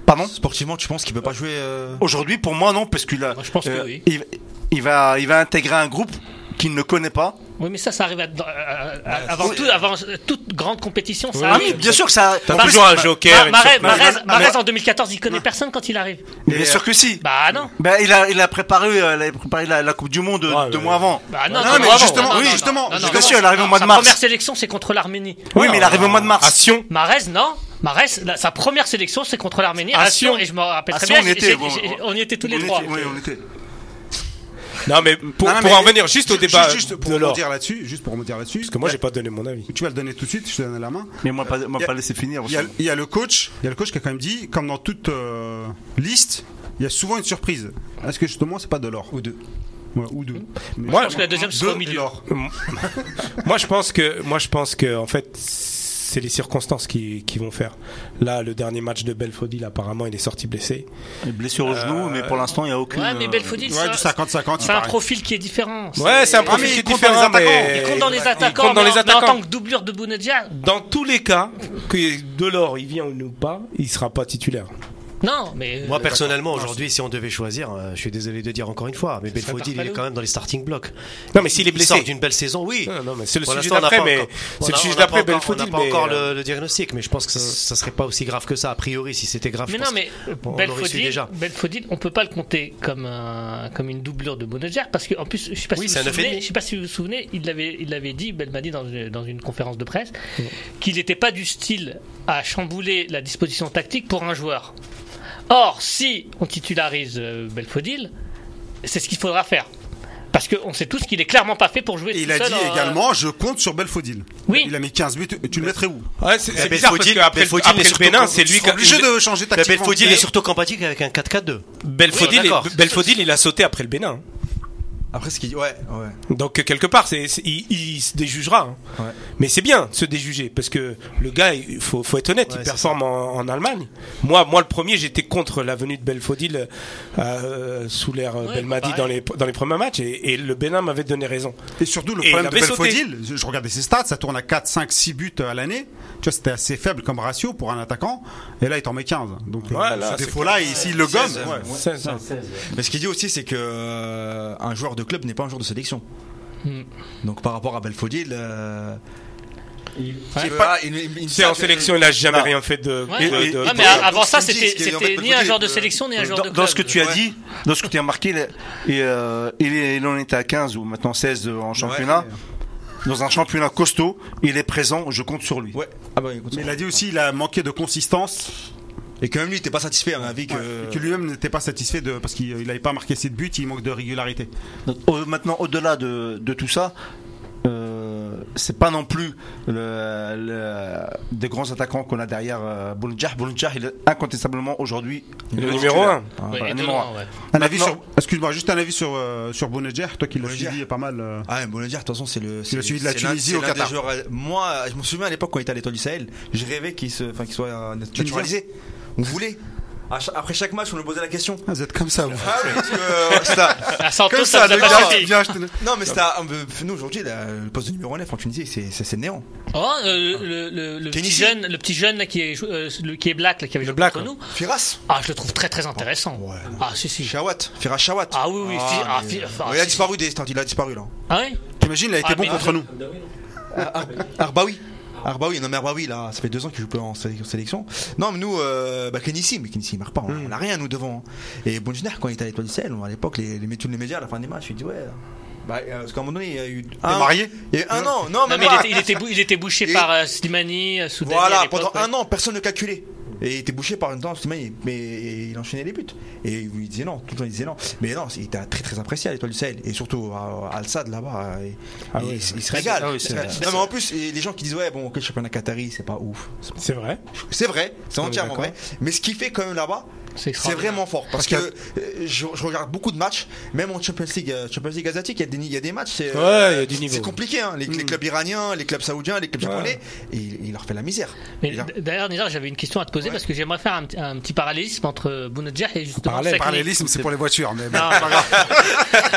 Speaker 2: Pardon.
Speaker 5: sportivement, tu penses qu'il peut pas jouer euh,
Speaker 2: Aujourd'hui, pour moi, non, parce qu'il a. euh,
Speaker 3: Moi, je pense que oui.
Speaker 2: Il, il va, il va intégrer un groupe qu'il ne connaît pas.
Speaker 3: Oui, mais ça, ça arrive à- dans- à- à- avant, tout, avant euh, toute grande compétition. Ça
Speaker 2: Ah
Speaker 3: arrive.
Speaker 2: oui, bien sûr que ça.
Speaker 4: T'as
Speaker 2: en plus-
Speaker 4: toujours un joker.
Speaker 3: Ma-
Speaker 4: une
Speaker 3: Marez,
Speaker 4: surprise.
Speaker 3: Marez-
Speaker 2: mais-
Speaker 3: Marez, en 2014, il connaît personne quand il arrive.
Speaker 2: mais Bien sûr que si.
Speaker 3: Bah non.
Speaker 2: Ben, il a, il a préparé, euh, il a préparé la, la Coupe du Monde euh,
Speaker 4: Ouais,
Speaker 2: deux
Speaker 4: ouais.
Speaker 2: mois avant.
Speaker 3: Bah non,
Speaker 1: Non,
Speaker 3: non,
Speaker 1: mais
Speaker 3: non,
Speaker 1: justement,
Speaker 3: non,
Speaker 1: oui,
Speaker 3: non,
Speaker 1: justement,
Speaker 3: non, non,
Speaker 1: je
Speaker 3: non,
Speaker 2: suis sûr,
Speaker 3: non,
Speaker 2: il arrive au
Speaker 3: non,
Speaker 2: mois de
Speaker 3: sa
Speaker 2: mars.
Speaker 3: première sélection, c'est contre l'Arménie.
Speaker 2: Oui, mais il arrive au mois de mars.
Speaker 4: À Sion.
Speaker 3: Marez, non. Marez, la- sa première sélection, c'est contre l'Arménie.
Speaker 4: À
Speaker 2: Ah,
Speaker 3: À Sion,
Speaker 4: Sion.
Speaker 3: et je me rappelle
Speaker 2: À
Speaker 3: très
Speaker 2: Sion,
Speaker 3: bien.
Speaker 2: on y était,
Speaker 3: j'ai-
Speaker 2: bon,
Speaker 3: j'ai-
Speaker 2: ouais.
Speaker 3: on y était tous les
Speaker 2: On
Speaker 3: trois.
Speaker 2: était- oui, on était.
Speaker 4: Non, mais pour,
Speaker 1: Non, non,
Speaker 4: pour
Speaker 1: mais-
Speaker 4: en venir juste au
Speaker 1: ju-
Speaker 4: débat.
Speaker 1: Juste pour
Speaker 4: de l'or.
Speaker 1: rebondir là-dessus, juste pour rebondir là-dessus.
Speaker 4: Parce que moi, j'ai pas donné mon avis.
Speaker 1: Tu vas le donner tout de suite, je te donne la main.
Speaker 2: Mais moi, pas, moi,
Speaker 1: y a-
Speaker 2: pas laissé finir.
Speaker 1: Il y, a, il y a le coach, il y a le coach qui a quand même dit, comme dans toute euh, liste, il y a souvent une surprise. Est-ce que justement c'est pas de l'or ou deux, Ouais, ou deux. Mais
Speaker 4: Moi,
Speaker 1: je
Speaker 3: pense que la deuxième, ce
Speaker 1: deux
Speaker 3: sera au milieu.
Speaker 1: et l'or.
Speaker 4: moi je pense que moi je pense que en fait c'est les circonstances qui, qui vont faire. Là, le dernier match de Belfodil, apparemment, il est sorti blessé.
Speaker 2: Blessure au genou, mais pour l'instant, il n'y a aucune. euh,
Speaker 3: Ouais, mais Belfodil,
Speaker 1: Ouais, du
Speaker 3: c'est un-
Speaker 1: 50-50. il
Speaker 3: c'est un
Speaker 1: paraît.
Speaker 3: profil qui est différent.
Speaker 4: Ouais, c'est un
Speaker 1: mais
Speaker 4: profil qui
Speaker 1: il
Speaker 4: est
Speaker 1: compte dans les
Speaker 4: différent,
Speaker 1: attaquants.
Speaker 4: mais
Speaker 3: Il compte dans
Speaker 4: Il
Speaker 3: les
Speaker 4: compte
Speaker 3: attaquants.
Speaker 4: dans
Speaker 3: mais
Speaker 4: les
Speaker 3: en- mais en
Speaker 4: attaquants.
Speaker 3: tant que doublure de Bounedia,
Speaker 4: Dans tous les cas, que Delors il vient ou pas, il sera pas titulaire.
Speaker 3: Non, mais. euh,
Speaker 6: Moi personnellement aujourd'hui, si on devait choisir, euh, je suis désolé de dire encore une fois, mais Belfodil il est
Speaker 3: Carvalho.
Speaker 6: quand même dans les starting blocks.
Speaker 4: Non, mais s'il est
Speaker 6: Il sort
Speaker 4: blessé. Ah,
Speaker 6: d'une belle saison, oui.
Speaker 4: Non, non, mais c'est le
Speaker 6: Pour
Speaker 4: sujet
Speaker 6: l'instant, on n'a
Speaker 4: d'après,
Speaker 6: pas
Speaker 4: mais
Speaker 6: encore- on
Speaker 4: c'est le
Speaker 6: a-
Speaker 4: sujet
Speaker 6: on n'a
Speaker 4: d'après
Speaker 6: pas encore-
Speaker 4: Belfodil.
Speaker 6: On n'a pas
Speaker 4: mais,
Speaker 6: encore
Speaker 4: euh,
Speaker 6: le, le diagnostic, mais je pense que ça, ça serait pas aussi grave que ça. A priori, si c'était grave,
Speaker 3: Mais
Speaker 6: je
Speaker 3: non,
Speaker 6: pense
Speaker 3: mais
Speaker 6: on l'aurait su
Speaker 3: Belfodil,
Speaker 6: déjà.
Speaker 3: Belfodil, on peut pas le compter comme un, comme une doublure de Monoger parce que en plus, je sais pas
Speaker 6: Oui,
Speaker 3: si
Speaker 6: c'est
Speaker 3: vous vous
Speaker 6: un neuf et
Speaker 3: souvenez,
Speaker 6: demi.
Speaker 3: je sais pas si vous vous souvenez, il l'avait, il l'avait dit, Belmadi dans une, dans une conférence de presse, qu'il n'était pas du style à chambouler la disposition tactique pour un joueur. Or, si on titularise euh, Belfodil, c'est ce qu'il faudra faire. Parce qu'on sait tous qu'il est clairement pas fait pour jouer
Speaker 1: Et il
Speaker 3: tout
Speaker 1: a
Speaker 3: seul
Speaker 1: dit
Speaker 3: en-
Speaker 1: également je compte sur Belfodil.
Speaker 3: Oui.
Speaker 1: Il a mis 15 buts. Tu le mettrais où
Speaker 4: Ouais, c'est c'est
Speaker 6: Belfodil-
Speaker 4: bizarre parce qu'après
Speaker 6: Belfodil
Speaker 4: après
Speaker 6: est
Speaker 4: le
Speaker 6: surtout
Speaker 4: Bénin,
Speaker 6: con-
Speaker 4: c'est lui
Speaker 1: Il est obligé de changer
Speaker 6: que.
Speaker 1: tactiquement.
Speaker 6: Belfodil est surtout compatible avec un 4-4-2.
Speaker 4: Belfodil,
Speaker 6: Ouais, d'accord.
Speaker 4: est- Belfodil, il a sauté après le Bénin.
Speaker 5: Après ce qu'il ouais, ouais.
Speaker 4: Donc euh, quelque part, c'est, c'est- il, il se déjugera. hein.
Speaker 5: Ouais.
Speaker 4: Mais c'est bien de se déjuger parce que le gars, il faut, faut être honnête,
Speaker 6: Ouais,
Speaker 4: il
Speaker 6: c'est
Speaker 4: performe en, en Allemagne. Moi, moi le premier, j'étais contre la venue de Belfodil euh, sous l'ère euh,
Speaker 3: Ouais,
Speaker 4: Belmadi
Speaker 3: pareil.
Speaker 4: dans les dans les premiers matchs et, et le Bénin m'avait donné raison.
Speaker 1: Et surtout, le
Speaker 4: Et il
Speaker 1: problème de
Speaker 4: avait sauté.
Speaker 1: Belfodil, je- je regardais ses stats, ça tourne à 4, 5, 6 buts euh, à l'année. Tu vois, c'était assez faible comme ratio pour un attaquant. Et là, il t'en met 15. Donc, euh,
Speaker 4: Voilà,
Speaker 1: ce
Speaker 4: c'est
Speaker 1: défaut-là, il- s'il le gomme.
Speaker 5: C'est-
Speaker 1: ouais.
Speaker 5: c'est-
Speaker 4: Ça, ça.
Speaker 5: Mais ce qu'il dit aussi, c'est que euh, un joueur de club n'est pas un joueur de sélection.
Speaker 3: Hmm.
Speaker 5: Donc par rapport à Belfodil, euh,
Speaker 3: Ouais.
Speaker 5: il peut- ah, il- il- il-
Speaker 4: C'est en sélection, il n'a jamais rien fait de.
Speaker 3: Ouais.
Speaker 4: de- de-
Speaker 3: Ah, mais
Speaker 4: de-
Speaker 3: a- avant
Speaker 5: Donc,
Speaker 3: ça,
Speaker 5: ce qu'il dit,
Speaker 3: c'était
Speaker 5: ce qu'il est en
Speaker 3: c'était
Speaker 5: fait
Speaker 3: ni un
Speaker 5: côté,
Speaker 3: joueur de
Speaker 5: euh,
Speaker 3: sélection ni un joueur
Speaker 2: Dans,
Speaker 3: de
Speaker 2: dans
Speaker 3: club.
Speaker 2: ce que tu as
Speaker 5: Ouais.
Speaker 2: dit, dans ce que tu as marqué, le- et, euh, il, est- il en était à 15 ou maintenant 16 en championnat. Dans un championnat costaud, il est présent, je compte sur lui.
Speaker 5: Ouais. Ah bah, écoute,
Speaker 1: Mais il a dit aussi il a manqué de consistance
Speaker 5: Et quand même lui, il était pas satisfait à mon avis que.
Speaker 1: et que lui-même n'était pas satisfait de parce qu'il n'avait pas marqué ses buts, il manque de régularité.
Speaker 2: Donc, au- maintenant, au-delà de, de tout ça, euh, c'est pas non plus le- le- des grands attaquants qu'on a derrière euh, Bounedjah. Bounedjah, il est incontestablement aujourd'hui
Speaker 4: Le
Speaker 2: titulaire. Hein,
Speaker 4: numéro 1
Speaker 3: Ouais,
Speaker 2: Voilà,
Speaker 3: et
Speaker 2: numéro
Speaker 3: Dolan,
Speaker 2: un.
Speaker 3: ouais.
Speaker 1: Un avis
Speaker 2: Maintenant-
Speaker 1: sur excuse-moi, juste un avis sur euh, sur Bounedjah, toi qui l'as
Speaker 5: Bounedjah.
Speaker 1: suivi pas mal. euh,
Speaker 5: Ah, bon, le dire, de toute façon, c'est le. C'est
Speaker 1: a suivi de la
Speaker 5: c'est l'un-
Speaker 1: Tunisie
Speaker 5: c'est
Speaker 1: au
Speaker 5: l'un
Speaker 1: Qatar.
Speaker 5: des joueurs à- moi, je me souviens à l'époque quand il était à l'étoile du Sahel, je rêvais qu'il se, enfin, qu'il soit euh, naturalisé. On voulait. À cha- Après chaque match, on nous posait la question.
Speaker 1: Ah, vous êtes comme ça. vous.
Speaker 5: Ah oui, parce que, euh, c'est à-
Speaker 3: À Ah, Santos,
Speaker 5: Comme
Speaker 3: ça
Speaker 5: ça,
Speaker 3: ne
Speaker 5: le
Speaker 3: pas
Speaker 5: gars,
Speaker 3: suffi.
Speaker 1: Viens, je te-
Speaker 5: Non, mais c'est à- euh, nous aujourd'hui, la- le poste de numéro 9 en Tunisie, c'est- c'est c'est néant.
Speaker 3: Oh, euh, le, le, le petit
Speaker 5: Tennessee.
Speaker 3: jeune, le petit jeune là, qui est jou- euh, le- qui est black là, qui avait joué
Speaker 4: black,
Speaker 3: contre
Speaker 4: hein.
Speaker 3: nous.
Speaker 5: Firas
Speaker 3: Ah, je le trouve très très intéressant.
Speaker 5: Ouais.
Speaker 3: Ah si si.
Speaker 5: Chawat. Firas Chawat.
Speaker 3: Ah oui oui. fi- ah, fi- ah,
Speaker 5: il a
Speaker 3: si, si.
Speaker 5: disparu des starts, il a disparu là.
Speaker 3: Ah oui.
Speaker 1: T'imagines, il a été
Speaker 3: Ah,
Speaker 1: bon
Speaker 3: mais-
Speaker 1: contre nous.
Speaker 5: Arbaoui. Arbaoui, non mais Arbaoui là, ça fait deux ans qu'il joue plus en sé- sélection. Non mais nous, euh, bah Kenissi, mais Kenissi il marque pas, on on a rien nous devant. hein. Et Bonjner quand il était à l'étoile du Sahel, on- à l'époque, les, les, tous les médias à la fin des matchs, ils disaient ouais. Bah, euh, parce qu'à un moment donné, il y a eu un,
Speaker 1: marié
Speaker 5: il y a eu un an, non,
Speaker 3: Non
Speaker 5: même
Speaker 3: mais il
Speaker 5: pas.
Speaker 3: était il était, bou- il était bouché
Speaker 5: Et-
Speaker 3: par euh, Slimani, euh, Soudani. à
Speaker 5: Voilà,
Speaker 3: l'époque,
Speaker 5: pendant
Speaker 3: ouais.
Speaker 5: un an, personne ne calculait. Et il était bouché par une temps, mais, mais et il enchaînait les buts. Et il disait non, tout le temps il disait non. Mais non, il était très très apprécié à l'étoile du Sahel. Et surtout à à Al-Sad là-bas. et-
Speaker 4: Ah
Speaker 5: et
Speaker 4: oui.
Speaker 5: il, se- il se régale.
Speaker 2: Ah oui, c'est vrai.
Speaker 5: non, mais en plus, et les gens qui disent ouais, bon, ok, le championnat Qatari, c'est pas ouf.
Speaker 4: C'est vrai.
Speaker 5: C'est vrai, c'est
Speaker 4: Ah Oui,
Speaker 5: entièrement vrai.
Speaker 4: d'accord.
Speaker 5: Mais ce qu'il fait quand même là-bas,
Speaker 3: C'est
Speaker 5: c'est
Speaker 3: extraordinaire.
Speaker 5: vraiment fort. Parce que euh, je, je regarde beaucoup de matchs, même en Champions League, euh, Champions League asiatique, il y a des, il y a des matchs. c'est,
Speaker 4: Ouais, il y a du niveau. Hmm.
Speaker 5: C'est compliqué, hein. les, les clubs iraniens, les clubs saoudiens, les clubs japonais, et il, il leur fait la misère.
Speaker 3: Mais
Speaker 5: Il leur-
Speaker 3: d- D'ailleurs, Nizar, j'avais une question à te poser parce que j'aimerais faire un, petit- un petit parallélisme entre Bounedjah et justement
Speaker 4: Parallèle,
Speaker 3: Sakni.
Speaker 1: Parallélisme, c'est pour les voitures. Mais bon.
Speaker 3: Non,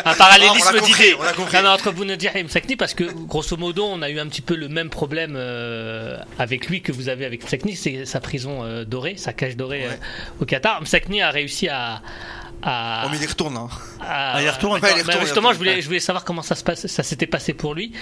Speaker 3: un parallélisme
Speaker 5: Ah, on l'a compris,
Speaker 3: d'idées.
Speaker 5: on l'a compris.
Speaker 3: Non, non, entre Bounedjah et Msakni, parce que grosso modo, on a eu un petit peu le même problème euh, avec lui que vous avez avec Msakni, c'est sa prison euh, dorée, sa cage dorée
Speaker 5: Ouais.
Speaker 3: euh, au Qatar. Msakni a réussi à. à-
Speaker 5: Oh, mais il y retourne, hein.
Speaker 3: à-
Speaker 2: Ah, il y retourne,
Speaker 3: D'accord,
Speaker 5: ouais, il y
Speaker 3: bah,
Speaker 5: retourne,
Speaker 3: justement,
Speaker 5: il y
Speaker 3: je voulais,
Speaker 5: retourne.
Speaker 3: je voulais savoir comment ça se passe, ça s'était passé pour lui,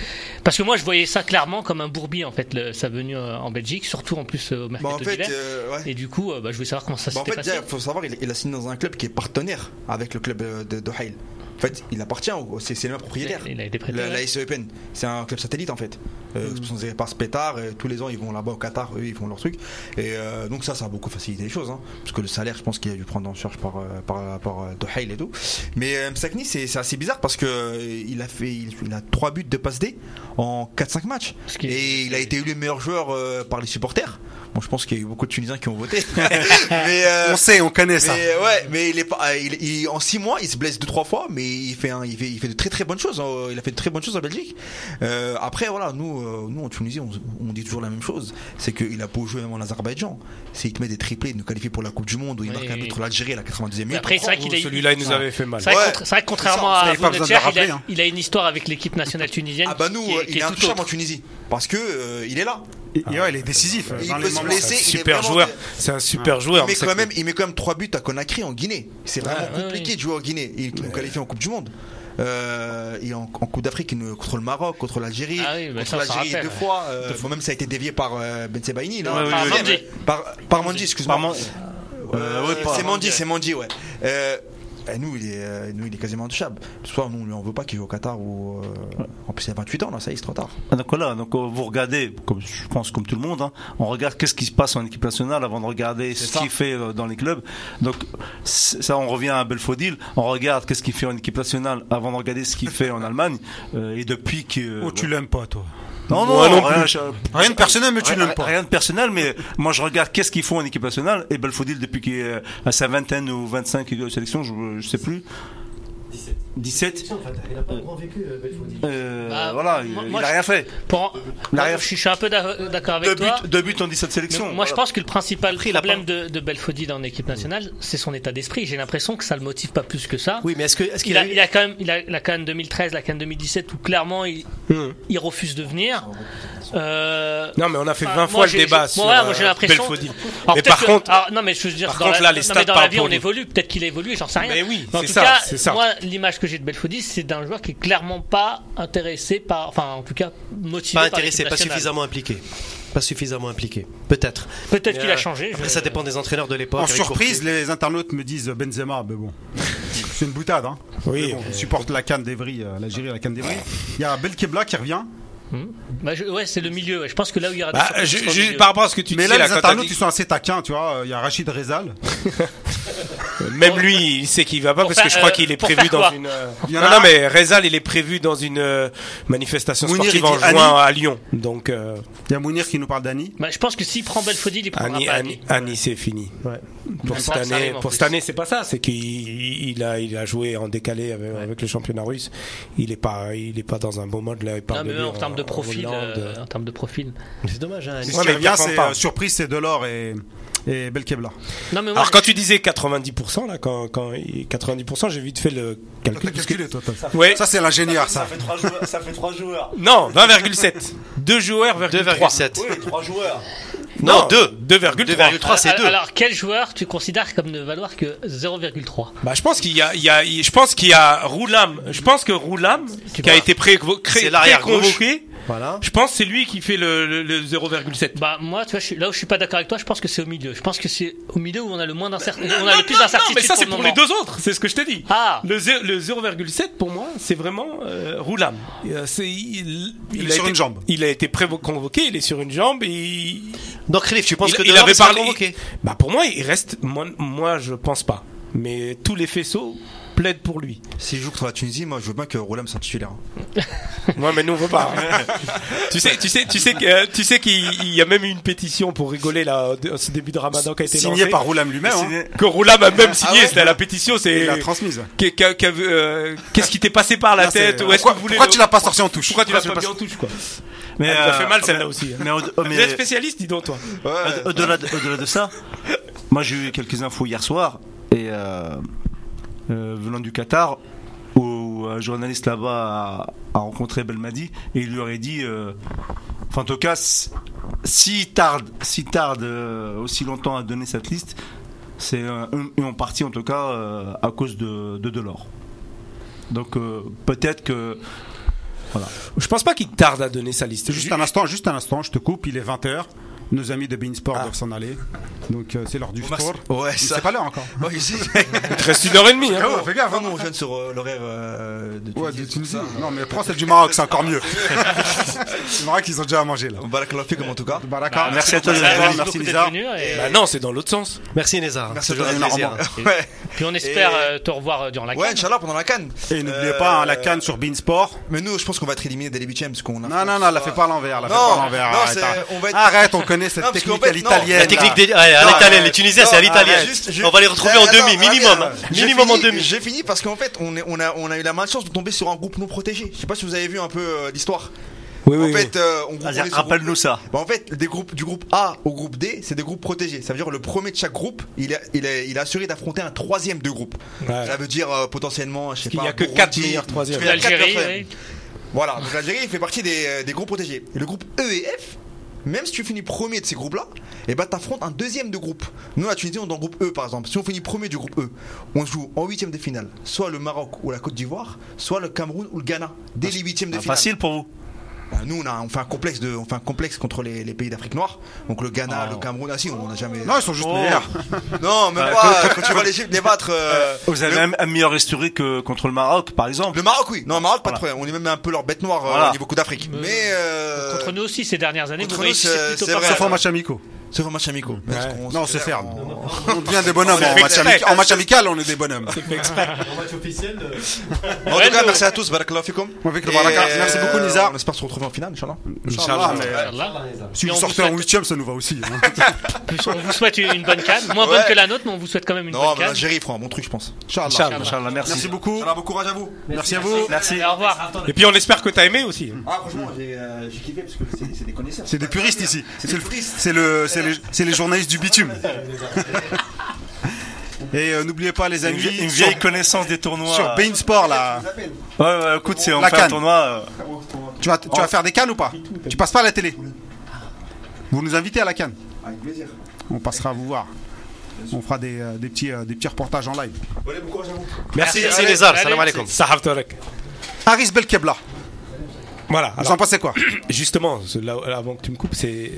Speaker 3: parce que moi, je voyais ça clairement comme un bourbier en fait, le- sa venue euh, en Belgique, surtout en plus euh, au
Speaker 5: Bah,
Speaker 3: mercato
Speaker 5: en fait,
Speaker 3: d'hiver.
Speaker 5: euh, ouais.
Speaker 3: Et du coup, euh, bah, je voulais savoir comment ça
Speaker 5: Bah, en
Speaker 3: s'était
Speaker 5: fait,
Speaker 3: passé.
Speaker 5: déjà, il faut savoir, il, il a signé dans un club qui est partenaire avec le club euh, de, de Hail. En fait, il appartient, au- c'est c'est le même propriétaire.
Speaker 3: Il a été prêté,
Speaker 5: La, la
Speaker 3: ouais.
Speaker 5: SEPN, c'est un club satellite en fait. Euh, sponsorisé par Spetar, et tous les ans ils vont là-bas au Qatar, eux ils font leur truc. Et euh, donc ça, ça a beaucoup facilité les choses, hein, parce que le salaire, je pense qu'il a dû prendre en charge par euh, par par euh, Dohail et tout. Mais euh, Msakni, c'est c'est assez bizarre parce que euh, il a fait, il, il a trois buts de passe D en 4-5 matchs,
Speaker 3: Ce qui est-
Speaker 5: et il a été eu le meilleur joueur euh, par les supporters. Bon, je pense qu'il y a eu beaucoup de Tunisiens qui ont voté, mais euh,
Speaker 1: On sait, on connaît ça.
Speaker 5: mais, ouais, mais il est pas, euh, il, il- en 6 mois, il se blesse deux trois fois, mais il fait, un, il fait, il fait de très très bonnes choses. hein. Il a fait de très bonnes choses en Belgique. Euh, après, voilà, nous, euh, nous en Tunisie, on, on dit toujours la même chose, c'est qu'il a beau jouer même en Azerbaïdjan, c'est il te met des triplés, il nous qualifie pour la Coupe du Monde, où il
Speaker 3: Oui,
Speaker 5: marque un
Speaker 3: oui.
Speaker 5: but contre l'algérie à la 92e minute.
Speaker 3: Après, c'est vrai qu'il a
Speaker 4: Celui-là, il nous avait fait mal.
Speaker 3: C'est vrai,
Speaker 5: Ouais.
Speaker 3: que, contra- c'est vrai que contrairement
Speaker 1: Ça,
Speaker 3: à
Speaker 1: il y a pas besoin de le
Speaker 3: Bounedjah, il,
Speaker 1: rappeler,
Speaker 3: a-
Speaker 1: hein.
Speaker 3: il a une histoire avec l'équipe nationale tunisienne.
Speaker 5: Ah bah nous,
Speaker 3: qui est-
Speaker 5: euh,
Speaker 3: qui
Speaker 5: il est
Speaker 3: est toute
Speaker 5: intouchable en
Speaker 3: autre.
Speaker 5: Tunisie parce que euh, il est là.
Speaker 1: Et ouais, il est décisif.
Speaker 5: Il
Speaker 1: dans
Speaker 5: peut
Speaker 1: les
Speaker 5: se
Speaker 1: moments-
Speaker 5: blesser. C'est- il est
Speaker 4: Super
Speaker 5: vraiment-
Speaker 4: joueur. C'est un super joueur.
Speaker 5: il, met
Speaker 4: mais ça-
Speaker 5: quand même, il met quand même 3 buts à Conakry en Guinée. C'est vraiment
Speaker 3: ouais,
Speaker 5: compliqué
Speaker 3: ouais.
Speaker 5: de jouer en Guinée. Il est qualifié en Coupe du Monde. Euh, et en, en Coupe d'Afrique, il nous- contre le Maroc, contre l'Algérie,
Speaker 3: Ah oui, bah
Speaker 5: contre
Speaker 3: ça, on s'en
Speaker 5: l'Algérie
Speaker 3: rappelle.
Speaker 5: deux fois. euh, bon, même ça a été dévié par euh, Ben Sebaini, non
Speaker 2: Ouais, ouais,
Speaker 5: Par
Speaker 2: ouais,
Speaker 5: Mandy.
Speaker 3: ouais.
Speaker 5: Par, par Mandy, excuse-moi.
Speaker 2: Apparemment,
Speaker 5: Euh,
Speaker 2: ouais, par
Speaker 5: c'est
Speaker 2: Mandy,
Speaker 5: Mandy, c'est Mandy, ouais. Euh, et nous, il est, euh, nous, il est quasiment intouchable. Ce soir, nous, on lui en veut pas qu'il joue au Qatar ou. euh, En plus, il a 28 ans, là, ça y est, c'est trop tard.
Speaker 2: Ah, Donc voilà, donc euh, vous regardez, comme je pense comme tout le monde, hein, on regarde qu'est-ce qui se passe en équipe nationale avant de regarder ce
Speaker 5: ça.
Speaker 2: qu'il fait euh, dans les clubs. Donc c'est- ça, on revient à Belfodil, on regarde qu'est-ce qu'il fait en équipe nationale avant de regarder ce qu'il fait en Allemagne. Euh, et depuis que
Speaker 1: Oh, tu l'aimes pas, toi.
Speaker 2: non non,
Speaker 4: Moi non
Speaker 2: rien,
Speaker 4: plus.
Speaker 2: je-
Speaker 1: Rien de personnel, mais tu
Speaker 2: rien,
Speaker 1: l'aimes pas.
Speaker 2: rien de personnel, mais moi je regarde qu'est-ce qu'ils font en équipe nationale. Et Belfodil depuis qu'il est euh, à sa vingtaine ou 25 sélections, je, je sais plus,
Speaker 9: 17.
Speaker 2: 17.
Speaker 9: En fait, il n'a pas grand vécu, euh, Belfodil.
Speaker 2: euh,
Speaker 3: Bah,
Speaker 2: voilà,
Speaker 3: moi-
Speaker 2: il-
Speaker 3: moi,
Speaker 2: il a
Speaker 3: je-
Speaker 2: rien fait.
Speaker 3: Pour en-
Speaker 2: L'arrière-
Speaker 3: je, suis- je suis un peu d'ac- d'accord avec
Speaker 2: Deux buts,
Speaker 3: toi.
Speaker 2: deux buts en 17
Speaker 3: Mais
Speaker 2: sélections.
Speaker 3: moi,
Speaker 2: Voilà.
Speaker 3: je pense que le principal
Speaker 6: Après, il a
Speaker 3: problème de, de Belfodil en équipe nationale, c'est son état d'esprit. J'ai l'impression que ça le motive pas plus que ça.
Speaker 6: Oui, mais est-ce que- est-ce qu'il
Speaker 3: Il a,
Speaker 6: eu-
Speaker 3: il a quand même il a la Cannes 2013, la Cannes 2017 où clairement il,
Speaker 6: Hum.
Speaker 3: il refuse de venir. Euh,
Speaker 4: Non, mais on a fait
Speaker 3: enfin,
Speaker 4: 20
Speaker 3: moi,
Speaker 4: fois le
Speaker 3: j'ai-
Speaker 4: débat
Speaker 3: j'ai-
Speaker 4: sur
Speaker 3: voilà, moi, j'ai
Speaker 4: euh,
Speaker 3: l'impression-
Speaker 4: Belfodil.
Speaker 3: alors,
Speaker 4: Mais
Speaker 3: peut-être
Speaker 4: par
Speaker 3: que- Ah,
Speaker 4: contre,
Speaker 3: alors, non mais je veux dire,
Speaker 4: par
Speaker 3: dans
Speaker 4: contre,
Speaker 3: la,
Speaker 4: là,
Speaker 3: non,
Speaker 4: les
Speaker 3: mais
Speaker 4: stats
Speaker 3: dans la
Speaker 4: parlent
Speaker 3: vie
Speaker 4: pour
Speaker 3: on
Speaker 4: lui.
Speaker 3: évolue, peut-être qu'il a évolué, j'en sais rien.
Speaker 4: Mais oui,
Speaker 3: Mais en
Speaker 4: c'est
Speaker 3: tout
Speaker 4: ça,
Speaker 3: cas,
Speaker 4: c'est ça.
Speaker 3: moi l'image que j'ai de Belfodil, c'est d'un joueur qui est clairement pas intéressé par, enfin en tout cas motivé.
Speaker 6: Pas
Speaker 3: par
Speaker 6: intéressé,
Speaker 3: l'équipe
Speaker 6: pas
Speaker 3: nationale.
Speaker 6: suffisamment impliqué. Pas suffisamment impliqué. Peut-être.
Speaker 3: Peut-être
Speaker 6: Mais,
Speaker 3: qu'il a
Speaker 6: euh,
Speaker 3: changé.
Speaker 6: Après,
Speaker 3: je-
Speaker 6: ça dépend des entraîneurs de l'époque.
Speaker 1: En
Speaker 6: avec
Speaker 1: surprise, les internautes me disent Benzema, mais bon. C'est une boutade, hein.
Speaker 4: Oui.
Speaker 1: Mais bon, on supporte la canne d'Evry, euh, l'Algérie, la canne d'Evry. Il y a Belkebla qui revient.
Speaker 3: Bah, je- ouais, c'est le milieu. ouais. Je pense que là où il y aura. des
Speaker 4: Bah,
Speaker 3: surprises,
Speaker 4: je-
Speaker 3: c'est au
Speaker 4: je-
Speaker 3: milieu.
Speaker 4: par rapport à ce que tu
Speaker 1: Mais
Speaker 4: disais,
Speaker 1: là, les
Speaker 4: là, quand t'as
Speaker 1: internautes,
Speaker 4: dit-
Speaker 1: ils sont assez taquins, tu vois. Euh, Il y a Rachid Rezal.
Speaker 4: même lui, il sait qu'il va pas
Speaker 3: Pour
Speaker 4: parce que
Speaker 3: faire,
Speaker 4: je crois
Speaker 3: euh,
Speaker 4: qu'il est
Speaker 3: pour
Speaker 4: prévu
Speaker 3: faire
Speaker 4: dans
Speaker 3: quoi
Speaker 4: une. euh,
Speaker 1: Il y en a
Speaker 4: Non, non,
Speaker 1: un-
Speaker 4: mais Rezal, il est prévu dans une euh, manifestation
Speaker 1: Mounir
Speaker 4: sportive en
Speaker 1: Idi Ani.
Speaker 4: juin à Lyon. Donc, euh,
Speaker 1: Il y a Mounir qui nous parle d'Annie.
Speaker 3: Bah, je pense que s'il prend Belfodil, il prendra
Speaker 4: Annie,
Speaker 3: pas
Speaker 4: Annie,
Speaker 3: Annie.
Speaker 4: Annie, c'est fini. Pour
Speaker 3: Ça,
Speaker 4: cette
Speaker 3: ça arrive
Speaker 4: année,
Speaker 3: en
Speaker 4: pour
Speaker 3: plus.
Speaker 4: cette année, c'est pas ça. C'est qu'il il il a, il a joué en décalé avec, avec le championnat russe. Il est pas, il est pas dans un bon mode là. Il parle
Speaker 3: Non, mais
Speaker 4: de
Speaker 3: eux,
Speaker 4: lui
Speaker 3: en, termes de profil,
Speaker 4: Hollande.
Speaker 3: euh, en termes de profil.
Speaker 6: Courtois. C'est dommage, hein,
Speaker 1: Et
Speaker 6: Annie.
Speaker 1: Ce
Speaker 4: Ouais,
Speaker 1: qui
Speaker 4: mais
Speaker 1: revient,
Speaker 4: t'apprends
Speaker 1: c'est
Speaker 4: pas.
Speaker 1: euh, surprise, c'est Delors et, et Belkebla.
Speaker 3: Non, mais moi,
Speaker 4: Alors quand tu disais 90%, là, quand, quand il- 90%, j'ai vite fait
Speaker 1: Toi,
Speaker 4: le
Speaker 1: t'as
Speaker 4: calcul. parce que-
Speaker 1: calculé, toi, toi.
Speaker 4: Ouais.
Speaker 1: Ça, c'est l'ingénieur, ça.
Speaker 8: fait trois joueurs. Ça fait trois joueurs.
Speaker 4: Non, 20,7. Deux joueurs, 2,3.
Speaker 6: 2,7.
Speaker 8: Oui, trois joueurs.
Speaker 6: Non, deux.
Speaker 4: 2,3.
Speaker 6: 2,3, c'est
Speaker 3: Ah, alors,
Speaker 6: 2.
Speaker 3: alors, quel joueur tu considères comme ne valoir que 0,3
Speaker 4: Bah, je pense qu'il y a, il y a, il- je pense qu'il y a Roulam. Je pense que Roulam, qui a
Speaker 3: vois.
Speaker 4: été prévo- cré-
Speaker 6: C'est l'arrière
Speaker 4: pré-convoqué,
Speaker 6: Voilà.
Speaker 4: je pense que c'est lui qui fait le, le, le 0,7.
Speaker 3: Bah, moi, tu vois, je suis- là où je suis pas d'accord avec toi, je pense que c'est au milieu. Je pense que c'est au milieu où on a le moins d'incertitude. On a
Speaker 4: Non,
Speaker 3: Ah, le plus
Speaker 4: non, non, mais
Speaker 3: d'incertitude.
Speaker 4: ça, c'est pour,
Speaker 3: le
Speaker 4: les
Speaker 3: moment.
Speaker 4: deux autres. C'est ce que je t'ai dit.
Speaker 3: Ah
Speaker 4: Le zé- le 0,7 pour moi, c'est vraiment euh, Roulam. Euh, c'est- il,
Speaker 1: Il
Speaker 4: il
Speaker 1: est
Speaker 4: a
Speaker 1: sur
Speaker 4: été-
Speaker 1: une jambe.
Speaker 4: Il a été préconvoqué, il est sur une jambe et il-
Speaker 6: Donc, Khalif, tu penses
Speaker 4: il,
Speaker 6: que
Speaker 4: il
Speaker 6: Delors
Speaker 4: avait
Speaker 6: sera
Speaker 4: parlé.
Speaker 6: convoqué
Speaker 4: Bah pour moi, il reste. Moi, moi, je pense pas. Mais tous les faisceaux plaident pour lui.
Speaker 5: S'il joue contre la Tunisie, moi, je veux bien que Roulem soit titulaire.
Speaker 4: Moi, mais nous, on veut pas.
Speaker 1: hein.
Speaker 4: tu sais, tu sais, tu sais que euh, tu sais qu'il il y a même eu une pétition pour rigoler là au- au- ce début de Ramadan qui a été
Speaker 1: Signé
Speaker 4: lancée,
Speaker 1: par Roulam lui-même. hein.
Speaker 4: que Roulam a même signé.
Speaker 1: Ah ouais
Speaker 4: c'était la pétition,
Speaker 1: Il
Speaker 4: c'est
Speaker 1: l'a transmise.
Speaker 4: qu'est- qu'a- qu'a- euh, qu'est-ce qui t'est passé par la
Speaker 1: Là, c'est-
Speaker 4: tête ou est-ce que
Speaker 1: pourquoi
Speaker 4: vous voulez
Speaker 1: pourquoi
Speaker 4: le-
Speaker 1: tu l'as pas sorti en touche
Speaker 4: pourquoi tu l'as pas
Speaker 1: Pourquoi
Speaker 4: mis en touche quoi
Speaker 2: Mais
Speaker 4: Elle nous a
Speaker 2: euh,
Speaker 4: fait mal,
Speaker 2: mais-
Speaker 4: celle-là aussi, hein.
Speaker 2: Mais, au- oh, mais
Speaker 4: Vous êtes spécialiste, dis donc toi.
Speaker 2: au- au-delà de, au-delà de ça, moi j'ai eu quelques infos hier soir et euh, euh, venant du Qatar où un journaliste là-bas a, a rencontré Belmadi et il lui aurait dit, euh, enfin en tout cas, s- s'il tarde, s'il tarde euh, aussi longtemps à donner cette liste, c'est euh, un- en partie en tout cas euh, à cause de, de Delors. Donc euh, peut-être que
Speaker 4: Je pense pas qu'il tarde à donner sa liste.
Speaker 1: Juste un instant, juste un instant, je te coupe, il est 20h. Nos amis de Beansport
Speaker 4: Ah.
Speaker 1: doivent s'en aller. Donc euh, c'est l'heure du sport.
Speaker 5: Ouais, ça.
Speaker 1: C'est pas l'heure encore.
Speaker 5: Ouais, ici.
Speaker 4: Il te reste une heure et demie. hein.
Speaker 1: Frérot, fais gaffe.
Speaker 5: Enfin, nous, on jeûne sur euh, l'horaire euh, de
Speaker 1: Ouais,
Speaker 5: Tunisie.
Speaker 1: du Tunisie. Non, mais prends celle du Maroc, c'est encore mieux. Le Maroc, ils ont déjà à manger là.
Speaker 5: Barakallah fikum, en tout cas.
Speaker 1: Baraka.
Speaker 2: merci à toi,
Speaker 1: Merci,
Speaker 2: les amis.
Speaker 1: merci,
Speaker 2: Merci
Speaker 1: merci
Speaker 3: beaucoup
Speaker 1: Lisa.
Speaker 3: d'être venu et-
Speaker 4: Bah non, c'est dans l'autre sens.
Speaker 6: Merci, Nézar.
Speaker 5: Merci
Speaker 6: Toujours
Speaker 5: à toi,
Speaker 6: un plaisir.
Speaker 5: Ouais,
Speaker 3: Puis on espère
Speaker 5: Et-
Speaker 3: euh, te revoir euh, durant la
Speaker 5: ouais
Speaker 3: Cannes.
Speaker 5: Inch'Allah, pendant la canne. Euh,
Speaker 1: Et n'oubliez pas hein, la canne sur Beansport.
Speaker 5: Mais nous, je pense qu'on va être éliminés dès les huitièmes, parce qu'on a.
Speaker 1: Non, non, non, la fais pas à l'envers. La fais
Speaker 5: Non,
Speaker 1: pas à l'envers.
Speaker 5: non,
Speaker 1: arrête,
Speaker 5: c'est-
Speaker 1: arrête.
Speaker 5: on va être-
Speaker 1: Arrête, on connaît cette
Speaker 5: Non, parce
Speaker 1: technique
Speaker 5: qu'en fait,
Speaker 1: à l'italienne.
Speaker 5: non,
Speaker 6: La technique
Speaker 1: là.
Speaker 6: des, ouais, à
Speaker 5: Non,
Speaker 6: l'italienne,
Speaker 5: mais-
Speaker 6: les Tunisiens,
Speaker 5: non,
Speaker 6: c'est à
Speaker 5: non,
Speaker 6: l'italien.
Speaker 5: mais juste- je-
Speaker 6: On va les retrouver en
Speaker 5: Attends,
Speaker 6: demi,
Speaker 5: attends,
Speaker 6: minimum. hein.
Speaker 5: attends, j'ai
Speaker 6: Minimum en
Speaker 5: fini,
Speaker 6: demi.
Speaker 5: J'ai fini parce qu'en fait, on, est, on, a, on a eu la malchance de tomber sur un groupe non protégé. Je sais pas si vous avez vu un peu euh, l'histoire.
Speaker 4: Oui,
Speaker 5: en
Speaker 4: oui,
Speaker 5: fait, euh, on on est sur
Speaker 2: Vas-y,
Speaker 5: groupe-
Speaker 2: rappelle-nous ça.
Speaker 5: Bah, en fait, des groupes, du groupe A au groupe D, c'est des groupes protégés. Ça veut dire le premier de chaque groupe, il a, il a, il a assuré d'affronter un troisième de groupe.
Speaker 4: Ouais.
Speaker 5: Ça veut dire euh, potentiellement, je sais
Speaker 4: qu'il
Speaker 5: pas.
Speaker 4: y a que
Speaker 5: Burundi,
Speaker 4: quatre meilleurs troisièmes.
Speaker 5: il y a quatre
Speaker 3: L'Algérie,
Speaker 5: meilleurs
Speaker 3: ouais.
Speaker 10: euh,
Speaker 5: voilà, donc l'Algérie fait partie des, des groupes protégés. Et le groupe E et F,
Speaker 10: même si tu finis premier de ces groupes-là, et ben t'affrontes un deuxième de groupe. Nous, la Tunisie, on est dans le groupe E par exemple. Si on finit premier du groupe E, on joue en huitième de finale, soit le Maroc ou la Côte d'Ivoire, soit le Cameroun ou le Ghana, dès les huitièmes de
Speaker 2: Ah,
Speaker 10: finale.
Speaker 2: Facile pour vous.
Speaker 10: Bah, nous, on, a, on fait un complexe de, on fait un complexe contre les, les pays d'Afrique noire. Donc le Ghana, le Cameroun, ah si, on n'a jamais.
Speaker 1: Non, ils sont
Speaker 2: Oh.
Speaker 1: juste meilleurs.
Speaker 10: Non, même pas. euh, Quand tu vois l'Égypte les battre. euh,
Speaker 2: Vous avez
Speaker 10: le,
Speaker 2: même un meilleur historique que contre le Maroc, par exemple.
Speaker 10: le Maroc, oui. Non, le Maroc, pas
Speaker 2: Voilà.
Speaker 10: de problème. On est même un peu leur bête noire euh,
Speaker 2: Voilà.
Speaker 10: au niveau Coupe d'Afrique.
Speaker 3: Euh,
Speaker 10: Mais euh,
Speaker 3: Contre nous aussi, ces dernières années,
Speaker 10: contre
Speaker 3: vous
Speaker 10: nous,
Speaker 3: réussissez
Speaker 10: c'est-
Speaker 3: plutôt
Speaker 10: c'est
Speaker 3: pas
Speaker 10: vrai.
Speaker 3: mal.
Speaker 1: Sauf en match amicaux.
Speaker 10: sauf un match amical. Parce qu'on
Speaker 1: Non, on
Speaker 10: se
Speaker 1: se
Speaker 10: fait
Speaker 1: ferme.
Speaker 10: en-
Speaker 1: On devient des bonhommes. En match, ami- en match amical, on est des bonhommes.
Speaker 8: En match officiel, euh,
Speaker 10: En tout cas, merci à tous. Barakallahu fikum.
Speaker 1: Avec le baraka.
Speaker 10: Et,
Speaker 1: Merci beaucoup,
Speaker 10: euh,
Speaker 1: Nizar.
Speaker 10: On espère se retrouver en finale, Inch'Allah.
Speaker 1: Inch'Allah, mais
Speaker 3: Inch'Allah.
Speaker 1: Si
Speaker 3: Et
Speaker 1: vous
Speaker 3: on
Speaker 1: sortez
Speaker 3: vous
Speaker 1: en
Speaker 3: souhaite-
Speaker 1: 8 ça nous va aussi. hein.
Speaker 3: On vous souhaite une une bonne canne, moins
Speaker 10: Ouais.
Speaker 3: bonne que la nôtre, mais on vous souhaite quand même une
Speaker 10: Non,
Speaker 3: bonne
Speaker 10: mais
Speaker 3: canne.
Speaker 10: l'Algérie prend un bon truc, je pense.
Speaker 1: Inch'Allah.
Speaker 2: Inch'Allah, Inch'Allah,
Speaker 1: Merci
Speaker 2: merci.
Speaker 1: beaucoup.
Speaker 10: Alors, bon courage à vous.
Speaker 1: Merci à vous.
Speaker 2: Merci.
Speaker 3: Au revoir.
Speaker 4: Et puis on espère que t'as aimé aussi.
Speaker 5: Ah, franchement, j'ai euh, j'ai kiffé parce que c'est c'est des connaisseurs.
Speaker 1: C'est des puristes ici.
Speaker 5: C'est
Speaker 1: C'est
Speaker 5: des
Speaker 1: le-
Speaker 5: puristes.
Speaker 1: c'est le, c'est les, c'est les journalistes du bitume. Et euh, n'oubliez pas les
Speaker 2: Une
Speaker 1: amis
Speaker 2: vieille, une
Speaker 1: sur,
Speaker 2: vieille connaissance des tournois.
Speaker 1: sur Bein Sport là.
Speaker 2: Ouais, ouais, écoute, c'est on
Speaker 1: La
Speaker 2: fait un
Speaker 1: canne.
Speaker 2: tournoi. euh,
Speaker 1: Tu vas, tu vas faire des cannes ou pas Tu passes pas à la télé Vous nous invitez à la canne
Speaker 5: Avec plaisir.
Speaker 1: On passera vous voir. On fera des, euh, des petits, euh, des petits reportages en live.
Speaker 5: Allez, bon courage à vous.
Speaker 6: Merci, merci
Speaker 3: Allez,
Speaker 6: les arts.
Speaker 3: allez,
Speaker 6: Salam alaikum.
Speaker 4: Sahaf Tarek.
Speaker 1: Aris Belkebla,
Speaker 4: Voilà.
Speaker 1: vous
Speaker 4: alors,
Speaker 1: en pensez quoi
Speaker 4: justement, ce- là, là, avant que tu me coupes, c'est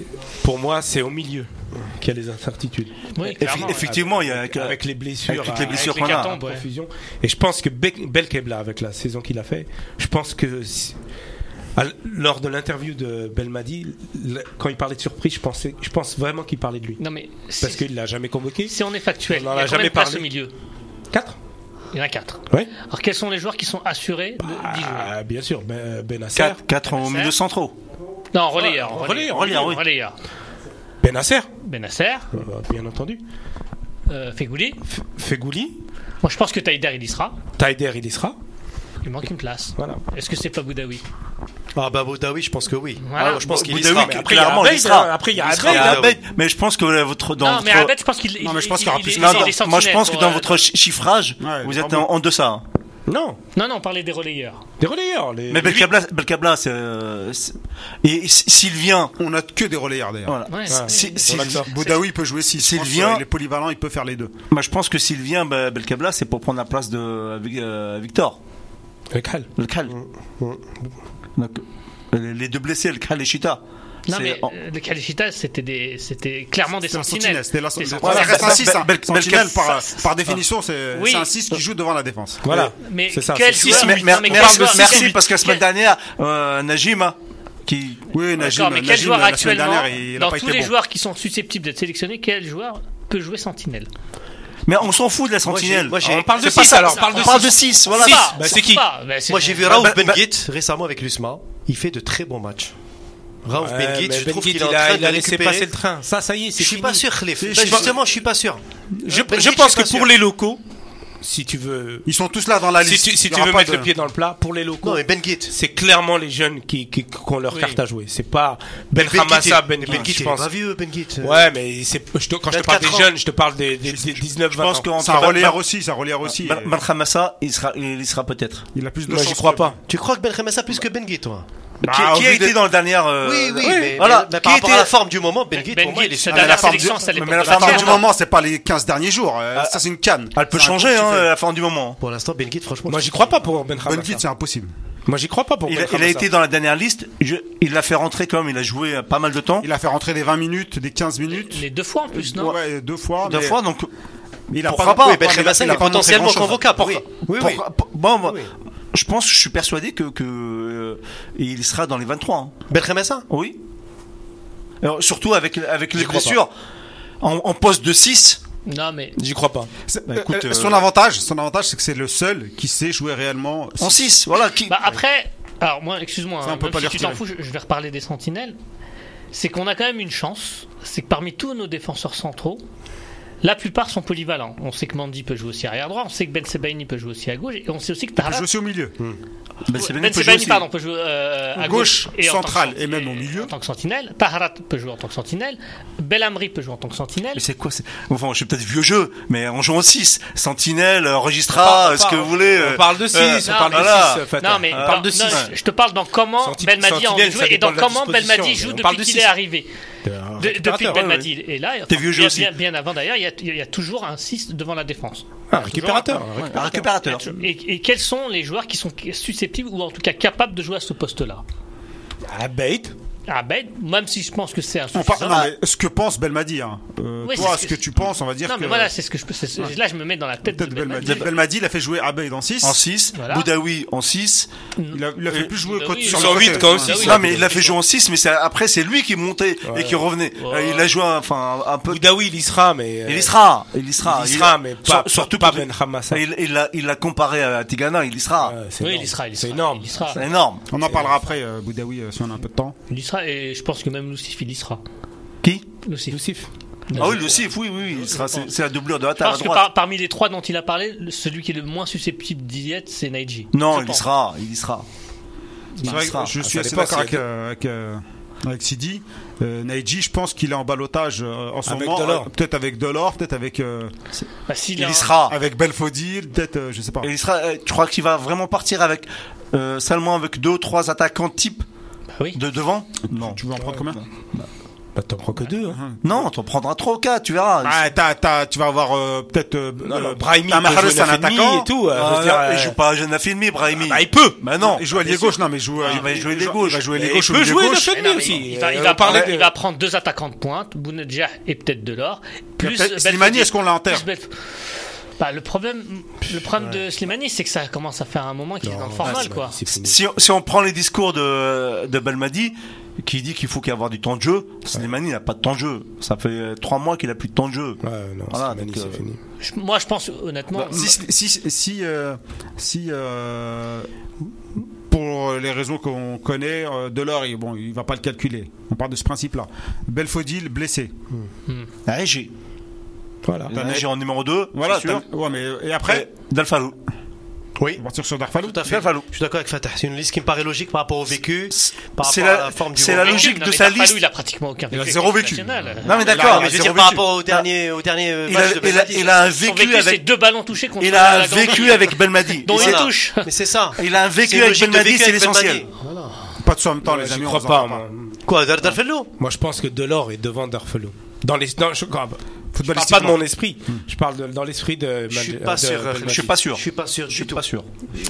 Speaker 4: pour moi, c'est au milieu qu'il y a les incertitudes.
Speaker 3: Oui,
Speaker 2: effi-
Speaker 3: clairement.
Speaker 2: effectivement, il y a
Speaker 4: avec, avec les blessures,
Speaker 2: avec toutes les
Speaker 4: à-
Speaker 2: blessures
Speaker 3: les
Speaker 2: qu'on a.
Speaker 3: cartons,
Speaker 4: à
Speaker 3: ouais.
Speaker 4: confusion. Et je pense que Be- Belkebla, avec la saison qu'il a fait, je pense que si- à l- lors de l'interview de Belmadi, l- quand il parlait de surprise, je pensais, je pense vraiment qu'il parlait de lui,
Speaker 3: Non, mais
Speaker 4: parce
Speaker 3: si,
Speaker 4: qu'il l'a jamais convoqué.
Speaker 3: si on est factuel,
Speaker 4: On
Speaker 3: il y
Speaker 4: en
Speaker 3: a
Speaker 4: a
Speaker 3: combien
Speaker 4: jamais
Speaker 3: de places
Speaker 4: parlé.
Speaker 3: au milieu
Speaker 4: Quatre.
Speaker 3: Il y en a 4.
Speaker 4: Ouais.
Speaker 3: Alors, quels sont les joueurs qui sont assurés de- d'y jouer
Speaker 4: Ah, bien sûr, ben, Benasser.
Speaker 2: 4, 4 en milieu centraux.
Speaker 3: Non, relayeur.
Speaker 4: Ah,
Speaker 3: relayeur,
Speaker 4: relayeur,
Speaker 3: relayeur,
Speaker 2: oui.
Speaker 3: relayeur. Ben
Speaker 4: Benasser,
Speaker 3: Benasser,
Speaker 4: euh, Ben bien entendu.
Speaker 3: euh, Fegouli.
Speaker 4: Fegouli,
Speaker 3: Moi, je pense que Taïder, il y sera.
Speaker 4: Taider, il y sera.
Speaker 3: Il manque une place.
Speaker 4: Voilà.
Speaker 3: Est-ce que c'est pas Boudaoui
Speaker 6: Ah, bah, Boudaoui, je pense que oui.
Speaker 3: Voilà.
Speaker 6: Ah, je pense qu'il y
Speaker 2: Boudaoui,
Speaker 6: sera.
Speaker 2: que-
Speaker 6: Mais
Speaker 4: Après, il y a
Speaker 2: clairement, il
Speaker 4: Abed,
Speaker 2: sera.
Speaker 4: hein. Après, il y a
Speaker 6: Il
Speaker 4: Abed.
Speaker 6: sera.
Speaker 2: Il y
Speaker 6: Ah,
Speaker 2: a
Speaker 6: oui.
Speaker 2: Abed, mais je pense que euh, votre dans
Speaker 3: Non, mais
Speaker 2: votre-
Speaker 3: Abed, je pense qu'il.
Speaker 1: Non, mais je
Speaker 3: il-
Speaker 1: pense qu'il y aura
Speaker 3: il-
Speaker 1: plus-
Speaker 3: il-
Speaker 2: Non,
Speaker 3: il est
Speaker 2: non, moi je
Speaker 3: sentinelle
Speaker 2: pense que
Speaker 3: pour,
Speaker 2: dans
Speaker 3: euh,
Speaker 2: votre chi- chiffrage,
Speaker 1: Ouais,
Speaker 2: vous
Speaker 1: vraiment.
Speaker 2: êtes en, en deçà.
Speaker 4: Non,
Speaker 3: Non, non, on parlait des relayeurs.
Speaker 4: des relayeurs. Les...
Speaker 2: Mais Ben- Belkabla, Belkabla c'est, euh, c'est- et s- s'il vient,
Speaker 1: On a que des relayeurs d'ailleurs.
Speaker 2: voilà.
Speaker 3: Ouais.
Speaker 4: Ouais.
Speaker 2: Si- si-
Speaker 4: On l'accepte.
Speaker 1: Boudaoui peut jouer 6.
Speaker 2: S'il vient-
Speaker 1: Il est polyvalent, il peut faire les deux.
Speaker 2: moi, je pense que s'il vient, bah, Belkabla, c'est pour prendre la place de euh, Victor,
Speaker 4: Avec Hal.
Speaker 2: le Khal.
Speaker 6: Mm,
Speaker 2: Donc, euh, les deux blessés, le Khal et Chita.
Speaker 3: Non,
Speaker 2: C'est-
Speaker 3: mais
Speaker 2: en-
Speaker 3: euh, les Kalishitas, c'était des- c'était clairement des
Speaker 1: C'est un
Speaker 3: sentinelles.
Speaker 1: sentinelle. C'était la
Speaker 3: Des
Speaker 1: sentinelle.
Speaker 3: sentinelles.
Speaker 1: Ça reste un
Speaker 2: Bel-
Speaker 1: 6. hein.
Speaker 2: Bel- Bel-
Speaker 1: Sentinelle, par,
Speaker 2: Belkebla.
Speaker 1: par définition, c'est
Speaker 3: Oui.
Speaker 1: c'est un 6 qui joue devant la défense.
Speaker 4: Voilà.
Speaker 3: Euh, Mais
Speaker 4: C'est ça,
Speaker 3: quel
Speaker 4: c'est-
Speaker 3: six-
Speaker 2: Ouais, mais-
Speaker 3: oui,
Speaker 2: mais-
Speaker 3: non, mais quel
Speaker 2: merci,
Speaker 3: joueur- quel-
Speaker 2: merci, parce que la semaine
Speaker 3: quel-
Speaker 2: dernière, euh, Najim, hein, qui.
Speaker 1: Oui,
Speaker 3: D'accord,
Speaker 1: Najim,
Speaker 3: mais quel
Speaker 1: Najim,
Speaker 3: joueur
Speaker 1: la semaine
Speaker 3: actuellement,
Speaker 1: dernière, il n'a
Speaker 3: dans
Speaker 1: pas
Speaker 3: tous
Speaker 1: été
Speaker 3: les
Speaker 1: bon.
Speaker 3: joueurs qui sont susceptibles d'être sélectionnés, quel joueur peut jouer sentinelle
Speaker 2: Mais on s'en fout de la sentinelle.
Speaker 6: moi, j'ai-
Speaker 4: On parle de
Speaker 2: C'est pas
Speaker 4: 6
Speaker 2: ça,
Speaker 4: alors.
Speaker 2: on
Speaker 4: Parle de
Speaker 2: parle
Speaker 4: six.
Speaker 2: de 6, voilà.
Speaker 3: Pas,
Speaker 4: bah, c'est qui
Speaker 3: pas, bah, c'est-
Speaker 6: Moi, j'ai vu
Speaker 2: Bah,
Speaker 6: Raouf
Speaker 2: bah, bah.
Speaker 6: Benguit récemment avec l'USMA. Il fait de très bons matchs. Raouf
Speaker 4: Ouais,
Speaker 6: Benguit,
Speaker 4: Euh, mais
Speaker 6: je trouve
Speaker 4: Benguit,
Speaker 6: qu'il est en
Speaker 4: il a-
Speaker 6: train
Speaker 4: il a
Speaker 6: de
Speaker 4: laissé passer
Speaker 6: récupérer.
Speaker 4: le train. Ça, ça y est,
Speaker 6: Je
Speaker 4: c'est
Speaker 6: suis
Speaker 4: fini.
Speaker 6: pas sûr, Khalif.
Speaker 1: C'est
Speaker 6: Bah,
Speaker 1: fini.
Speaker 6: Justement, je suis pas sûr.
Speaker 4: Je, je
Speaker 6: Benguit, je
Speaker 4: pense
Speaker 6: suis pas
Speaker 4: que pour
Speaker 6: sûr.
Speaker 4: les locaux, si tu veux,
Speaker 1: Ils sont tous là dans la
Speaker 4: si
Speaker 1: liste.
Speaker 4: tu, si
Speaker 1: Il y
Speaker 4: tu
Speaker 1: aura
Speaker 4: veux
Speaker 1: pas
Speaker 4: mettre
Speaker 1: de-
Speaker 4: le pied dans le plat, pour les locaux,
Speaker 6: Non, mais Benguit.
Speaker 4: c'est clairement les jeunes qui, qui, qui ont leur
Speaker 3: Oui.
Speaker 4: carte à jouer. C'est pas Ben
Speaker 6: Benguit,
Speaker 4: Hamassa,
Speaker 6: il-
Speaker 4: Ben
Speaker 6: Benguit,
Speaker 4: Benguit,
Speaker 6: il
Speaker 4: je
Speaker 6: est
Speaker 4: pense.
Speaker 6: pas euh. vieux, Benguit.
Speaker 4: Ouais, mais c'est, je te- quand je te parle
Speaker 6: 24
Speaker 4: des
Speaker 6: ans.
Speaker 4: jeunes, je te parle des, des, des 19,
Speaker 2: Je
Speaker 4: 20
Speaker 2: pense
Speaker 4: ans.
Speaker 2: qu'en
Speaker 1: C'est un relayeur aussi, c'est un relayeur aussi.
Speaker 6: Bah,
Speaker 2: Mal- Malhamassa, Bah, il sera, il y sera peut-être.
Speaker 1: Il a plus de
Speaker 4: Moi,
Speaker 1: chance.
Speaker 4: j'y crois pas.
Speaker 6: Tu crois que Ben Khamassa plus que Benguit, toi
Speaker 2: qui, qui a été dans le dernier. euh,
Speaker 6: Bah, Oui, oui, mais,
Speaker 2: voilà.
Speaker 6: mais
Speaker 2: qui
Speaker 6: par rapport
Speaker 2: était
Speaker 6: à la forme du moment, Benguit,
Speaker 3: Ben
Speaker 6: pour moi, il
Speaker 3: Guit,
Speaker 6: est
Speaker 3: sa
Speaker 6: sur-
Speaker 1: mais la
Speaker 3: dernière
Speaker 1: forme du-
Speaker 3: sélection, c'est à l'époque
Speaker 2: mais la
Speaker 3: de
Speaker 2: forme
Speaker 1: Enfin,
Speaker 3: Barcelone.
Speaker 1: du moment, c'est pas les 15 derniers jours. euh, Ça, c'est une canne.
Speaker 2: Elle peut
Speaker 1: C'est un
Speaker 2: changer
Speaker 1: truc
Speaker 2: hein,
Speaker 1: qui fait-
Speaker 2: à la fin du moment.
Speaker 6: Pour l'instant, Benguit, franchement,
Speaker 4: Moi, j'y crois pas pour Ben
Speaker 1: Bonne quitte,
Speaker 4: Hamassa.
Speaker 1: c'est impossible.
Speaker 4: Moi, j'y crois pas pour
Speaker 2: Il a,
Speaker 4: Ben
Speaker 2: il a
Speaker 4: Hamassa.
Speaker 2: été dans la dernière liste. je- il l'a fait rentrer comme il a joué euh, pas mal de temps.
Speaker 1: Il a fait rentrer des 20 minutes, des 15 minutes.
Speaker 3: Les deux fois en plus, non
Speaker 1: Ouais, deux fois.
Speaker 2: Deux
Speaker 1: mais-
Speaker 2: fois, donc
Speaker 1: mais il a
Speaker 2: pourquoi
Speaker 1: pas.
Speaker 2: pas
Speaker 1: ouais,
Speaker 6: oui, Ben
Speaker 1: mais
Speaker 6: Khamassa, il
Speaker 1: a
Speaker 6: est
Speaker 1: pas montré
Speaker 6: potentiellement
Speaker 1: grand-chose.
Speaker 6: convocable. Pour- Oui, oui.
Speaker 2: pourquoi- pour- bon, moi, je pense, je suis persuadé que, que euh, il sera dans les 23. hein.
Speaker 6: Ben Khamassa
Speaker 2: Oui. Alors, surtout avec avec les
Speaker 4: J'y crois
Speaker 2: blessures. En, en poste de 6
Speaker 3: Non, mais
Speaker 4: J'y crois pas.
Speaker 1: C'est-
Speaker 2: Bah, écoute,
Speaker 1: euh,
Speaker 2: euh,
Speaker 1: Son avantage, son avantage, c'est que c'est le seul qui sait jouer réellement.
Speaker 2: en 6 voilà qui
Speaker 3: Bah après, alors moi, excuse-moi,
Speaker 1: Ça, on
Speaker 3: hein,
Speaker 1: peut
Speaker 3: même
Speaker 1: pas
Speaker 3: si
Speaker 1: les
Speaker 3: tu t'en fous,
Speaker 1: retirer.
Speaker 3: je, je vais reparler des sentinelles. C'est qu'on a quand même une chance, c'est que parmi tous nos défenseurs centraux, La plupart sont polyvalents. On sait que Mandy peut jouer aussi arrière droit, on sait que Ben Sebaini peut jouer aussi à gauche, et on sait aussi que Tarap.
Speaker 1: Je suis au milieu.
Speaker 2: Ben Sebaini
Speaker 3: Ben
Speaker 2: peut jouer
Speaker 3: Sebaini,
Speaker 2: aussi.
Speaker 3: pardon, peut jouer euh, à
Speaker 1: Gauche,
Speaker 3: gauche, et en tant que
Speaker 1: centrale,
Speaker 3: sentinelle-
Speaker 1: et même au milieu.
Speaker 3: En tant que sentinelle, Taharat peut jouer en tant que sentinelle, Belhamri peut jouer en tant que sentinelle.
Speaker 2: Mais c'est quoi c'est- Enfin, je suis peut-être vieux jeu, mais on joue en 6. Sentinelle, euh,
Speaker 6: Ah,
Speaker 2: registra, euh, ce que vous voulez. euh,
Speaker 4: On parle de 6,
Speaker 2: euh,
Speaker 4: on parle
Speaker 2: voilà.
Speaker 4: de 6.
Speaker 3: Non, mais
Speaker 4: on Ah. parle
Speaker 3: dans-
Speaker 4: de
Speaker 3: non,
Speaker 4: 6.
Speaker 3: je- je te parle dans comment
Speaker 4: Senti-
Speaker 3: Belmadi en
Speaker 4: sentinelle,
Speaker 3: joue
Speaker 4: ça
Speaker 3: et dans
Speaker 4: dépend de la
Speaker 3: comment
Speaker 4: disposition,
Speaker 3: Belmadi
Speaker 4: mais
Speaker 3: joue
Speaker 4: on parle
Speaker 3: depuis
Speaker 4: de
Speaker 3: qu'il
Speaker 4: six.
Speaker 3: est arrivé. De- depuis que
Speaker 4: récupérateur,
Speaker 3: Belmadi est là, enfin,
Speaker 2: vieux jeu
Speaker 3: bien,
Speaker 2: aussi.
Speaker 3: bien- bien avant d'ailleurs, il y a- il y, a toujours un 6 devant la défense.
Speaker 4: Ah, récupérateur.
Speaker 2: Un récupérateur.
Speaker 3: Et, et quels sont les joueurs qui sont susceptibles ou en tout cas capables de jouer à ce poste-là
Speaker 4: Ah, bête.
Speaker 3: Ah ben, même si je pense que c'est un
Speaker 1: On par-
Speaker 3: suffisant.
Speaker 1: non, mais ce que pense Belmadi, hein. Euh,
Speaker 3: Oui,
Speaker 1: toi,
Speaker 3: c'est
Speaker 1: ce
Speaker 3: ce
Speaker 1: que
Speaker 3: que-
Speaker 1: tu penses, on va dire
Speaker 3: Non,
Speaker 1: que
Speaker 3: mais voilà, c'est ce que je peux. c'est- c'est- Là, je me mets dans la tête de
Speaker 1: peut-être
Speaker 3: Belmadi.
Speaker 1: Belmadi. Belmadi, il a fait jouer Abeille dans 6.
Speaker 2: En 6.
Speaker 3: Voilà.
Speaker 2: Boudaoui en 6.
Speaker 1: Il a, il a fait plus jouer
Speaker 3: Bah
Speaker 1: côté-
Speaker 3: oui,
Speaker 1: sur
Speaker 3: ils
Speaker 1: le
Speaker 3: sont
Speaker 1: côté.
Speaker 4: huit quand même, si,
Speaker 1: Ouais.
Speaker 4: si.
Speaker 2: Non, mais il l'a fait jouer en 6, mais c'est- après, c'est lui qui montait et qui revenait.
Speaker 3: Ouais.
Speaker 2: Euh, Il a joué enfin, un peu.
Speaker 4: Boudaoui, il y sera, mais. euh,
Speaker 2: Il y sera, il y sera,
Speaker 4: Il y sera, mais pas-
Speaker 2: sur- surtout
Speaker 4: pas
Speaker 2: pour-
Speaker 4: Ben Hamassa.
Speaker 2: Il il l'a, il l'a comparé à Tigana, il y sera. Ah.
Speaker 4: euh, c'est
Speaker 3: Oui, il
Speaker 4: énorme.
Speaker 3: y sera, il y sera,
Speaker 4: C'est énorme.
Speaker 3: Il y sera.
Speaker 2: C'est énorme.
Speaker 1: On en parlera après, euh, Boudaoui, euh, si on a un peu de temps.
Speaker 3: Il y sera, et je pense que même Lucif, il y sera.
Speaker 2: Qui
Speaker 3: Lucif.
Speaker 4: Youssef.
Speaker 2: Ah oui, le CIF, oui, oui, oui, il sera, c'est, c'est la doublure de
Speaker 3: Je
Speaker 2: Atta à
Speaker 3: pense que
Speaker 2: droite.
Speaker 3: par- parmi les trois dont il a parlé, le- celui qui est le moins susceptible d'y être, c'est Naiji.
Speaker 2: Non,
Speaker 3: Je
Speaker 2: il y
Speaker 3: pense.
Speaker 2: sera, il y sera.
Speaker 1: C'est vrai que
Speaker 2: sera.
Speaker 1: je
Speaker 4: Ah,
Speaker 1: suis
Speaker 4: ça
Speaker 1: assez
Speaker 4: dépend,
Speaker 1: d'accord
Speaker 4: c'est-
Speaker 1: avec, euh, avec, euh, avec Sidi. Euh, Naiji, je pense qu'il est en balotage euh, en ce
Speaker 4: Avec
Speaker 1: moment.
Speaker 4: Delors.
Speaker 1: Euh, Peut-être avec Delors, peut-être avec, euh,
Speaker 3: Bah, s'il
Speaker 2: Il
Speaker 3: a un-
Speaker 2: y sera.
Speaker 1: avec Belfodil, peut-être, euh, je sais pas.
Speaker 2: Ah. Et il sera, euh, tu crois qu'il va vraiment partir avec, euh, seulement avec deux ou trois attaquants type
Speaker 3: Bah oui.
Speaker 2: de devant? Non.
Speaker 1: Tu veux en prendre combien
Speaker 4: Bah, t'en prends que deux. Hein.
Speaker 2: Non, t'en prendras trois ou quatre, tu verras.
Speaker 1: Ah, t'as- t'as- tu vas avoir euh, peut-être euh,
Speaker 4: Non,
Speaker 1: euh,
Speaker 4: non, Brahimi,
Speaker 1: Tamar
Speaker 4: il peut
Speaker 1: Harris,
Speaker 4: jouer
Speaker 1: un
Speaker 4: neuf et demi
Speaker 1: attaquant.
Speaker 4: et tout. euh, je veux
Speaker 2: Ah,
Speaker 4: dire,
Speaker 2: là,
Speaker 4: euh,
Speaker 2: il joue pas à Genafilmi, Brahimi.
Speaker 4: bah, il peut.
Speaker 2: Bah non.
Speaker 1: Il joue à
Speaker 2: Bien
Speaker 1: gauche, non, mais il joue, euh,
Speaker 2: il va jouer
Speaker 1: il
Speaker 2: les
Speaker 1: joue-
Speaker 2: gauches.
Speaker 1: Il va jouer
Speaker 4: Et
Speaker 1: les
Speaker 4: il
Speaker 1: gauches.
Speaker 4: peut
Speaker 1: les
Speaker 4: jouer
Speaker 1: gauches.
Speaker 4: neuf et
Speaker 3: Mais non,
Speaker 4: demi
Speaker 3: mais
Speaker 4: aussi.
Speaker 3: Il va, il
Speaker 4: Euh,
Speaker 3: va
Speaker 4: on parlait
Speaker 3: prendre,
Speaker 4: de-
Speaker 3: il va prendre deux attaquants de pointe, Bounedjah et peut-être Delors. Plus
Speaker 1: Peut-être
Speaker 3: Belfodil-
Speaker 1: Slimani, est-ce qu'on l'enterre
Speaker 3: plus Belf- Bah, le problème, le problème de Slimani, c'est que ça commence à faire un moment qu'il est dans le
Speaker 4: Ah,
Speaker 3: formal,
Speaker 4: c'est-
Speaker 3: quoi.
Speaker 4: c'est fini.
Speaker 2: si, on- si on prend les discours de, de Belmadi, qui dit qu'il faut qu'il y ait avoir du temps de jeu, Slimani n'a pas de temps de jeu. Ça fait euh, trois mois qu'il a plus de temps de jeu.
Speaker 4: Ouais, Ah, non,
Speaker 2: Voilà,
Speaker 4: Slimani,
Speaker 2: donc,
Speaker 4: c'est
Speaker 2: euh,
Speaker 4: fini.
Speaker 3: Je- Moi, je pense honnêtement.
Speaker 1: si si si euh, si euh, pour les raisons qu'on connaît, euh, Delors, il, bon, il va pas le calculer. On part de ce principe-là. Belfodil blessé.
Speaker 2: La régie.
Speaker 4: Voilà.
Speaker 2: La régie en numéro 2.
Speaker 1: Voilà. t'as- Ouais, mais et après,
Speaker 2: D'Alfalou.
Speaker 1: on va partir sur Darfalou.
Speaker 6: Tout à fait. Je suis d'accord avec Fatah. C'est une liste qui me paraît logique par rapport au vécu, par
Speaker 2: C'est
Speaker 6: rapport
Speaker 2: la-
Speaker 6: à la forme du
Speaker 2: c'est la
Speaker 6: moment.
Speaker 2: logique.
Speaker 3: Non,
Speaker 2: de
Speaker 3: mais
Speaker 2: sa
Speaker 3: Darfalou,
Speaker 2: liste.
Speaker 3: il a pratiquement aucun vécu.
Speaker 1: zéro vécu.
Speaker 3: international.
Speaker 2: Non, mais d'accord,
Speaker 6: Mais
Speaker 2: mais
Speaker 6: je veux
Speaker 2: zéro
Speaker 6: dire par
Speaker 2: vécu.
Speaker 6: rapport au dernier, au dernier euh,
Speaker 2: Il
Speaker 6: match
Speaker 2: a-
Speaker 6: de
Speaker 2: il a-
Speaker 6: Belmadi.
Speaker 2: il a un
Speaker 3: Son
Speaker 2: vécu
Speaker 3: vécu, c'est
Speaker 2: avec,
Speaker 3: deux ballons touchés contre
Speaker 2: il a un
Speaker 3: la Gambie,
Speaker 2: vécu avec Belmadi.
Speaker 3: dont il
Speaker 2: Voilà.
Speaker 3: touche.
Speaker 6: Mais c'est ça.
Speaker 2: Il a un
Speaker 6: C'est
Speaker 2: vécu
Speaker 6: une
Speaker 2: avec
Speaker 6: logique de
Speaker 2: Belmadi,
Speaker 6: vécu
Speaker 2: c'est
Speaker 6: avec
Speaker 2: l'essentiel.
Speaker 1: Pas de somme temps, les
Speaker 4: Je
Speaker 1: amis. on
Speaker 4: crois
Speaker 1: vous
Speaker 4: pas,
Speaker 1: entend
Speaker 4: moi.
Speaker 6: Quoi, Dar- Darfello
Speaker 4: Moi, je pense que Delors est devant Darfelou. Dans les, dans, je, grave. je parle pas de
Speaker 1: Footballistiquement.
Speaker 4: mon esprit. Je parle de- dans l'esprit de.
Speaker 6: Je suis
Speaker 4: de-
Speaker 6: pas
Speaker 4: de-
Speaker 6: sûr.
Speaker 4: de-
Speaker 2: Je suis pas sûr.
Speaker 6: Je suis pas sûr
Speaker 2: Je suis
Speaker 6: du tout.
Speaker 2: pas sûr.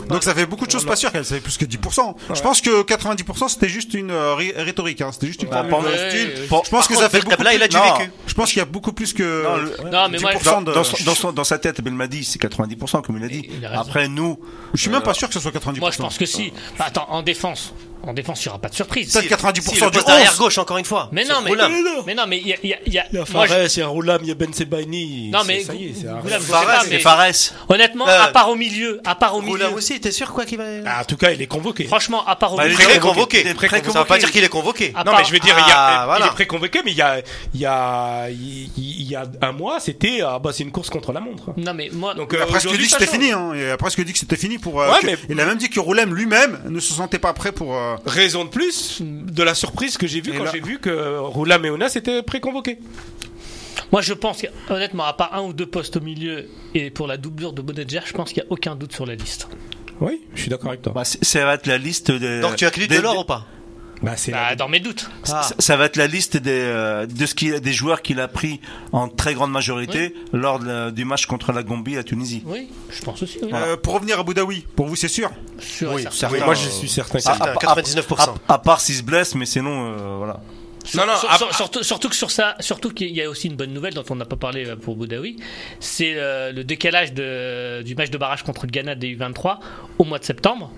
Speaker 1: Donc ça fait beaucoup de choses pas sûres qu'elle savait plus que 10%. Je pense que 90% c'était juste une euh, ré- rhétorique, hein. c'était juste
Speaker 4: Bah,
Speaker 1: une formule
Speaker 2: pendant-
Speaker 1: de style.
Speaker 3: ouais, ouais.
Speaker 1: Bon, je pense
Speaker 6: Par
Speaker 1: que ça
Speaker 6: contre,
Speaker 1: fait
Speaker 6: Verkabla,
Speaker 1: beaucoup. plus-
Speaker 6: il a du
Speaker 1: non,
Speaker 6: vécu.
Speaker 1: Je pense qu'il y a beaucoup plus que
Speaker 2: Non, le-
Speaker 3: Non, mais moi,
Speaker 1: 10% de.
Speaker 2: Dans, son- dans son- dans sa tête, Belmadi, c'est 90%, comme il a dit.
Speaker 3: Il a raison.
Speaker 2: Après, nous,
Speaker 1: Je suis même pas sûr que ce soit 90%.
Speaker 3: Moi, je pense que si. Bah, attends, en défense, en défense, il n'y aura pas de surprise.
Speaker 1: Peut-être 90%
Speaker 6: Si, le
Speaker 1: du
Speaker 6: poste arrière
Speaker 1: 11.
Speaker 6: gauche, encore une fois.
Speaker 3: Mais
Speaker 6: Sur
Speaker 3: non, mais,
Speaker 6: Roulin.
Speaker 3: mais non, mais il y a, il y a- il y a-
Speaker 4: Il y a
Speaker 3: moi, je-
Speaker 4: Fares, il y a Roulam, il y a Ben Sebaini.
Speaker 3: Non,
Speaker 4: C'est-
Speaker 3: mais
Speaker 4: Ça y est, c'est
Speaker 3: Goulam,
Speaker 4: un-
Speaker 3: je sais
Speaker 6: Fares,
Speaker 3: pas,
Speaker 6: c'est
Speaker 3: mais
Speaker 2: Fares.
Speaker 3: honnêtement,
Speaker 6: Euh,
Speaker 3: à part au milieu, à part au milieu,
Speaker 6: Roulin aussi, t'es sûr quoi qu'il va.
Speaker 4: Ah, En tout cas, il est convoqué.
Speaker 3: franchement, à part au
Speaker 2: Bah,
Speaker 3: milieu,
Speaker 2: il est
Speaker 6: Pré-convoqué.
Speaker 2: Il est
Speaker 6: Ça veut pas dire qu'il est convoqué.
Speaker 3: à
Speaker 4: Non,
Speaker 3: part-
Speaker 4: mais je veux dire, il, y a,
Speaker 6: Ah, voilà.
Speaker 4: il est préconvoqué, mais il y a, il y a, il il y a un mois, c'était, ah, bah, c'est une course contre la montre.
Speaker 3: non, mais moi,
Speaker 4: Donc,
Speaker 1: Il a
Speaker 4: euh,
Speaker 1: presque
Speaker 4: aujourd'hui,
Speaker 1: dit que
Speaker 4: ça
Speaker 1: c'était
Speaker 4: change.
Speaker 1: fini. Hein. Il a presque dit que c'était fini pour. euh,
Speaker 4: Ouais,
Speaker 1: que-
Speaker 4: mais-
Speaker 1: Il a même dit que Roulem lui-même ne se sentait pas prêt pour. euh,
Speaker 4: Raison de plus de la surprise que j'ai vue
Speaker 1: Et
Speaker 4: quand
Speaker 1: là-
Speaker 4: j'ai vu que Roulam et Onas étaient préconvoqués.
Speaker 3: moi, je pense que, honnêtement, à part un ou deux postes au milieu et pour la doublure de Bonadja, je pense qu'il n'y a aucun doute sur la liste.
Speaker 4: Oui, je suis d'accord avec toi.
Speaker 2: Bah, c'est- ça va être la liste des.
Speaker 6: Donc tu as crédit
Speaker 2: des-
Speaker 6: de l'or ou pas
Speaker 4: Bah, c'est
Speaker 3: Bah,
Speaker 4: la-
Speaker 3: dans mes doutes.
Speaker 6: Ah.
Speaker 2: Ça, ça va être la liste des, euh, de ce qui, des joueurs qu'il a pris en très grande majorité lors de la- du match contre la Gambie à Tunisie.
Speaker 3: Oui, je pense aussi. oui.
Speaker 1: euh, pour revenir à Boudaoui, pour vous c'est sûr.
Speaker 3: Sûr et
Speaker 6: oui,
Speaker 3: certain.
Speaker 6: certain.
Speaker 4: Oui, moi, je
Speaker 1: euh,
Speaker 4: suis certain. que-
Speaker 6: Certain,
Speaker 2: Ah, ah,
Speaker 6: 99%.
Speaker 2: À, à part s'il se blesse, mais sinon, euh, voilà.
Speaker 4: Non, non,
Speaker 3: Sur-
Speaker 4: à-
Speaker 3: sur- surtout, surtout que sur ça, surtout qu'il y a aussi une bonne nouvelle dont on n'a pas parlé euh, pour Boudaoui, c'est euh, le décalage de- du match de barrage contre le Ghana des U23 au mois de septembre,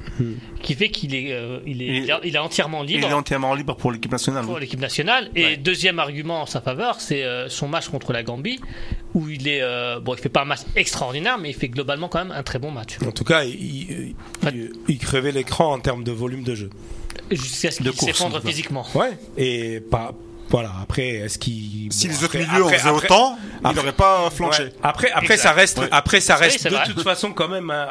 Speaker 3: qui fait qu'il est, euh, il est,
Speaker 2: Il-
Speaker 3: il est- il est entièrement
Speaker 2: Il
Speaker 3: libre.
Speaker 2: est entièrement libre pour l'équipe nationale.
Speaker 3: pour
Speaker 2: oui.
Speaker 3: l'équipe nationale et deuxième argument en sa faveur c'est euh, son match contre la Gambie où il est euh, bon il fait pas un match extraordinaire mais il fait globalement quand même un très bon match
Speaker 4: En tout cas, il, il-
Speaker 3: Ouais.
Speaker 4: il- il crevait l'écran en termes de volume de jeu.
Speaker 3: jusqu'à ce
Speaker 2: De
Speaker 3: qu'il
Speaker 2: course, en
Speaker 3: s'effondre
Speaker 2: tout cas.
Speaker 3: physiquement
Speaker 4: Ouais. Et pas Voilà. Après, est-ce qu'il
Speaker 1: Si
Speaker 4: bon,
Speaker 1: les autres
Speaker 4: après-
Speaker 1: milieux
Speaker 4: après-
Speaker 1: faisaient
Speaker 4: après-
Speaker 1: autant, ils
Speaker 4: après-
Speaker 1: n'auraient pas flanché.
Speaker 4: Ouais. Après, après ça reste,
Speaker 1: Ouais.
Speaker 4: après ça
Speaker 3: Oui,
Speaker 4: reste
Speaker 3: c'est
Speaker 4: de
Speaker 3: vrai.
Speaker 4: toute façon quand même un-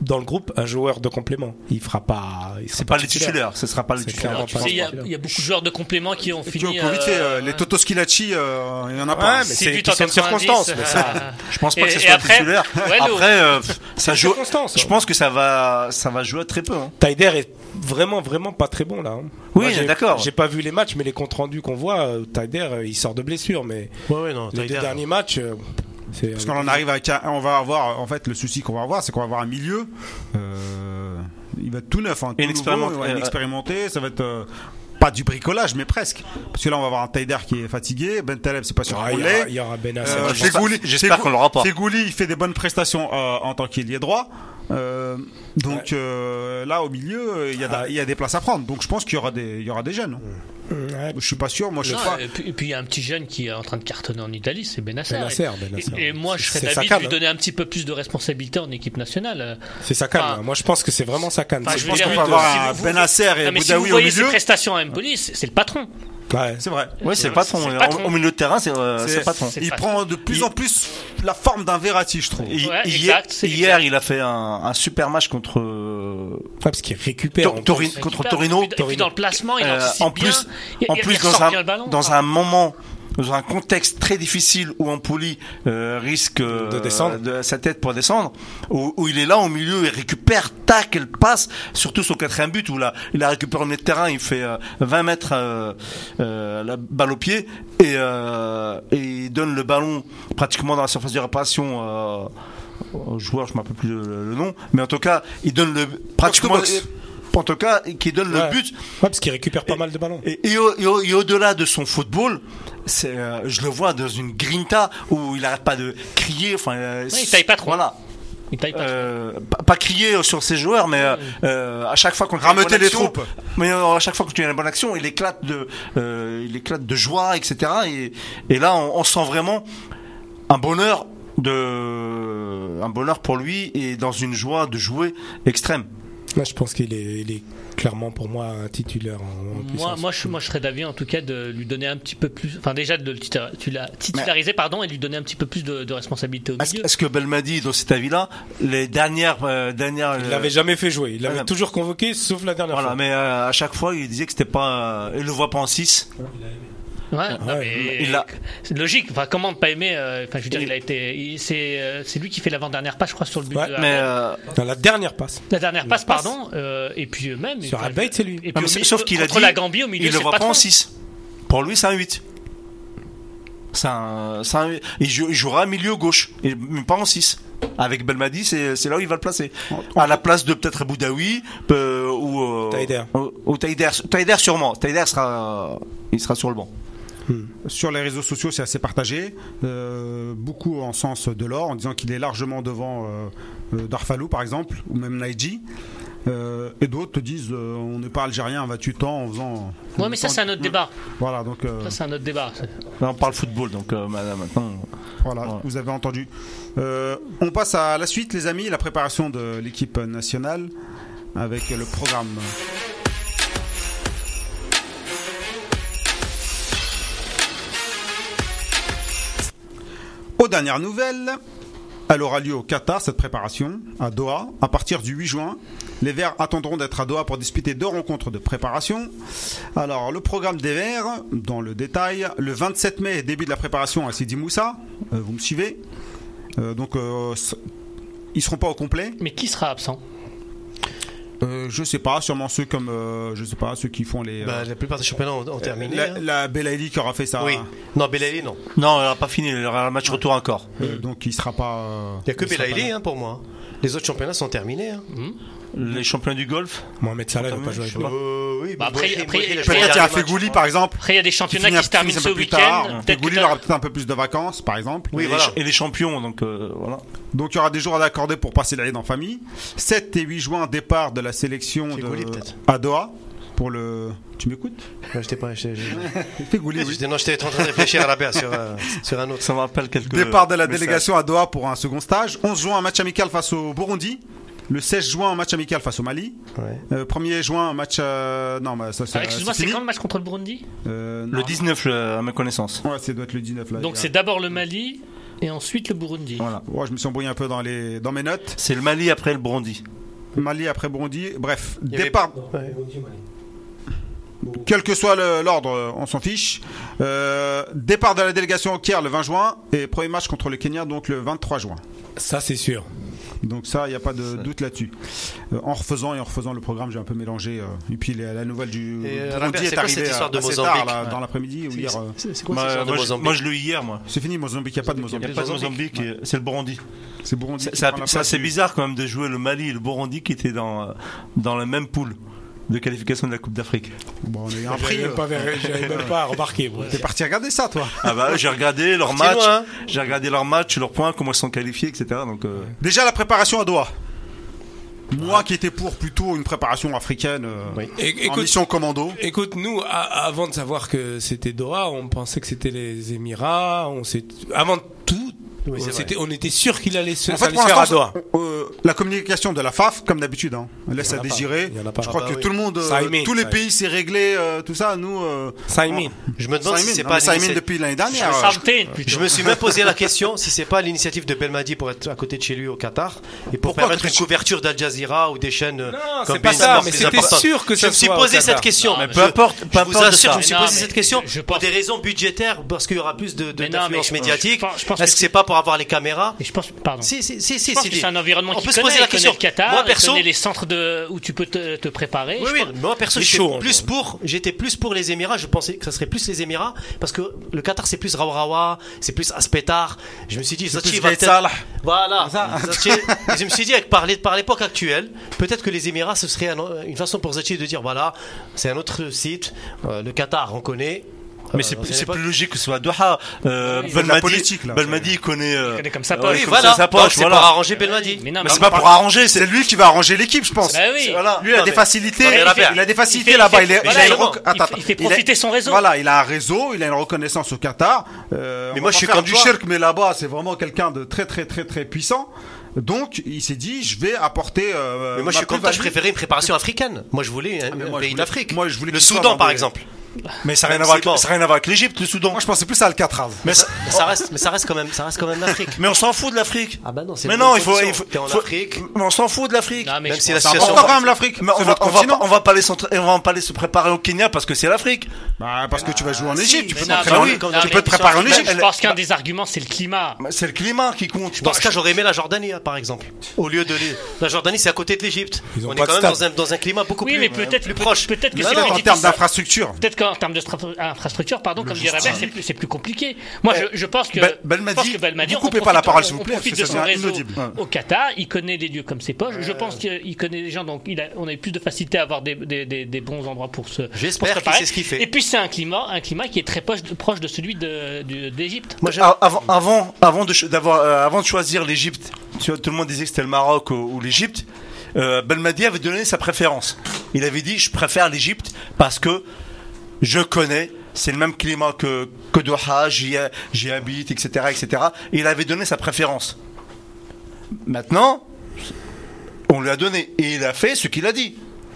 Speaker 4: dans le groupe un joueur de complément. Il fera pas. il sera
Speaker 2: C'est pas le titulaire, ce sera pas le
Speaker 4: C'est
Speaker 2: titulaire.
Speaker 4: clairement
Speaker 2: tu
Speaker 4: Ah, pas
Speaker 2: vois.
Speaker 3: Tu sais, Il y, a-
Speaker 4: Franchement,
Speaker 3: il y a beaucoup de joueurs de compléments qui ont
Speaker 1: Et tu vois,
Speaker 3: fini.
Speaker 1: qu'on vite fait, euh, les
Speaker 3: ouais.
Speaker 1: Toto Skilacci, euh, il n'y en a
Speaker 4: Ouais,
Speaker 1: pas.
Speaker 4: mais
Speaker 3: Six
Speaker 4: c'est
Speaker 3: buts
Speaker 4: des
Speaker 3: en
Speaker 4: circonstances.
Speaker 3: 90,
Speaker 4: mais ça-
Speaker 3: euh,
Speaker 2: Je pense pas
Speaker 3: Et-
Speaker 2: que ce
Speaker 3: et
Speaker 2: soit
Speaker 3: après-
Speaker 2: le titulaire.
Speaker 3: Ouais, Léo.
Speaker 2: après, euh, pff, ça
Speaker 4: des
Speaker 2: joue.
Speaker 4: circonstances,
Speaker 2: Je
Speaker 4: ouais.
Speaker 2: pense que ça va, ça va jouer à très peu. hein.
Speaker 4: Taider est vraiment vraiment pas très bon là. hein.
Speaker 2: Oui,
Speaker 4: Moi, j'ai-
Speaker 2: d'accord.
Speaker 4: J'ai pas vu les matchs, mais les comptes rendus qu'on voit, euh, Taider euh, il sort de blessure, mais
Speaker 6: Ouais, ah, ouais, non.
Speaker 4: les deux derniers matchs. euh, c'est-
Speaker 1: Parce qu'on en arrive avec un- on va avoir, en fait, le souci qu'on va avoir, c'est qu'on va avoir un milieu, euh, il va être tout neuf, hein, tout
Speaker 2: Inexpérimenté,
Speaker 1: nouveau, ouais,
Speaker 2: euh,
Speaker 1: inexpérimenté, ça va être, euh, pas du bricolage, mais presque. Parce que là, on va avoir un Taider qui est fatigué, Ben Taleb, c'est pas sûr
Speaker 4: Ah,
Speaker 1: qu'on
Speaker 4: il y aura-
Speaker 1: l'est.
Speaker 4: il y aura Ben Hassan.
Speaker 1: Euh,
Speaker 2: J'espère-
Speaker 1: Fegouli-
Speaker 2: j'espère qu'on l'aura pas.
Speaker 1: Fegouli, il fait des bonnes prestations euh, en tant qu'ailier droit. Euh, donc euh, là, au milieu, euh, il y, a da- il y a des places à prendre. Donc je pense qu'il y aura des, il y aura des jeunes.
Speaker 4: Ouais,
Speaker 1: Je suis pas sûr. Moi, je
Speaker 3: Non, euh,
Speaker 1: sais pas.
Speaker 3: et puis et puis il y a un petit jeune qui est en train de cartonner en Italie, c'est Benacer.
Speaker 4: Benasser,
Speaker 3: Et-
Speaker 4: Benasser.
Speaker 3: Et, et moi, je serais
Speaker 4: Ben C'est sa
Speaker 3: d'avis de
Speaker 4: canne,
Speaker 3: lui
Speaker 4: hein.
Speaker 3: donner un petit peu plus de responsabilité en équipe nationale.
Speaker 4: C'est sa canne.
Speaker 3: Enfin,
Speaker 4: hein. Moi, je pense que c'est vraiment sa canne.
Speaker 3: enfin,
Speaker 4: C'est-
Speaker 1: Je
Speaker 3: je veux
Speaker 1: pense
Speaker 3: dire, euh,
Speaker 1: qu'on va
Speaker 3: si
Speaker 1: avoir un
Speaker 3: vous-
Speaker 1: Benacer et
Speaker 2: Eh,
Speaker 3: Non, Ah, mais si vous
Speaker 1: Boudaoui au
Speaker 3: voyez ses
Speaker 1: milieu.
Speaker 3: prestations à Empoli, c'est c'est le patron.
Speaker 4: Ouais.
Speaker 1: C'est vrai.
Speaker 2: Ouais, c'est
Speaker 3: Ouais,
Speaker 2: le patron.
Speaker 3: c'est le
Speaker 2: En-
Speaker 3: patron.
Speaker 2: Au milieu de terrain, c'est euh, c'est le
Speaker 1: C'est-
Speaker 2: patron.
Speaker 3: c'est le
Speaker 1: Il
Speaker 3: patron.
Speaker 1: prend de plus en plus la forme d'un Verratti, je trouve.
Speaker 2: Hi-
Speaker 3: Ouais,
Speaker 2: hier,
Speaker 3: exact, c'est
Speaker 2: hier,
Speaker 3: exact.
Speaker 2: il a fait un, un super match contre euh,
Speaker 4: Ouais, parce qu'il récupère.
Speaker 2: Tor-
Speaker 4: en
Speaker 2: Torino-
Speaker 3: C'est
Speaker 2: contre
Speaker 3: super,
Speaker 2: Torino.
Speaker 3: Et puis, et puis dans le placement, il
Speaker 2: Euh,
Speaker 3: anticipe
Speaker 2: en plus,
Speaker 3: bien, il-
Speaker 2: en
Speaker 3: il
Speaker 2: plus
Speaker 3: ressort
Speaker 2: dans un
Speaker 3: bien le ballon.
Speaker 2: dans un moment, dans un contexte très difficile où Ampoli euh, risque euh,
Speaker 4: De descendre.
Speaker 2: de sa tête pour descendre, où, où il est là au milieu, il récupère, tac, il passe, surtout son quatrième but où là, il a récupéré au milieu de terrain, il fait euh, 20 mètres euh, euh, la balle au pied et, euh, et il donne le ballon pratiquement dans la surface de réparation. Euh, au joueur, je ne m'appelle plus le, le nom, mais en tout cas, il donne le pratiquement,
Speaker 1: box.
Speaker 2: en tout cas, qui donne
Speaker 4: Ouais.
Speaker 2: le but
Speaker 4: Ouais, parce qu'il récupère pas mal de ballons.
Speaker 2: et, et au- et au- et au-delà de son football, c'est, euh, je le vois dans une grinta où il n'arrête pas de crier. Enfin, euh,
Speaker 3: il taille pas trop.
Speaker 2: Voilà.
Speaker 3: Il taille pas. Mm.
Speaker 2: Euh, pas, pas crier sur ses joueurs, mais euh, euh, à chaque fois qu'on
Speaker 1: Rameuter les troupes.
Speaker 2: Mais euh, à chaque fois que tu as une bonne action, il éclate de, euh, il éclate de joie, etc. Et, et là, on, on sent vraiment un bonheur de, un bonheur pour lui et dans une joie de jouer extrême.
Speaker 4: Moi, je pense qu'il est, il est clairement pour moi un titulaire en, en
Speaker 3: Moi,
Speaker 4: puissance.
Speaker 3: moi, je, moi, je serais d'avis en tout cas de lui donner un petit peu plus, enfin déjà de le titula- tu l'as titularisé pardon et lui donner un petit peu plus de, de responsabilité au
Speaker 2: Est-ce
Speaker 3: milieu.
Speaker 2: est-ce que Belmadi, dans cet avis-là, les dernières, euh, dernières,
Speaker 4: il
Speaker 2: euh,
Speaker 4: l'avait jamais fait jouer. Il l'avait
Speaker 2: voilà.
Speaker 4: toujours convoqué, sauf la dernière
Speaker 2: Voilà,
Speaker 4: fois.
Speaker 2: mais euh, à chaque fois, il disait que c'était pas. euh, il le voit pas en 6.
Speaker 3: Ouais, non, mais-
Speaker 2: il l'a-
Speaker 3: c'est logique. Enfin, comment ne pas aimer euh, Enfin, je veux dire,
Speaker 2: Il-
Speaker 3: il a été, il- c'est, euh, c'est lui qui fait l'avant dernière passe, je crois, sur le but.
Speaker 4: Ouais,
Speaker 3: de
Speaker 2: Mais,
Speaker 3: Havertz.
Speaker 2: euh,
Speaker 4: Dans la dernière passe.
Speaker 3: la dernière
Speaker 4: la
Speaker 3: passe,
Speaker 4: passe.
Speaker 3: pardon. euh, et puis euh, même.
Speaker 4: Sur
Speaker 3: enfin,
Speaker 4: Abate, c'est
Speaker 3: Et
Speaker 4: lui.
Speaker 2: non,
Speaker 3: puis,
Speaker 2: mais
Speaker 3: au
Speaker 2: c'est-
Speaker 3: milieu-
Speaker 2: sauf qu'il a
Speaker 3: contre
Speaker 2: dit.
Speaker 3: la Gambie au
Speaker 2: il
Speaker 3: milieu,
Speaker 2: le
Speaker 3: c'est
Speaker 2: voit
Speaker 3: le
Speaker 2: pas en
Speaker 3: patron.
Speaker 2: 6. Pour lui, c'est un 8. C'est un, c'est un huit. il, jou- il jouera milieu gauche, et, mais pas en 6. Avec Belmadi, c'est c'est là où il va le placer. À la place de peut-être Boudaoui euh, ou. euh,
Speaker 4: Taider.
Speaker 2: Ou, ou Taider. Taider sûrement. Taider sera, il sera sur le banc.
Speaker 1: Sur les réseaux sociaux, c'est assez partagé. Euh, beaucoup en sens de l'or, en disant qu'il est largement devant euh, euh, Darfalou, par exemple, ou même Naiji. Euh, et d'autres te disent euh, on n'est pas algérien, vas-tu tant en faisant.
Speaker 3: Ouais, mais ça, c'est un autre débat.
Speaker 1: Voilà, donc euh,
Speaker 3: Ça, c'est un autre débat.
Speaker 2: Là, on parle football, donc euh, maintenant.
Speaker 1: voilà, vous avez entendu. Euh, on passe à la suite, les amis, la préparation de l'équipe nationale avec le programme. Aux dernières nouvelles, elle aura lieu au Qatar, cette préparation, à Doha, à partir du 8 juin. Les Verts attendront d'être à Doha pour disputer deux rencontres de préparation. Alors, le programme des Verts, dans le détail, le 27 mai, début de la préparation à Sidi Moussa. Euh, vous me suivez Euh, Donc, euh, c- ils seront pas au complet.
Speaker 3: Mais qui sera absent
Speaker 1: Euh, je sais pas, sûrement ceux comme, euh, je sais pas, ceux qui font les. euh,
Speaker 6: Bah, la plupart des championnats ont, ont terminé.
Speaker 1: la
Speaker 6: hein.
Speaker 1: la Belaïli qui aura fait ça.
Speaker 6: Oui. Non, Belaïli, non.
Speaker 2: Non, il n'a pas fini, il y aura un match retour encore.
Speaker 1: Euh, donc, il sera pas. euh,
Speaker 6: Il n'y a que
Speaker 1: il sera pas
Speaker 6: Belaïli
Speaker 1: là.
Speaker 6: hein, pour moi. Les autres championnats sont terminés. Hein.
Speaker 2: Les champions du golf
Speaker 4: Mohamed Salah ne va pas jouer avec nous.
Speaker 6: Euh, oui,
Speaker 3: Bah, après-
Speaker 6: Boyer-
Speaker 3: après,
Speaker 6: Boyer, a
Speaker 3: peut-être
Speaker 6: joué
Speaker 1: Peut-être il y
Speaker 6: le
Speaker 1: a
Speaker 6: dernier
Speaker 1: Fegouli,
Speaker 6: match.
Speaker 1: par exemple.
Speaker 3: Après, il y a des championnats
Speaker 1: finit un-
Speaker 3: qui se terminent
Speaker 1: finit un
Speaker 3: ce
Speaker 1: peu plus tard.
Speaker 3: week-end. Peut-être que
Speaker 1: Fegouli, il
Speaker 3: t'as-
Speaker 1: hein. aura peut-être un peu plus de vacances, par exemple.
Speaker 6: Oui,
Speaker 2: et,
Speaker 6: voilà.
Speaker 2: les, et les champions, donc euh, voilà.
Speaker 1: Donc il y aura des jours à accorder pour passer l'année en famille. 7 et 8 juin, départ de la sélection de,
Speaker 6: Fégouli, peut-être.
Speaker 1: à Doha. Pour le... Tu m'écoutes
Speaker 6: Non, j'étais pas. j'étais- j'étais-
Speaker 1: Fégouli, Eh oui.
Speaker 6: j'étais- non, j'étais en train de réfléchir à la paire sur, euh, sur un autre.
Speaker 2: Ça me rappelle quelques.
Speaker 1: Départ de la
Speaker 2: messages.
Speaker 1: délégation à Doha pour un second stage. 11 juin, un match amical face au Burundi. Le 16 juin, un match amical face au Mali.
Speaker 6: Ouais.
Speaker 1: Euh, 1er juin, un match. euh, non, bah, ça c'est.
Speaker 3: Ah, Excuse-moi, c'est
Speaker 1: fini.
Speaker 3: quand le match contre le Burundi
Speaker 1: Euh, non.
Speaker 2: Le 19, euh, à ma connaissance.
Speaker 1: Ouais, ça doit être le 19 là.
Speaker 3: Donc
Speaker 1: il y a-
Speaker 3: c'est d'abord le Mali et ensuite le Burundi.
Speaker 2: Voilà.
Speaker 1: Ouais, je me suis embrouillé un peu dans, les, dans mes notes.
Speaker 2: C'est le Mali après le Burundi.
Speaker 1: Mali après Burundi. Bref,
Speaker 6: y avait-
Speaker 1: départ.
Speaker 6: Ouais.
Speaker 1: Quel que soit le- l'ordre, euh, on s'en fiche. Euh, départ de la délégation au Caire le 20 juin et premier match contre le Kenya donc le 23 juin.
Speaker 4: Ça, c'est sûr.
Speaker 1: Donc ça, il n'y a pas de doute là-dessus. Euh, en refaisant et en refaisant le programme, j'ai un peu mélangé. euh, et puis la, la nouvelle du
Speaker 6: Et, euh,
Speaker 1: Burundi
Speaker 6: Robert, c'est
Speaker 1: est
Speaker 6: quoi
Speaker 1: arrivée euh,
Speaker 6: cette histoire de
Speaker 1: assez
Speaker 6: Mozambique
Speaker 1: tard, là,
Speaker 6: Ouais.
Speaker 1: dans l'après-midi ou hier. euh,
Speaker 8: C'est c'est quoi
Speaker 2: Bah,
Speaker 8: cette histoire
Speaker 2: moi,
Speaker 6: de
Speaker 2: je,
Speaker 6: Mozambique
Speaker 2: moi, je l'ai eu hier, moi.
Speaker 1: C'est fini, Mozambique, il n'y a pas de
Speaker 2: Il n'y a
Speaker 1: Mozambique.
Speaker 2: pas de Mozambique, euh, c'est le Burundi.
Speaker 1: C'est Burundi.
Speaker 2: C'est-
Speaker 1: qui
Speaker 2: c'est-
Speaker 1: prend la
Speaker 2: C'est
Speaker 1: place
Speaker 2: assez
Speaker 1: du-
Speaker 2: bizarre quand même de jouer le Mali et le Burundi qui étaient dans, euh, dans la même poule de qualification de la Coupe d'Afrique.
Speaker 1: Bon, on a eu un prix.
Speaker 4: J'avais même,
Speaker 1: euh.
Speaker 4: pas ver- j'avais même pas remarqué. moi.
Speaker 1: T'es parti regarder ça, toi.
Speaker 2: Ah bah j'ai regardé leur
Speaker 6: Parti
Speaker 2: match,
Speaker 6: loin.
Speaker 2: j'ai regardé leur match, leurs points, comment ils sont qualifiés, etc. Donc euh,
Speaker 1: Déjà la préparation à Doha. Moi qui étais pour plutôt une préparation africaine euh,
Speaker 4: Et-
Speaker 1: en
Speaker 4: écoute-
Speaker 1: mission commando.
Speaker 4: Écoute, nous, a- avant de savoir que c'était Doha, on pensait que c'était les Émirats. On s'est- avant tout, on, s'était- on était sûr qu'il allait se,
Speaker 1: En
Speaker 4: ça
Speaker 1: fait,
Speaker 4: allait se
Speaker 1: pour
Speaker 4: faire à Doha.
Speaker 1: l'instant, euh, la communication de la FAF, comme d'habitude, hein, laisse
Speaker 4: Il y en
Speaker 1: à
Speaker 4: a pas.
Speaker 1: désirer.
Speaker 4: Il y en a pas.
Speaker 1: Je crois
Speaker 6: Ah bah
Speaker 1: que
Speaker 6: oui.
Speaker 1: tout le monde, euh,
Speaker 4: Ça a aimé,
Speaker 1: tous les
Speaker 4: ça a
Speaker 1: pays, c'est réglé, euh, tout ça. Nous, euh,
Speaker 4: Ça a aimé.
Speaker 6: Je me demande
Speaker 1: ça a
Speaker 6: si
Speaker 1: aimé.
Speaker 6: c'est
Speaker 1: Non,
Speaker 6: pas
Speaker 1: mais ça a aimé
Speaker 6: l'initiative-
Speaker 1: depuis l'année dernière.
Speaker 3: Le
Speaker 1: euh,
Speaker 3: Sartain,
Speaker 6: Je
Speaker 3: plutôt.
Speaker 6: me suis même posé la question si c'est pas l'initiative de Belmadi pour être à côté de chez lui au Qatar et pour
Speaker 1: Pourquoi
Speaker 6: permettre une couverture d'Al Jazeera ou des chaînes euh,
Speaker 4: Non,
Speaker 6: comme
Speaker 4: c'est pas
Speaker 6: BNN,
Speaker 4: ça,
Speaker 6: c'est
Speaker 4: mais
Speaker 6: plus
Speaker 4: c'était
Speaker 6: important.
Speaker 4: sûr que
Speaker 6: Je
Speaker 4: ça
Speaker 6: me suis
Speaker 4: soit au
Speaker 6: posé
Speaker 4: Qatar.
Speaker 6: cette question.
Speaker 3: Non, mais
Speaker 6: Je-
Speaker 2: peu importe, peu
Speaker 6: Je vous
Speaker 2: importe de
Speaker 6: assure,
Speaker 2: ça.
Speaker 6: je me suis
Speaker 3: Mais non,
Speaker 6: posé
Speaker 3: mais
Speaker 6: cette question
Speaker 3: je- je
Speaker 6: pour
Speaker 3: pense-
Speaker 6: des raisons budgétaires parce qu'il y aura plus de, de
Speaker 3: Mais non, mais
Speaker 6: d'influence
Speaker 3: je- je
Speaker 6: médiatique.
Speaker 3: pense- je pense que
Speaker 6: Est-ce que c'est pas pour avoir les caméras
Speaker 3: Et je pense, pardon.
Speaker 6: Si, si, si, si,
Speaker 3: Je pense
Speaker 6: si,
Speaker 3: que
Speaker 6: si.
Speaker 3: c'est un environnement
Speaker 6: On
Speaker 3: qui
Speaker 6: peut se
Speaker 3: connaît,
Speaker 6: poser la
Speaker 3: il connaît
Speaker 6: question.
Speaker 3: le Qatar,
Speaker 6: Moi
Speaker 3: il
Speaker 6: perso,
Speaker 3: connaît les centres de, où tu peux te, te préparer.
Speaker 6: oui,
Speaker 3: Je
Speaker 6: oui,
Speaker 3: pense-
Speaker 6: moi perso,
Speaker 4: Il est
Speaker 6: j'étais
Speaker 4: chaud, hein,
Speaker 6: plus
Speaker 4: quand
Speaker 6: pour, j'étais plus pour les Émirats. Je pensais que ça serait plus les Émirats parce que le Qatar c'est plus Rawrawa, c'est plus Aspetar. Je me suis dit, Zachi
Speaker 1: plus
Speaker 6: va
Speaker 1: Gaët
Speaker 6: peut-être-
Speaker 1: Salah.
Speaker 6: Voilà. Zachi- et je me suis dit, avec par, les- par l'époque actuelle, peut-être que les Émirats ce serait un- une façon pour Zachi de dire, voilà, c'est un autre site. euh, le Qatar, on connaît.
Speaker 2: mais
Speaker 6: Euh,
Speaker 2: c'est
Speaker 6: dans une
Speaker 2: c'est
Speaker 6: époque-
Speaker 2: plus logique que ce soit à Doha. Euh,
Speaker 1: de la
Speaker 2: Belmadi,
Speaker 1: politique, là.
Speaker 2: Belmadi, il connaît. euh,
Speaker 3: Il connaît comme ça
Speaker 2: euh,
Speaker 3: poche.
Speaker 2: oui,
Speaker 6: Oui,
Speaker 2: comme
Speaker 6: voilà.
Speaker 2: ça, sa
Speaker 6: Donc,
Speaker 2: poche,
Speaker 6: c'est Ben
Speaker 2: voilà.
Speaker 6: pour arranger Belmadi.
Speaker 3: Mais non,
Speaker 2: Mais
Speaker 3: mais
Speaker 2: c'est pas pour arranger, c'est
Speaker 1: C'est lui qui va arranger l'équipe, je pense.
Speaker 3: Bah oui.
Speaker 1: Voilà. Lui, il a
Speaker 6: Non,
Speaker 1: des
Speaker 6: mais-
Speaker 1: facilités.
Speaker 3: Ouais, il a fait-
Speaker 1: il a des facilités
Speaker 3: il fait-
Speaker 1: là-bas.
Speaker 3: il fait-
Speaker 1: est-
Speaker 3: voilà,
Speaker 1: a une
Speaker 3: il-
Speaker 1: rec-
Speaker 3: il
Speaker 1: attends,
Speaker 3: fait- il fait
Speaker 1: a-
Speaker 3: profiter son réseau.
Speaker 1: Voilà, il a un réseau, il a une reconnaissance au Qatar. Euh, on va
Speaker 6: Mais moi,
Speaker 1: pas
Speaker 6: je suis
Speaker 1: faire
Speaker 6: comme
Speaker 1: du
Speaker 6: toi.
Speaker 1: shirk, mais là-bas, c'est vraiment quelqu'un de très, très, très, très puissant. Donc, il s'est dit, je vais apporter. euh,
Speaker 6: Mais moi, je
Speaker 1: ma
Speaker 6: suis content, je
Speaker 1: plus-value.
Speaker 6: préférais une préparation africaine. Moi, je voulais un,
Speaker 1: mais moi,
Speaker 6: un
Speaker 1: je
Speaker 6: pays
Speaker 1: voulais-
Speaker 6: d'Afrique.
Speaker 1: moi, je voulais
Speaker 6: Le
Speaker 1: qu'il soit
Speaker 6: Soudan,
Speaker 1: dans
Speaker 6: par
Speaker 1: des-
Speaker 6: exemple.
Speaker 2: Mais ça n'a rien, à voir avec-
Speaker 6: bon.
Speaker 2: ça a rien à voir avec l'Égypte, le Soudan.
Speaker 1: Moi, je pensais plus à Alcatraz.
Speaker 6: Mais ça, ça reste, mais ça reste quand même, ça reste quand même l'Afrique.
Speaker 2: Mais on s'en fout de l'Afrique.
Speaker 6: Ah bah non, c'est
Speaker 2: Mais
Speaker 6: une
Speaker 2: non,
Speaker 6: bonne
Speaker 2: il faut.
Speaker 6: solution.
Speaker 2: il faut-
Speaker 6: T'es en
Speaker 2: faut-
Speaker 6: Afrique.
Speaker 2: Mais on s'en fout de l'Afrique.
Speaker 3: Non, mais
Speaker 6: Même
Speaker 3: je
Speaker 6: si
Speaker 3: pense-
Speaker 6: la
Speaker 1: C'est
Speaker 6: situation. Bah,
Speaker 1: important quand même l'Afrique.
Speaker 2: Mais on
Speaker 1: C'est
Speaker 2: va,
Speaker 1: notre
Speaker 2: on, va, pas-
Speaker 1: continent.
Speaker 2: on va pas les centrer- on va pas les se préparer au Kenya parce que c'est l'Afrique.
Speaker 1: Bah, parce que tu vas jouer en Égypte, tu peux
Speaker 3: Mais non,
Speaker 6: bah
Speaker 1: t'entraîner en
Speaker 3: mais-
Speaker 1: Égypte.
Speaker 3: non,
Speaker 1: tu
Speaker 3: mais-
Speaker 1: peux te préparer en
Speaker 3: je
Speaker 1: Égypte.
Speaker 3: pense qu'un des arguments, c'est le climat.
Speaker 2: Mais C'est le climat qui compte.
Speaker 6: Dans ce cas, j'aurais aimé la Jordanie, hein, par exemple. Au lieu de les- la Jordanie, c'est à côté de l'Égypte.
Speaker 4: Ils ont
Speaker 6: On est
Speaker 4: pas de
Speaker 6: quand même
Speaker 4: stade.
Speaker 6: dans un, dans un climat beaucoup
Speaker 3: Oui,
Speaker 6: plus,
Speaker 3: mais peut-être-
Speaker 6: plus
Speaker 3: peut-
Speaker 6: proche.
Speaker 3: peut-être que
Speaker 6: Non,
Speaker 3: c'est
Speaker 6: non,
Speaker 1: En
Speaker 3: difficile,
Speaker 1: termes
Speaker 3: ça.
Speaker 1: d'infrastructure.
Speaker 3: Peut-être qu'en termes de stra- infrastructure, pardon, comme dirait Robert, c'est plus, c'est plus compliqué. Moi, je, je pense que
Speaker 1: Bel- Belmadi,
Speaker 3: je pense que Belmadi,
Speaker 1: vous
Speaker 3: on
Speaker 1: coupez
Speaker 3: profite-
Speaker 1: pas la parole,
Speaker 3: on-
Speaker 1: s'il vous
Speaker 3: on
Speaker 1: plaît,
Speaker 3: profite
Speaker 1: parce que
Speaker 3: de
Speaker 1: ça
Speaker 3: son
Speaker 1: devient
Speaker 3: réseau
Speaker 1: inaudible. Ouais.
Speaker 3: au Qatar. Il connaît les lieux comme ses poches. Je pense qu'il connaît les gens, donc il a, on a eu plus de facilité à avoir des, des, des, des bons endroits pour se. pour se
Speaker 6: J'espère qu'il
Speaker 3: préparer.
Speaker 6: sait ce qu'il fait.
Speaker 3: Et puis c'est un climat, un climat qui est très proche, de- proche de celui de- du- d'Égypte.
Speaker 6: Moi, j'aime-
Speaker 2: Ah, avant, avant, avant de, cho- d'avoir, euh, avant de choisir l'Égypte, tu vois, tout le monde disait que c'était le Maroc ou, ou l'Égypte. Euh, Belmadi avait donné sa préférence. Il avait dit je préfère l'Égypte parce que je connais, c'est le même climat que, que Doha, j'y, j'y habite, etc., etc. Et il avait donné sa préférence. Maintenant, on lui a donné et il a fait ce qu'il a dit.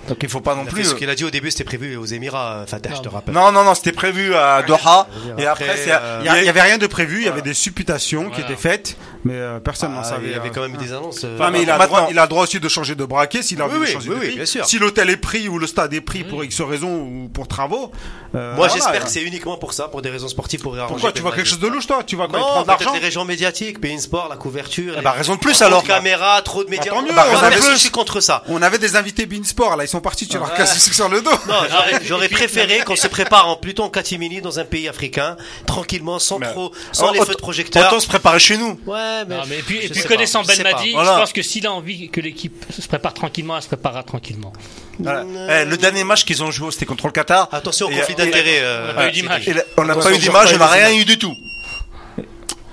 Speaker 2: Donc il faut pas non
Speaker 6: il a fait
Speaker 2: plus.
Speaker 1: euh,
Speaker 6: ce qu'il a dit au début, c'était prévu aux Émirats, euh, Fatah, je te rappelle.
Speaker 2: Non, non, non, c'était prévu à Doha.
Speaker 6: Ah, dire,
Speaker 2: Et après,
Speaker 6: après,
Speaker 2: c'est à-
Speaker 6: euh,
Speaker 1: Il
Speaker 2: il y a-
Speaker 1: n'y avait rien de prévu, il y avait des supputations qui étaient faites, mais euh, personne n'en
Speaker 6: Ah,
Speaker 1: savait.
Speaker 6: il y avait
Speaker 1: euh,
Speaker 6: quand même eu des annonces. euh,
Speaker 1: Enfin, mais il a,
Speaker 2: Maintenant-
Speaker 1: droit, il a droit aussi de changer de braquet s'il a
Speaker 6: Oui,
Speaker 1: envie
Speaker 6: oui,
Speaker 1: de changer
Speaker 6: oui,
Speaker 1: de
Speaker 6: oui,
Speaker 1: prix.
Speaker 6: bien sûr. Mm.
Speaker 1: Si l'hôtel est pris ou le stade est pris pour X raison ou pour travaux. euh,
Speaker 6: Moi,
Speaker 1: voilà.
Speaker 6: j'espère que c'est uniquement pour ça, pour des raisons sportives, pour arranger
Speaker 1: Pourquoi Tu vois quelque
Speaker 6: Belmadi.
Speaker 1: chose de louche, toi Tu vas quoi
Speaker 6: Non,
Speaker 1: prendre de
Speaker 6: peut-être
Speaker 1: l'argent
Speaker 6: les régions médiatiques, Bein Sport, la couverture.
Speaker 2: Eh
Speaker 6: les-
Speaker 2: ben, raison de plus,
Speaker 6: trop
Speaker 2: alors.
Speaker 6: de caméras, trop de médias.
Speaker 1: Bah, tant mieux,
Speaker 6: Bah,
Speaker 1: raison
Speaker 6: moi,
Speaker 1: de
Speaker 6: perso,
Speaker 1: plus.
Speaker 6: je suis contre ça.
Speaker 1: On avait des invités Beansport, là, ils sont partis, tu leur casses sur le dos.
Speaker 6: Ah. Non, j'aurais- j'aurais préféré qu'on se prépare en plutôt en catimini dans un pays africain, tranquillement, sans trop, Bah, sans les
Speaker 2: autant-
Speaker 6: feux de projecteurs.
Speaker 2: Autant se préparer chez nous.
Speaker 6: Ouais, mais,
Speaker 3: Non, mais et puis, et
Speaker 6: je
Speaker 3: puis
Speaker 6: sais
Speaker 3: connaissant
Speaker 6: pas, je sais
Speaker 3: Belmadi,
Speaker 6: pas.
Speaker 2: Voilà.
Speaker 3: je pense que s'il a envie que l'équipe se prépare tranquillement, elle se préparera tranquillement.
Speaker 2: Voilà. Eh, le dernier match qu'ils ont joué, c'était contre le Qatar.
Speaker 6: Attention au
Speaker 2: Et-
Speaker 6: conflit
Speaker 2: et-
Speaker 6: d'intérêt.
Speaker 3: On
Speaker 6: euh,
Speaker 3: n'a pas eu
Speaker 6: c'était-
Speaker 3: d'image.
Speaker 2: et la- on n'a
Speaker 4: Attention,
Speaker 2: pas eu d'image,
Speaker 4: on
Speaker 2: on
Speaker 4: n'a
Speaker 2: n'a
Speaker 4: pas eu
Speaker 2: rien eu du tout.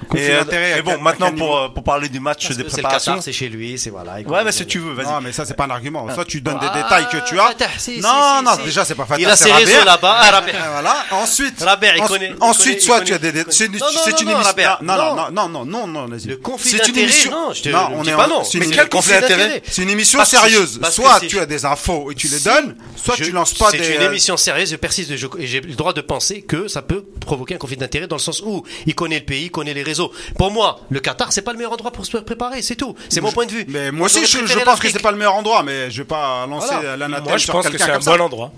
Speaker 1: conflit
Speaker 2: euh,
Speaker 1: d'intérêt
Speaker 2: et
Speaker 1: avec-
Speaker 2: bon,
Speaker 1: avec
Speaker 2: maintenant
Speaker 1: un
Speaker 2: pour, euh, pour parler du match des
Speaker 6: C'est le
Speaker 2: préparations.
Speaker 6: Qatar, c'est chez lui, c'est voilà. il
Speaker 2: Ouais,
Speaker 6: comprend
Speaker 2: mais si
Speaker 6: bien.
Speaker 2: tu veux, vas-y.
Speaker 1: Non, mais ça, c'est pas un argument. Soit tu donnes
Speaker 6: Ah,
Speaker 1: des détails que tu as.
Speaker 6: Fatah, si, si,
Speaker 1: non,
Speaker 6: si,
Speaker 1: non,
Speaker 6: si.
Speaker 1: déjà, c'est pas Fatah.
Speaker 6: Il a
Speaker 1: c'est
Speaker 6: ses
Speaker 1: Rabea.
Speaker 6: réseaux là-bas. Ah, Rabea.
Speaker 1: Ah, Voilà, ensuite.
Speaker 6: Rabea, il
Speaker 1: en-
Speaker 6: connaît- il connaît-
Speaker 1: Ensuite,
Speaker 6: il
Speaker 1: soit
Speaker 6: connaît-
Speaker 1: tu as des.
Speaker 6: il connaît-
Speaker 1: C'est une
Speaker 6: Non, non,
Speaker 1: c'est
Speaker 6: non,
Speaker 1: une
Speaker 6: non,
Speaker 1: émission.
Speaker 6: Rabea.
Speaker 1: Non, non, non, non, non, non, Nazir.
Speaker 6: Le conflit
Speaker 1: C'est une
Speaker 6: d'intérêt,
Speaker 1: émission.
Speaker 6: non, je te-
Speaker 1: Non,
Speaker 6: je
Speaker 1: on
Speaker 6: dis
Speaker 1: est
Speaker 6: pas
Speaker 1: en-
Speaker 6: non.
Speaker 1: C'est
Speaker 6: Mais
Speaker 1: une
Speaker 6: quel conflit d'intérêt
Speaker 1: C'est une émission
Speaker 6: Parce que c'est-
Speaker 1: sérieuse.
Speaker 6: parce que
Speaker 1: Soit
Speaker 6: c'est-
Speaker 1: tu as des infos et tu les
Speaker 6: Si.
Speaker 1: donnes. Soit
Speaker 6: Je-
Speaker 1: tu lances pas des. euh,
Speaker 6: C'est une émission sérieuse, je persiste je- et j'ai le droit de penser que ça peut provoquer un conflit d'intérêt dans le sens où il connaît le pays, il connaît les réseaux. Pour moi, le Qatar, c'est pas le meilleur endroit pour se préparer, c'est tout. C'est mon point de vue.
Speaker 1: Mais moi aussi,
Speaker 6: J'aurais
Speaker 1: je, je
Speaker 6: préféré
Speaker 1: pense que
Speaker 6: l'Afrique.
Speaker 1: c'est pas le meilleur endroit, mais je vais pas lancer
Speaker 6: Voilà.
Speaker 1: l'anathème
Speaker 4: Moi, je
Speaker 1: sur
Speaker 4: pense que c'est
Speaker 1: quelqu'un
Speaker 4: un
Speaker 1: comme ça.
Speaker 4: bon endroit.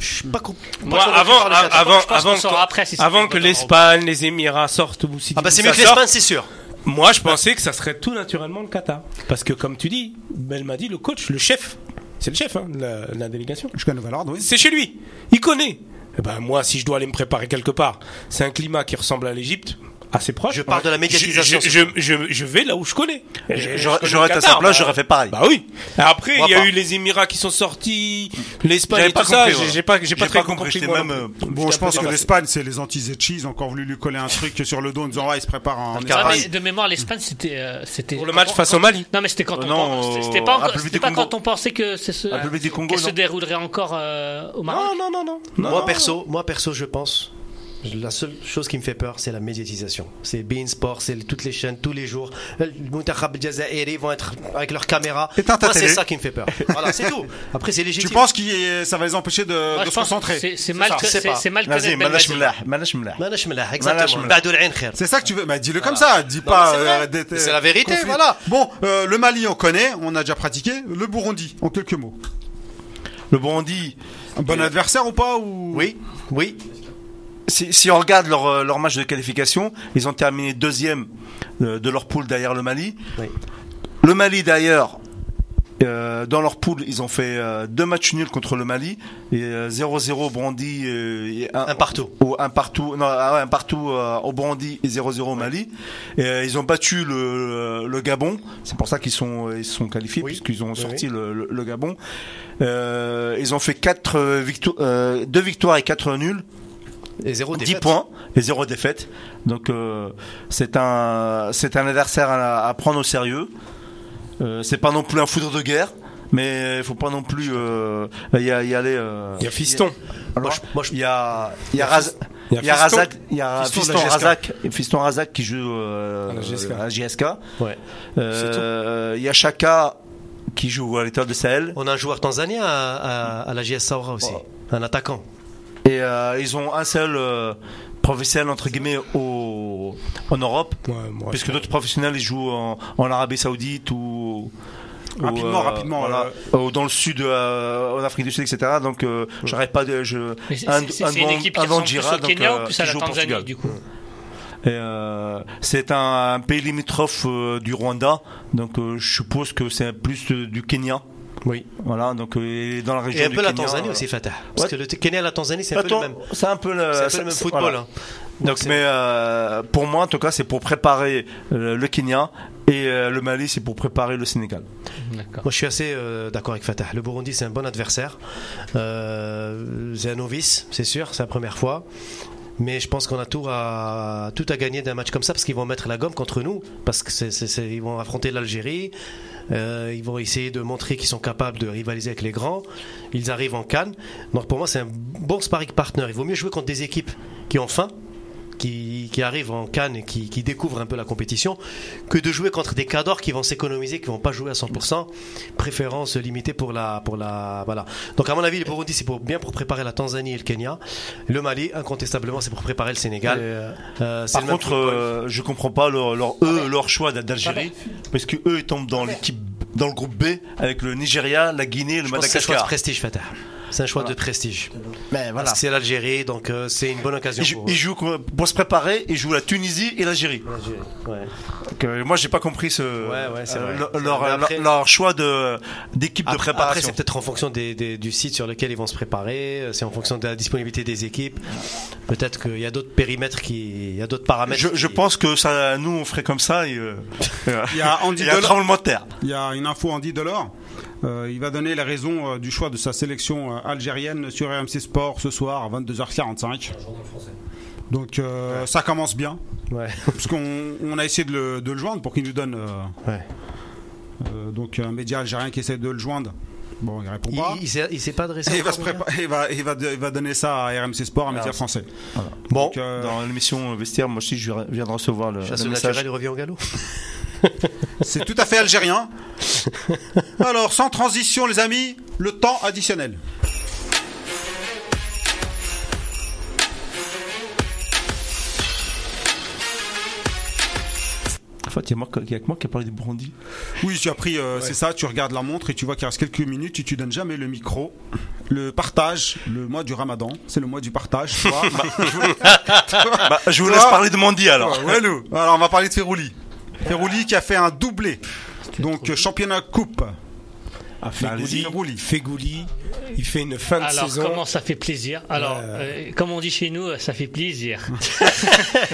Speaker 6: Je suis pas con-
Speaker 1: Mm.
Speaker 4: Moi,
Speaker 6: pas
Speaker 4: avant,
Speaker 6: convaincu par le Qatar.
Speaker 4: avant,
Speaker 3: Je pense
Speaker 4: avant,
Speaker 3: qu'on saura
Speaker 4: que-
Speaker 3: après si c'est
Speaker 4: avant
Speaker 3: une
Speaker 4: que
Speaker 3: bonne
Speaker 4: l'Espagne, les Émirats sortent ou si
Speaker 6: Ah bah c'est
Speaker 4: ça
Speaker 6: mieux que
Speaker 4: sort,
Speaker 6: l'Espagne, c'est sûr.
Speaker 4: Moi, je pensais que ça serait tout naturellement le Qatar, parce que comme tu dis, elle m'a dit le coach, le chef, c'est le chef hein, de la, de la délégation.
Speaker 1: Jusqu'à nouvel ordre, oui.
Speaker 4: C'est chez lui, il connaît. Eh ben moi, si je dois aller me préparer quelque part, c'est un climat qui ressemble à l'Égypte, assez proche.
Speaker 6: Je parle de la médiatisation,
Speaker 4: Je, je, je- je vais là où je connais. Et je
Speaker 2: J'aurais
Speaker 4: connais
Speaker 2: j'aurais
Speaker 4: le
Speaker 2: été à
Speaker 4: Qatar,
Speaker 2: sa place,
Speaker 4: bah,
Speaker 2: j'aurais fait pareil.
Speaker 4: Bah oui. Après,
Speaker 6: Moi
Speaker 4: il y a
Speaker 6: pas.
Speaker 4: eu les Émirats qui sont sortis, l'Espagne,
Speaker 2: J'avais
Speaker 4: et
Speaker 2: pas
Speaker 4: tout ça.
Speaker 2: compris,
Speaker 4: j'ai-
Speaker 2: ouais.
Speaker 4: J'ai pas, j'ai pas
Speaker 2: J'ai
Speaker 4: très
Speaker 2: pas compris,
Speaker 4: compris.
Speaker 2: j'étais
Speaker 4: moi,
Speaker 2: même,
Speaker 4: non plus.
Speaker 1: Bon, je
Speaker 4: J'étais un
Speaker 1: pense
Speaker 4: peu
Speaker 1: que
Speaker 4: dépassé.
Speaker 1: l'Espagne, c'est les anti-Zetchi. Ils ont encore voulu lui coller un truc sur le dos en disant Ouais, il se prépare en
Speaker 3: Ouais,
Speaker 1: Espagne.
Speaker 3: mais de mémoire, l'Espagne, c'était, euh, c'était.
Speaker 4: Pour le match face au Mali.
Speaker 3: Non, mais c'était quand
Speaker 2: Euh,
Speaker 3: on
Speaker 2: non,
Speaker 3: pense- c'était- c'était
Speaker 2: euh,
Speaker 3: pas, encore-
Speaker 2: République
Speaker 3: c'était
Speaker 2: du
Speaker 3: pas
Speaker 2: Congo.
Speaker 3: quand on pensait que c'est ce,
Speaker 2: République du Congo,
Speaker 3: qu'elle se
Speaker 2: non.
Speaker 3: déroulerait encore euh, au Maroc.
Speaker 4: Non, non, non, non.
Speaker 6: moi
Speaker 4: Non.
Speaker 6: perso, moi perso, je pense. La seule chose qui me fait peur, c'est la médiatisation. C'est Bein Sport, c'est toutes les chaînes, tous les jours. Euh, Le Muntakhab Jazairi vont être avec leurs caméras.
Speaker 1: Éteins ta
Speaker 6: Moi, c'est
Speaker 1: télé.
Speaker 6: ça qui me fait peur. Voilà, c'est tout. Après, c'est
Speaker 1: Tu
Speaker 6: légitime.
Speaker 1: penses que ça va les empêcher de,
Speaker 3: Moi,
Speaker 1: de
Speaker 3: je
Speaker 1: se
Speaker 3: pense que
Speaker 1: concentrer
Speaker 3: C'est c'est mal,
Speaker 1: ça.
Speaker 3: que- Ben
Speaker 6: C'est
Speaker 3: c'est
Speaker 6: pas.
Speaker 3: c'est mal
Speaker 2: Vas-y,
Speaker 3: connaître
Speaker 2: ملاش
Speaker 3: Belmadi.
Speaker 2: ملاح ملاش ملاح
Speaker 6: Manash Mlah,
Speaker 2: Manash
Speaker 6: exactement.
Speaker 2: Mlah.
Speaker 6: Ba'dou al-'ain khair.
Speaker 1: C'est ça que tu veux Bah, dis-le comme
Speaker 6: Voilà.
Speaker 1: ça. Dis
Speaker 6: Non,
Speaker 1: pas.
Speaker 6: mais c'est vrai.
Speaker 1: euh, des- des-
Speaker 6: C'est la vérité,
Speaker 1: conflits.
Speaker 6: voilà.
Speaker 1: Bon, euh, le Mali, on connaît. On a déjà pratiqué. Le Burundi, en quelques mots.
Speaker 2: Le Burundi,
Speaker 1: Un bon
Speaker 2: Euh,
Speaker 1: adversaire ou pas ou...
Speaker 6: Oui, oui.
Speaker 2: si, si on regarde leur, euh, leur match de qualification, ils ont terminé deuxième euh, de leur poule derrière le Mali.
Speaker 6: Oui.
Speaker 2: Le Mali d'ailleurs, euh, dans leur poule, ils ont fait euh, deux matchs nuls contre le Mali et euh, 0-0 au Burundi euh, et un,
Speaker 6: Un partout.
Speaker 2: Ou un partout, non, ah ouais, un partout euh, au Burundi et 0-0 au Mali. Et, euh, ils ont battu le, le Gabon. C'est pour ça qu'ils sont euh, ils se sont qualifiés
Speaker 6: Oui.
Speaker 2: puisqu'ils ont
Speaker 6: Oui,
Speaker 2: sorti Le, le- le Gabon. Euh, ils ont fait quatre euh, victo- euh, deux victoires et quatre nuls.
Speaker 6: Et zéro
Speaker 2: 10
Speaker 6: défaite.
Speaker 2: points et 0 défaite. Donc euh, c'est un c'est un adversaire à, à prendre au sérieux. Euh, c'est pas non plus un foudre de guerre, mais il faut pas non plus euh, y, a- y aller. euh,
Speaker 4: Il y a Fiston.
Speaker 2: alors,
Speaker 6: Moi, je- moi, je-
Speaker 2: il y a il y a Raz-
Speaker 4: Il y a
Speaker 2: il y a
Speaker 4: Fiston.
Speaker 2: Razak, il y a
Speaker 4: Fiston de
Speaker 2: Fiston,
Speaker 4: la GSK.
Speaker 2: Razak, Fiston Razak qui joue euh,
Speaker 4: À la GSK.
Speaker 2: à GSK.
Speaker 6: Ouais.
Speaker 2: Euh, il y a Chaka qui joue à l'étoile de Sahel.
Speaker 6: On a un joueur tanzanien à, à- à la JS Saoura aussi.
Speaker 1: Oh.
Speaker 6: Un attaquant.
Speaker 2: Et euh, ils ont un seul euh, professionnel entre guillemets au, en Europe.
Speaker 4: Ouais, moi,
Speaker 2: Puisque d'autres professionnels ils jouent en, en Arabie Saoudite ou. ou, euh,
Speaker 1: Rapidement, rapidement,
Speaker 2: voilà, ou dans le sud, euh, en Afrique du Sud, etc. Donc, euh, j'arrête pas de. Je,
Speaker 3: Mais c'est-
Speaker 2: un-
Speaker 3: c'est- C'est
Speaker 2: un
Speaker 3: c'est une
Speaker 2: Van-
Speaker 3: équipe
Speaker 2: un
Speaker 3: qui
Speaker 2: Van
Speaker 3: ressemble plus
Speaker 2: Gira,
Speaker 3: au
Speaker 2: donc, euh,
Speaker 3: Kenya ou plus à
Speaker 2: qui
Speaker 3: la
Speaker 2: joue au Portugal.
Speaker 3: Tanzanie, du coup.
Speaker 2: Et, euh, c'est un, un pays limitrophe euh, du Rwanda, donc euh, je suppose que c'est plus euh, du Kenya.
Speaker 6: Oui.
Speaker 2: Voilà, donc euh, il est dans la région
Speaker 6: Et un
Speaker 2: du
Speaker 6: peu la
Speaker 2: Kenya,
Speaker 6: Tanzanie
Speaker 2: euh.
Speaker 6: aussi, Fatah. Parce
Speaker 2: Ouais.
Speaker 6: que le t- Kenya et la Tanzanie, c'est un peu le
Speaker 2: Attends,
Speaker 6: même.
Speaker 2: C'est un peu le,
Speaker 6: C'est un peu
Speaker 2: ça-
Speaker 6: le même
Speaker 2: c'est-
Speaker 6: football.
Speaker 2: voilà.
Speaker 6: hein.
Speaker 2: Donc,
Speaker 6: c'est-
Speaker 2: mais euh, pour moi, en tout cas, c'est pour préparer euh, le Kenya et euh, le Mali, c'est pour préparer le Sénégal.
Speaker 3: D'accord.
Speaker 6: Moi, je suis assez euh, d'accord avec Fatah. Le Burundi, c'est un bon adversaire. Euh, c'est un novice, c'est sûr, c'est la première fois. Mais je pense qu'on a tout à, tout à gagner d'un match comme ça parce qu'ils vont mettre la gomme contre nous. Parce que c'est- c'est- c'est- ils vont affronter l'Algérie. Euh, ils vont essayer de montrer qu'ils sont capables de rivaliser avec les grands. Ils arrivent en Cannes. Donc pour moi, c'est un bon sparring partner. Il vaut mieux jouer contre des équipes qui ont faim, qui, qui arrivent en Cannes et qui, qui découvrent un peu la compétition, que de jouer contre des cadors qui vont s'économiser, qui vont pas jouer à 100%. Préférence limitée pour la, pour la, voilà. Donc à mon avis, le Burundi, c'est pour, bien pour préparer la Tanzanie et le Kenya. Le Mali, incontestablement, c'est pour préparer le Sénégal. Euh, c'est
Speaker 2: Par
Speaker 6: le même
Speaker 2: contre,
Speaker 6: football.
Speaker 2: euh, je comprends pas leur, leur- eux, leur choix d'a- d'Algérie, parce que eux ils tombent dans l'équipe, dans le groupe B avec le Nigeria, la Guinée, et le
Speaker 6: Je pense que c'est un choix de
Speaker 2: Madagascar.
Speaker 6: prestige, Fatah. C'est un choix de prestige.
Speaker 2: Mais
Speaker 6: Parce que c'est l'Algérie, donc euh, c'est une bonne occasion
Speaker 2: Ils, jou-
Speaker 6: pour eux.
Speaker 2: ils jouent quoi- pour se préparer, ils jouent la Tunisie et l'Algérie.
Speaker 6: Ouais.
Speaker 2: Donc, euh, Moi, j'ai pas compris ce
Speaker 6: Ouais, ouais, c'est vrai.
Speaker 2: leur,
Speaker 6: C'est
Speaker 2: leur-
Speaker 6: vrai, mais après-
Speaker 2: leur- leur choix de d'équipe de
Speaker 6: Après, après,
Speaker 2: préparation.
Speaker 6: c'est peut-être en fonction des, des- du site sur lequel ils vont se préparer, euh, c'est en fonction de la disponibilité des équipes. Peut-être qu'il y a d'autres périmètres qui, il y a d'autres paramètres.
Speaker 2: je, je
Speaker 6: qui-
Speaker 2: pense que ça, nous, on ferait comme ça. Et, euh,
Speaker 1: Il y a Andy
Speaker 2: il y a un
Speaker 1: Delors.
Speaker 2: tremblement de terre.
Speaker 1: Il y a une info Andy Delors. Euh, il va donner les raisons euh, du choix de sa sélection euh, algérienne sur RMC Sport ce soir à 22h45. Donc euh, ça commence bien.
Speaker 6: Ouais.
Speaker 1: Parce qu'on on a essayé de le, de le joindre pour qu'il nous donne. euh,
Speaker 6: Ouais.
Speaker 1: euh, donc un média algérien qui essaie de le joindre. Bon, il répond
Speaker 6: Il,
Speaker 1: pas.
Speaker 6: il s'est- il s'est pas dressé.
Speaker 1: Et il va
Speaker 6: encore,
Speaker 1: se
Speaker 6: mon gars
Speaker 1: prépa- il va, il va, il va donner ça à RMC Sport, un média
Speaker 2: Alors,
Speaker 1: français.
Speaker 6: Bon,
Speaker 1: Donc, euh,
Speaker 2: Dans l'émission Vestiaire, moi aussi, je viens de recevoir le,
Speaker 6: chasse
Speaker 2: le
Speaker 6: naturel,
Speaker 2: message.
Speaker 6: il revient au galop.
Speaker 1: Ah, c'est tout à fait algérien. Alors, sans transition, les amis, le temps additionnel.
Speaker 2: En fait, il y a moi- il y a que moi qui a parlé du brandy.
Speaker 1: Oui, tu as pris, euh, c'est ça, tu regardes la montre et tu vois qu'il reste quelques minutes et tu donnes jamais le micro. Le partage, le mois du ramadan, c'est le mois du partage. tu vois.
Speaker 2: Bah, je vous
Speaker 1: Toi-
Speaker 2: laisse parler de Mandy alors.
Speaker 1: Ouais, ouais, nous. Alors, on va parler de Ferrouli. Ferrouli qui a fait un doublé. Donc, euh, championnat coupe.
Speaker 4: Ah,
Speaker 1: Fegouli, Fegouli.
Speaker 4: Fegouli, il fait une fin de
Speaker 3: Alors,
Speaker 4: saison.
Speaker 3: comment ça fait plaisir Alors,
Speaker 4: Euh.
Speaker 3: euh, comme on dit chez nous, euh, ça fait plaisir.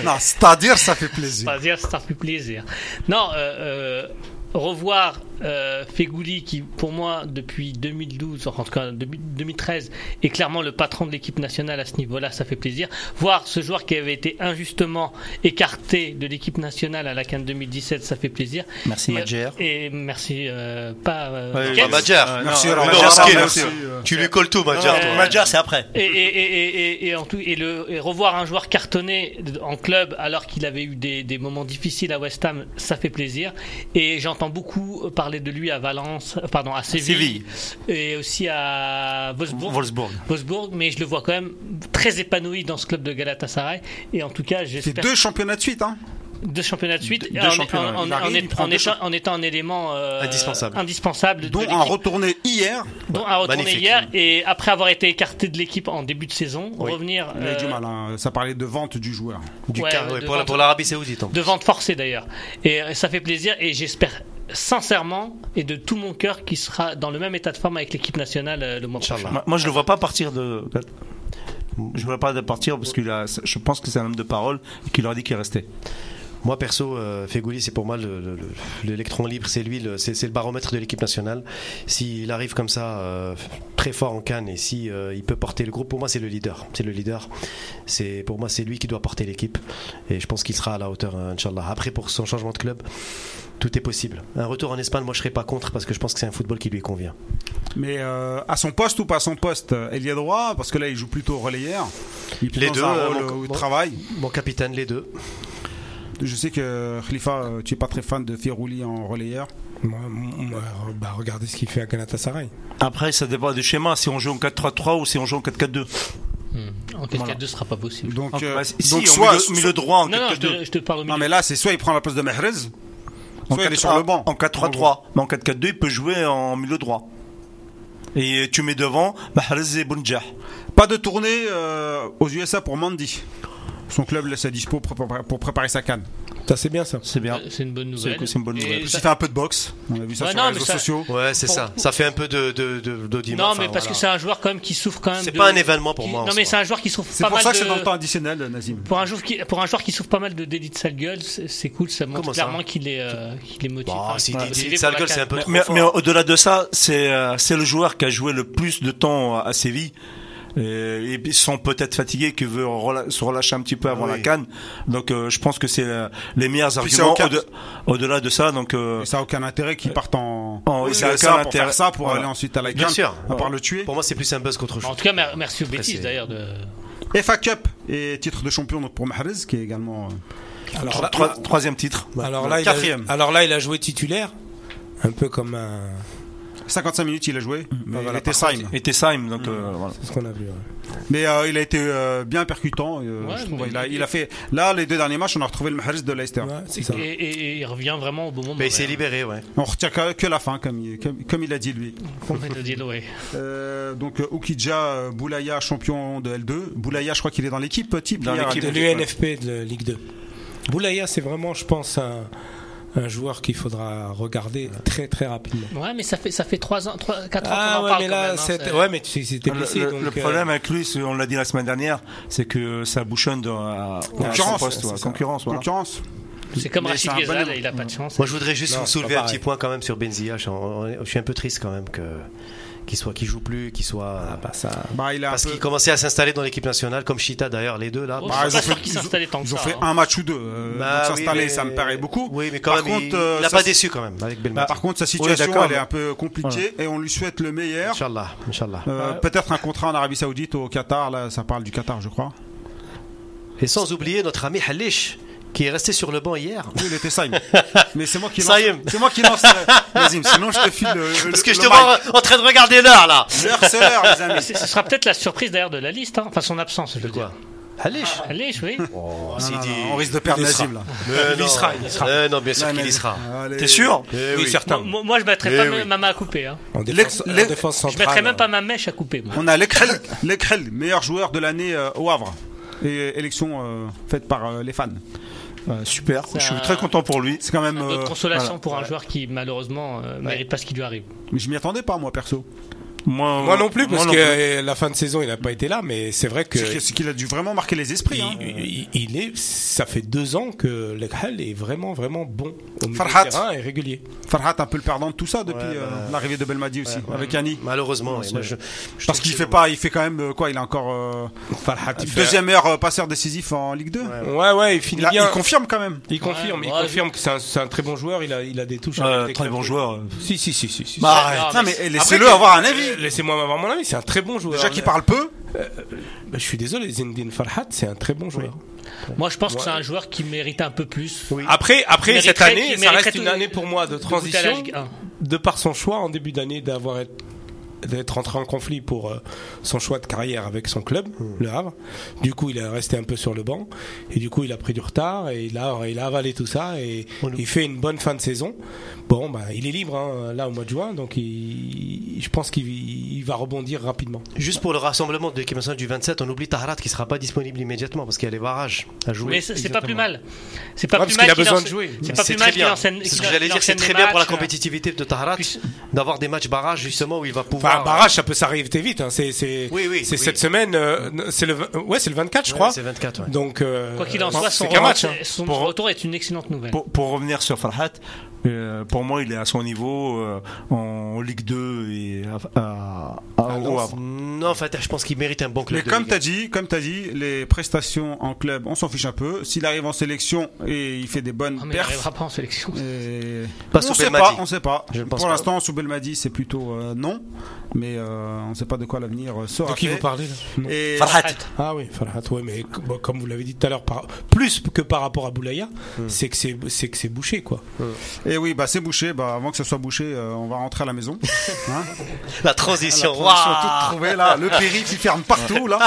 Speaker 1: Non, c'est-à-dire, ça fait plaisir.
Speaker 3: Pas dire ça fait plaisir. Non, euh, euh, revoir euh, Fegouli, qui pour moi, depuis 2012, en tout cas 2000- 2013, est clairement le patron de l'équipe nationale à ce niveau-là, ça fait plaisir. Voir ce joueur qui avait été injustement écarté de l'équipe nationale à la Cannes 2017, ça fait plaisir.
Speaker 2: Merci,
Speaker 3: Et-
Speaker 2: Madjer.
Speaker 3: Et merci, euh, pas. euh,
Speaker 2: Ouais,
Speaker 3: Gates.
Speaker 2: Yes. bah,
Speaker 6: Madjar.
Speaker 1: Merci,
Speaker 2: Non,
Speaker 1: Laurent.
Speaker 6: non,
Speaker 1: Merci,
Speaker 6: Raskine,
Speaker 1: merci. euh.
Speaker 6: merci. Tu lui colles tout, Madjar.
Speaker 3: Ouais.
Speaker 6: toi.
Speaker 3: Madjar,
Speaker 2: c'est après.
Speaker 3: et, et, et, et, et en tout, et, le, et revoir un joueur cartonné en club alors qu'il avait eu des, des moments difficiles à West Ham, ça fait plaisir. Et j'entends beaucoup parler de lui à Valence, euh, pardon, à Séville,
Speaker 2: Séville.
Speaker 3: et aussi à Wolfsburg,
Speaker 2: Wolfsburg.
Speaker 3: Wolfsburg, mais je le vois quand même très épanoui dans ce club de Galatasaray. Et en tout cas,
Speaker 1: C'est
Speaker 3: j'espère
Speaker 1: deux championnats de suite. Hein.
Speaker 3: deux championnats de suite,
Speaker 2: Deux
Speaker 3: en- en-
Speaker 2: championnats.
Speaker 3: en-
Speaker 1: Il
Speaker 3: en-
Speaker 1: arrive,
Speaker 3: en-
Speaker 1: il prend
Speaker 3: en
Speaker 1: deux
Speaker 3: étant en étant un élément euh,
Speaker 6: Indispensable.
Speaker 3: indispensable de
Speaker 1: Dont
Speaker 3: l'équipe
Speaker 1: un retourné hier.
Speaker 3: dont un retourné
Speaker 6: Magnifique.
Speaker 3: hier et après avoir été écarté de l'équipe en début de saison,
Speaker 6: Oui.
Speaker 3: revenir
Speaker 1: Il a eu
Speaker 3: euh,
Speaker 1: du mal. hein. Ça parlait de vente du joueur.
Speaker 6: Du
Speaker 3: Ouais,
Speaker 6: car-
Speaker 3: ouais,
Speaker 6: ouais,
Speaker 3: de
Speaker 6: pour la-
Speaker 3: vente-
Speaker 6: pour l'Arabie Saoudite. en
Speaker 3: de vente forcée d'ailleurs. Et euh, ça fait plaisir et j'espère sincèrement et de tout mon cœur qu'il sera dans le même état de forme avec l'équipe nationale euh, le mois prochain.
Speaker 2: Moi, moi, je le vois pas partir de. Je ne vois pas de partir parce que je pense que c'est un homme de parole et qu'il leur a dit qu'il restait.
Speaker 6: Moi perso, euh, Fegouli, c'est pour moi le- le- le- l'électron libre, c'est lui, le- c'est c'est le baromètre de l'équipe nationale. S'il arrive comme ça, euh, très fort en Cannes, et si euh, il peut porter le groupe, pour moi c'est le leader. C'est le leader. C'est pour moi c'est lui qui doit porter l'équipe, et je pense qu'il sera à la hauteur, euh, Inch'Allah. Après pour son changement de club, tout est possible. Un retour en Espagne, moi je serais pas contre parce que je pense que c'est un football qui lui convient.
Speaker 1: Mais euh, à son poste ou pas à son poste euh, Ailier droit, parce que là, il joue plutôt relayeur. Il est
Speaker 6: Les
Speaker 1: dans
Speaker 6: deux,
Speaker 1: un
Speaker 6: euh,
Speaker 1: rôle
Speaker 6: mon-
Speaker 1: où il
Speaker 6: mon-
Speaker 1: travaille.
Speaker 6: Mon capitaine, les deux.
Speaker 1: Je sais que Khalifa, euh, tu es pas très fan de Ferrouli en relayeur.
Speaker 4: Moi, moi, bah, regardez ce qu'il fait à Galatasaray.
Speaker 2: Après, ça dépend du schéma, si on joue en 4-3-3 ou si on joue en 4-4-2.
Speaker 3: En
Speaker 2: Voilà.
Speaker 3: 4-4-2 ce sera pas possible.
Speaker 1: Donc,
Speaker 2: Donc,
Speaker 1: euh,
Speaker 2: bah, si
Speaker 1: donc
Speaker 2: on
Speaker 1: soit,
Speaker 2: met, le, met le droit en
Speaker 3: Non, non, je
Speaker 2: 4-4-2.
Speaker 3: te, je te parle au milieu.
Speaker 1: Non, mais là, c'est soit il prend la place de Mahrez, soit
Speaker 2: En
Speaker 1: il est sur le banc.
Speaker 2: En 4-3-3. Mais en 4-4-2, il peut jouer en milieu droit. Et tu mets devant Mahrez et Bounjah.
Speaker 1: Pas de tournée euh, aux USA pour Mandy. Son club laisse à dispo pour, préparer- pour préparer sa canne.
Speaker 4: Ça, c'est bien ça.
Speaker 2: C'est bien.
Speaker 3: Euh, C'est une bonne nouvelle.
Speaker 2: c'est une bonne
Speaker 3: Et
Speaker 2: nouvelle.
Speaker 1: Il
Speaker 3: ça-
Speaker 1: fait un peu de boxe. On a vu ça
Speaker 3: Ouais,
Speaker 1: sur
Speaker 3: non,
Speaker 1: les
Speaker 3: mais
Speaker 1: réseaux
Speaker 3: ça-
Speaker 1: sociaux.
Speaker 6: Ouais, c'est ça. Ça fait un peu de de de, de
Speaker 3: Non, mais parce que c'est un joueur quand même qui souffre quand même.
Speaker 6: C'est
Speaker 3: de-
Speaker 6: pas un événement pour
Speaker 3: qui-
Speaker 6: moi, en
Speaker 3: Non, mais
Speaker 6: soi.
Speaker 3: c'est un joueur qui souffre
Speaker 1: C'est
Speaker 3: pas
Speaker 1: pour
Speaker 3: mal
Speaker 1: ça que c'est
Speaker 3: de-
Speaker 1: dans le temps additionnel, Nazim.
Speaker 3: Pour un, joueur qui, pour un joueur qui souffre pas mal de délit de sale gueule, c'est c'est cool, ça montre
Speaker 6: Comment ça Bah,
Speaker 3: clairement qu'il est, euh, qu'il est motivé.
Speaker 6: Bon,
Speaker 3: Enfin,
Speaker 6: si
Speaker 3: qu'il est
Speaker 6: dit-
Speaker 3: motivé
Speaker 6: dit-
Speaker 3: pour
Speaker 6: ça
Speaker 3: la
Speaker 6: gueule, c'est un
Speaker 3: canne.
Speaker 6: peu trop
Speaker 2: Mais,
Speaker 6: fort.
Speaker 2: mais au-delà de ça, c'est euh, c'est le joueur qui a joué le plus de temps à Séville. Euh, Et, et puis, ils sont peut-être fatigués, qui veut rela- se relâcher un petit peu avant
Speaker 6: Oui.
Speaker 2: la canne. Donc euh, je pense que c'est euh, les meilleurs
Speaker 1: Ah Puis c'est
Speaker 2: arguments
Speaker 1: au cap.
Speaker 2: au-de- au-delà de ça. Donc euh,
Speaker 1: Et ça n'a aucun intérêt qu'il parte en,
Speaker 2: En
Speaker 1: aux
Speaker 2: USA
Speaker 1: USA pour
Speaker 2: l'intérêt-
Speaker 1: faire ça, pour
Speaker 2: Voilà.
Speaker 1: aller ensuite à la
Speaker 6: Bien
Speaker 1: canne,
Speaker 6: sûr.
Speaker 1: à part le tuer.
Speaker 6: Pour moi, c'est plus un buzz qu'autre
Speaker 3: Bah, En
Speaker 6: chose.
Speaker 3: tout cas, mer- merci aux bêtises
Speaker 6: c'est-
Speaker 3: d'ailleurs. De...
Speaker 1: FA Cup et titre de champion donc pour Mahrez, qui est également. euh,
Speaker 4: Alors,
Speaker 2: tro-
Speaker 4: là,
Speaker 2: tro- troisième titre.
Speaker 4: alors là, il
Speaker 1: Quatrième.
Speaker 4: a, alors là, il a joué titulaire, un peu comme euh, un.
Speaker 1: 55 minutes, il a
Speaker 2: Mm.
Speaker 1: joué. Euh, Mais
Speaker 4: voilà,
Speaker 1: il était
Speaker 4: par
Speaker 1: sign.
Speaker 2: Et Tessheim, donc euh,
Speaker 1: Mm.
Speaker 2: voilà.
Speaker 4: C'est ce qu'on a vu. ouais.
Speaker 1: Mais euh, il a été euh, bien percutant. euh,
Speaker 3: Ouais,
Speaker 1: je trouve.
Speaker 3: mais-
Speaker 1: Il a, il a fait. Là, les deux derniers matchs, on a retrouvé le Mahrez de Leicester.
Speaker 4: Ouais, c'est ça.
Speaker 3: Et, et- et il revient vraiment au bon moment.
Speaker 6: Mais il s'est
Speaker 3: ouais.
Speaker 6: libéré, ouais.
Speaker 1: On retient que, que la fin, comme il, comme, comme il a dit lui.
Speaker 3: Complet de deal, ouais.
Speaker 1: Euh, donc euh, Oukidja, euh, Boulaya, champion de L2. Boulaya, je crois qu'il est dans l'équipe euh, type.
Speaker 2: Dans
Speaker 1: hier,
Speaker 2: l'équipe.
Speaker 1: à
Speaker 4: de
Speaker 1: deux-
Speaker 4: l'UNFP de la Ligue 2. Boulaya, c'est vraiment, je pense, un, un joueur qu'il faudra regarder très très rapidement.
Speaker 3: Ouais, mais ça fait, ça fait 3 ans, 3, 4 ans qu'on
Speaker 4: Ah
Speaker 3: en
Speaker 4: ouais,
Speaker 3: parle.
Speaker 4: mais
Speaker 3: quand
Speaker 4: là,
Speaker 3: même, hein,
Speaker 4: c'est-
Speaker 3: c'est-
Speaker 4: ouais, mais tu sais, c'était
Speaker 2: Le-
Speaker 4: blessé.
Speaker 2: le,
Speaker 4: donc,
Speaker 2: le
Speaker 4: euh,
Speaker 2: problème avec lui, c'est- on l'a dit la semaine dernière, c'est que ça bouchonne de, à, à son
Speaker 1: Concurrence,
Speaker 2: poste,
Speaker 1: c'est
Speaker 2: ouais,
Speaker 1: ça.
Speaker 2: concurrence. voilà.
Speaker 1: Concurrence.
Speaker 3: C'est comme
Speaker 1: Mais c'est
Speaker 3: Rachid
Speaker 1: un bon
Speaker 3: Ghezal,
Speaker 1: élément.
Speaker 3: il a pas de chance.
Speaker 6: Moi, je voudrais juste
Speaker 4: Non,
Speaker 6: vous
Speaker 4: c'est
Speaker 6: soulever
Speaker 4: pas
Speaker 6: un petit
Speaker 4: pareil.
Speaker 6: point quand même sur Benzia. Je suis, en- je suis un peu triste quand même que qui soit qui joue plus, qui soit
Speaker 1: Bah, il a un
Speaker 6: parce
Speaker 1: peu-
Speaker 6: qu'il commençait à s'installer dans l'équipe nationale comme Chita d'ailleurs les deux là.
Speaker 3: Oh,
Speaker 1: Bah,
Speaker 3: je
Speaker 1: ils
Speaker 3: suis
Speaker 1: ont
Speaker 3: pas
Speaker 1: fait-
Speaker 3: sûr qu'il
Speaker 1: ils ont-
Speaker 3: s'installait tant que
Speaker 1: ils ont
Speaker 3: ça.
Speaker 1: fait
Speaker 3: hein.
Speaker 1: un match ou deux. euh,
Speaker 6: Bah
Speaker 1: donc
Speaker 6: oui,
Speaker 1: s'installer,
Speaker 6: mais-
Speaker 1: ça me paraît beaucoup.
Speaker 6: Oui, mais quand
Speaker 1: Par
Speaker 6: même,
Speaker 1: contre,
Speaker 6: il-
Speaker 1: euh,
Speaker 6: il n'a
Speaker 1: ça- bah,
Speaker 6: pas déçu quand même Bah, avec Belmadi.
Speaker 1: Par contre, sa
Speaker 2: est
Speaker 1: situation
Speaker 2: d'accord,
Speaker 1: elle est
Speaker 2: mais-
Speaker 1: un peu compliquée et on lui souhaite le meilleur.
Speaker 6: Inch'Allah, Inch'Allah.
Speaker 1: Euh, Peut-être un contrat en Arabie Saoudite ou au Qatar. Là, ça parle du Qatar, je crois.
Speaker 6: Et sans oublier notre ami Halish qui est resté sur le banc hier.
Speaker 1: Oui, il était Saïm. Mais c'est moi qui lance.
Speaker 6: Saïm.
Speaker 1: C'est moi qui lance. le- Vas-y, sinon je te file le. le-
Speaker 6: Parce que
Speaker 1: le
Speaker 6: je te
Speaker 1: mic.
Speaker 6: vois en train de regarder l'heure là.
Speaker 1: L'heure, c'est l'heure, les
Speaker 3: Mais
Speaker 1: amis.
Speaker 3: c'est- Ce sera peut-être la surprise d'ailleurs de la liste, hein. enfin son absence, je veux dire.
Speaker 6: Halish.
Speaker 3: Allez, oui.
Speaker 6: Oh,
Speaker 1: Ah, Non,
Speaker 6: c'est
Speaker 1: non,
Speaker 6: dit.
Speaker 1: non, on risque de perdre
Speaker 4: Il
Speaker 1: Nazim là.
Speaker 6: Mais
Speaker 4: Il y
Speaker 6: non.
Speaker 4: sera, il y sera.
Speaker 6: Euh, non, bien sûr
Speaker 1: Non,
Speaker 6: qu'il
Speaker 1: mais-
Speaker 6: y sera.
Speaker 1: Allez.
Speaker 11: T'es sûr
Speaker 2: Euh,
Speaker 6: Eh
Speaker 4: Oui,
Speaker 6: oui.
Speaker 4: certain.
Speaker 3: Moi, moi, je mettrais
Speaker 6: Eh
Speaker 3: pas
Speaker 6: oui.
Speaker 3: ma main à couper. Hein.
Speaker 4: En
Speaker 1: L'ex-
Speaker 4: défense, en
Speaker 1: l'ex-
Speaker 4: défense
Speaker 3: Je
Speaker 4: centrale.
Speaker 3: mettrais même pas ma mèche à couper. Moi.
Speaker 1: On a Lekhel, Lekhel, meilleur joueur de l'année euh, au Havre. Et élection euh, faite par euh, les fans.
Speaker 2: Euh, super,
Speaker 3: Ça-
Speaker 2: je suis très content pour lui.
Speaker 1: C'est quand même.
Speaker 3: Notre
Speaker 1: euh,
Speaker 3: consolation
Speaker 2: voilà.
Speaker 3: pour un joueur qui malheureusement euh, mérite pas ce qui lui arrive.
Speaker 1: mais je m'y attendais pas moi perso.
Speaker 2: Moi,
Speaker 4: Moi non plus,
Speaker 2: moi
Speaker 4: parce
Speaker 2: non
Speaker 4: que
Speaker 2: plus.
Speaker 4: euh, la fin de saison, il n'a pas été là, mais c'est vrai que.
Speaker 1: C'est que- C'est qu'il a dû vraiment marquer les esprits. hein.
Speaker 4: Il, il- il est, ça fait deux ans que Lekhal est vraiment, vraiment bon au milieu
Speaker 1: Farhat.
Speaker 4: du terrain et régulier.
Speaker 1: Farhat un peu le perdant de tout ça depuis
Speaker 6: Ouais, bah,
Speaker 1: euh, l'arrivée de Belmadi aussi avec Annie.
Speaker 6: Malheureusement, oui. Moi, je- je
Speaker 1: Parce
Speaker 6: trouve
Speaker 1: qu'il
Speaker 6: que-
Speaker 1: fait pas, il fait quand même euh, quoi Il a encore euh,
Speaker 4: Farhat, il fait-
Speaker 1: deuxième meilleur euh, passeur décisif en Ligue 2.
Speaker 4: Ouais, ouais, il finit
Speaker 1: Il, a-
Speaker 4: bien.
Speaker 1: il confirme quand même.
Speaker 4: Il confirme,
Speaker 3: Ouais,
Speaker 4: il
Speaker 3: ouais,
Speaker 4: confirme que c'est un, c'est un très bon joueur. Il a, il a des touches.
Speaker 2: Euh,
Speaker 4: avec des
Speaker 2: très bon
Speaker 4: clubs.
Speaker 2: joueur.
Speaker 4: Si, si, si, si. si.
Speaker 2: Bah, arrête.
Speaker 3: Non,
Speaker 1: Putain,
Speaker 3: mais
Speaker 1: mais eh,
Speaker 4: Après,
Speaker 1: laissez-le
Speaker 4: que-
Speaker 1: avoir un avis.
Speaker 4: euh, Laissez-moi avoir mon avis. C'est un très bon joueur.
Speaker 1: Déjà qu'il parle peu.
Speaker 4: Bah, je suis désolé, Zindine Farhat, c'est un très bon joueur.
Speaker 3: Moi, je pense que c'est un joueur qui mérite un peu plus. Ah,
Speaker 4: Après, après
Speaker 3: Il
Speaker 4: cette
Speaker 3: mériterait-
Speaker 4: année,
Speaker 3: il
Speaker 4: ça reste
Speaker 3: mériterait
Speaker 4: une
Speaker 3: tout-
Speaker 4: année pour moi de
Speaker 3: de goûter à la
Speaker 4: Ah, transition.
Speaker 3: Ligue 1.
Speaker 4: de par son choix en début d'année d'avoir être- d'être entré en conflit pour euh, son choix de carrière avec son club,
Speaker 6: Mm.
Speaker 4: le Havre. Du coup, il est resté un peu sur le banc et du coup, il a pris du retard et il a, il a avalé tout ça et il fait une bonne fin de saison. Bon, bah, il est libre hein, là au mois de juin, donc il- je pense qu'il il va rebondir rapidement.
Speaker 6: Juste pour le rassemblement de l'équipe nationale du 27, on oublie Taharat qui sera pas disponible immédiatement parce qu'il y a les barrages à jouer.
Speaker 3: Mais c'est c'est pas
Speaker 6: Exactement.
Speaker 3: plus mal. C'est pas
Speaker 4: Ouais,
Speaker 3: plus
Speaker 4: parce
Speaker 3: mal
Speaker 4: qu'il a besoin
Speaker 3: lance-
Speaker 4: de jouer.
Speaker 3: C'est pas
Speaker 6: C'est
Speaker 3: plus
Speaker 6: très
Speaker 3: mal qu'il
Speaker 6: bien.
Speaker 3: enseigne.
Speaker 6: C'est ce
Speaker 3: qu'il
Speaker 6: que j'allais
Speaker 3: en-
Speaker 6: dire, c'est
Speaker 3: enseigne
Speaker 6: très
Speaker 3: les
Speaker 6: bien pour la
Speaker 3: matchs, euh.
Speaker 6: compétitivité de Taharat
Speaker 3: Puis-
Speaker 6: d'avoir des matchs barrages justement où il va
Speaker 4: Enfin,
Speaker 6: pouvoir.
Speaker 4: un barrage, ça peut s'arriver très vite. hein. C'est c'est-
Speaker 6: Ah, Oui, oui,
Speaker 4: c'est
Speaker 6: oui.
Speaker 4: cette semaine. euh, c'est le vingt- ouais, c'est le 24, je
Speaker 6: Ouais,
Speaker 4: crois.
Speaker 6: c'est 24, ouais.
Speaker 4: Donc euh,
Speaker 3: Quoi qu'il en
Speaker 4: bon,
Speaker 3: soit, son
Speaker 4: c'est qu'un
Speaker 3: retour,
Speaker 4: match. hein.
Speaker 3: son
Speaker 2: Pour-
Speaker 3: retour est une excellente nouvelle.
Speaker 2: Pour, pour revenir sur Farhat, euh, pour moi, il est à son niveau euh, en Ligue 2 et à, à- à- au Havre.
Speaker 6: euh, Non, Fatah, je pense qu'il mérite un bon club.
Speaker 1: Mais
Speaker 6: de
Speaker 1: comme
Speaker 6: Ligue un.
Speaker 1: t'as dit, comme t'as dit, les prestations en club, on s'en fiche un peu. S'il arrive en sélection et il fait des bonnes
Speaker 3: Ah, mais il
Speaker 1: perfs.
Speaker 3: n'arrivera pas en sélection.
Speaker 1: et-
Speaker 6: Pas
Speaker 1: on
Speaker 6: sous
Speaker 1: sait pas,
Speaker 6: Belmadi.
Speaker 1: on sait pas.
Speaker 6: Je ne pense
Speaker 1: Pour
Speaker 6: pas.
Speaker 1: l'instant, sous Belmadi, c'est plutôt euh, non, mais euh, on sait pas de quoi l'avenir euh, sera.
Speaker 4: de qui
Speaker 1: fait.
Speaker 4: vous parlez là
Speaker 1: Et-
Speaker 2: Farhat.
Speaker 4: Ah oui, Farhat, ouais, mais c- bon, comme vous l'avez dit tout à l'heure, par- plus que par rapport à Boulaya, c'est que c'est c'est que c'est bouché quoi.
Speaker 1: Et oui, bah c'est bouché. Bah avant que ça soit bouché, euh, on va rentrer à la maison. Hein
Speaker 6: La transition,
Speaker 1: La transition
Speaker 6: waouh.
Speaker 1: toute trouvée là, le périph' il ferme partout là.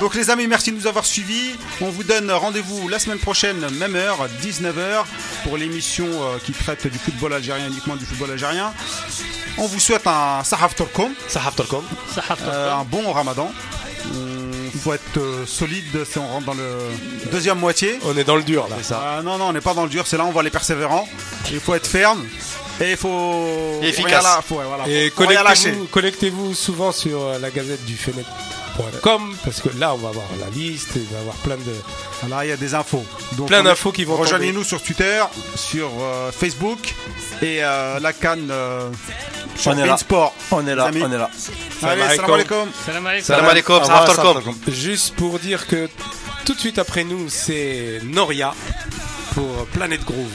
Speaker 1: Donc les amis, merci de nous avoir suivis. On vous donne rendez-vous la semaine prochaine, même heure, 19h, pour l'émission euh, qui traite du football algérien, uniquement du football algérien. On vous souhaite un Sahaf Torkom,
Speaker 6: Sahaf Tolkom.
Speaker 3: Sahaf
Speaker 1: euh, un
Speaker 3: Tolstoy.
Speaker 1: bon ramadan. Hum, faut être euh, solide si on rentre dans le deuxième moitié.
Speaker 4: On est dans le dur là.
Speaker 1: Ah, non, non, on n'est pas dans le dur, c'est là on voit les persévérants. Il faut être ferme et il faut.
Speaker 6: Et efficace.
Speaker 1: Rien là, faut- ouais, voilà,
Speaker 4: Et
Speaker 1: faut- faut rien lâcher.
Speaker 4: connectez-vous connectez-vous souvent sur euh, la Gazette du Fenêtre.com parce que là on va avoir la liste, et on va avoir plein de
Speaker 1: Là, il y a des infos. Donc,
Speaker 4: plein
Speaker 1: on est-
Speaker 4: d'infos qui vont tomber.
Speaker 1: Rejoignez-nous sur Twitter, sur euh, Facebook et euh, la canne euh, sur
Speaker 2: On est là.
Speaker 1: Sport.
Speaker 2: On est là,
Speaker 1: Amis.
Speaker 2: on est là.
Speaker 1: Allez,
Speaker 4: alaikum.
Speaker 1: salam alaikum.
Speaker 3: Salam alaikum.
Speaker 6: Salam alaikum,
Speaker 2: Au
Speaker 6: Sahaf
Speaker 2: revoir,
Speaker 6: Tolkom.
Speaker 2: Sartor Kom.
Speaker 4: Juste pour dire que tout de suite après nous c'est Noria pour Planète Groove.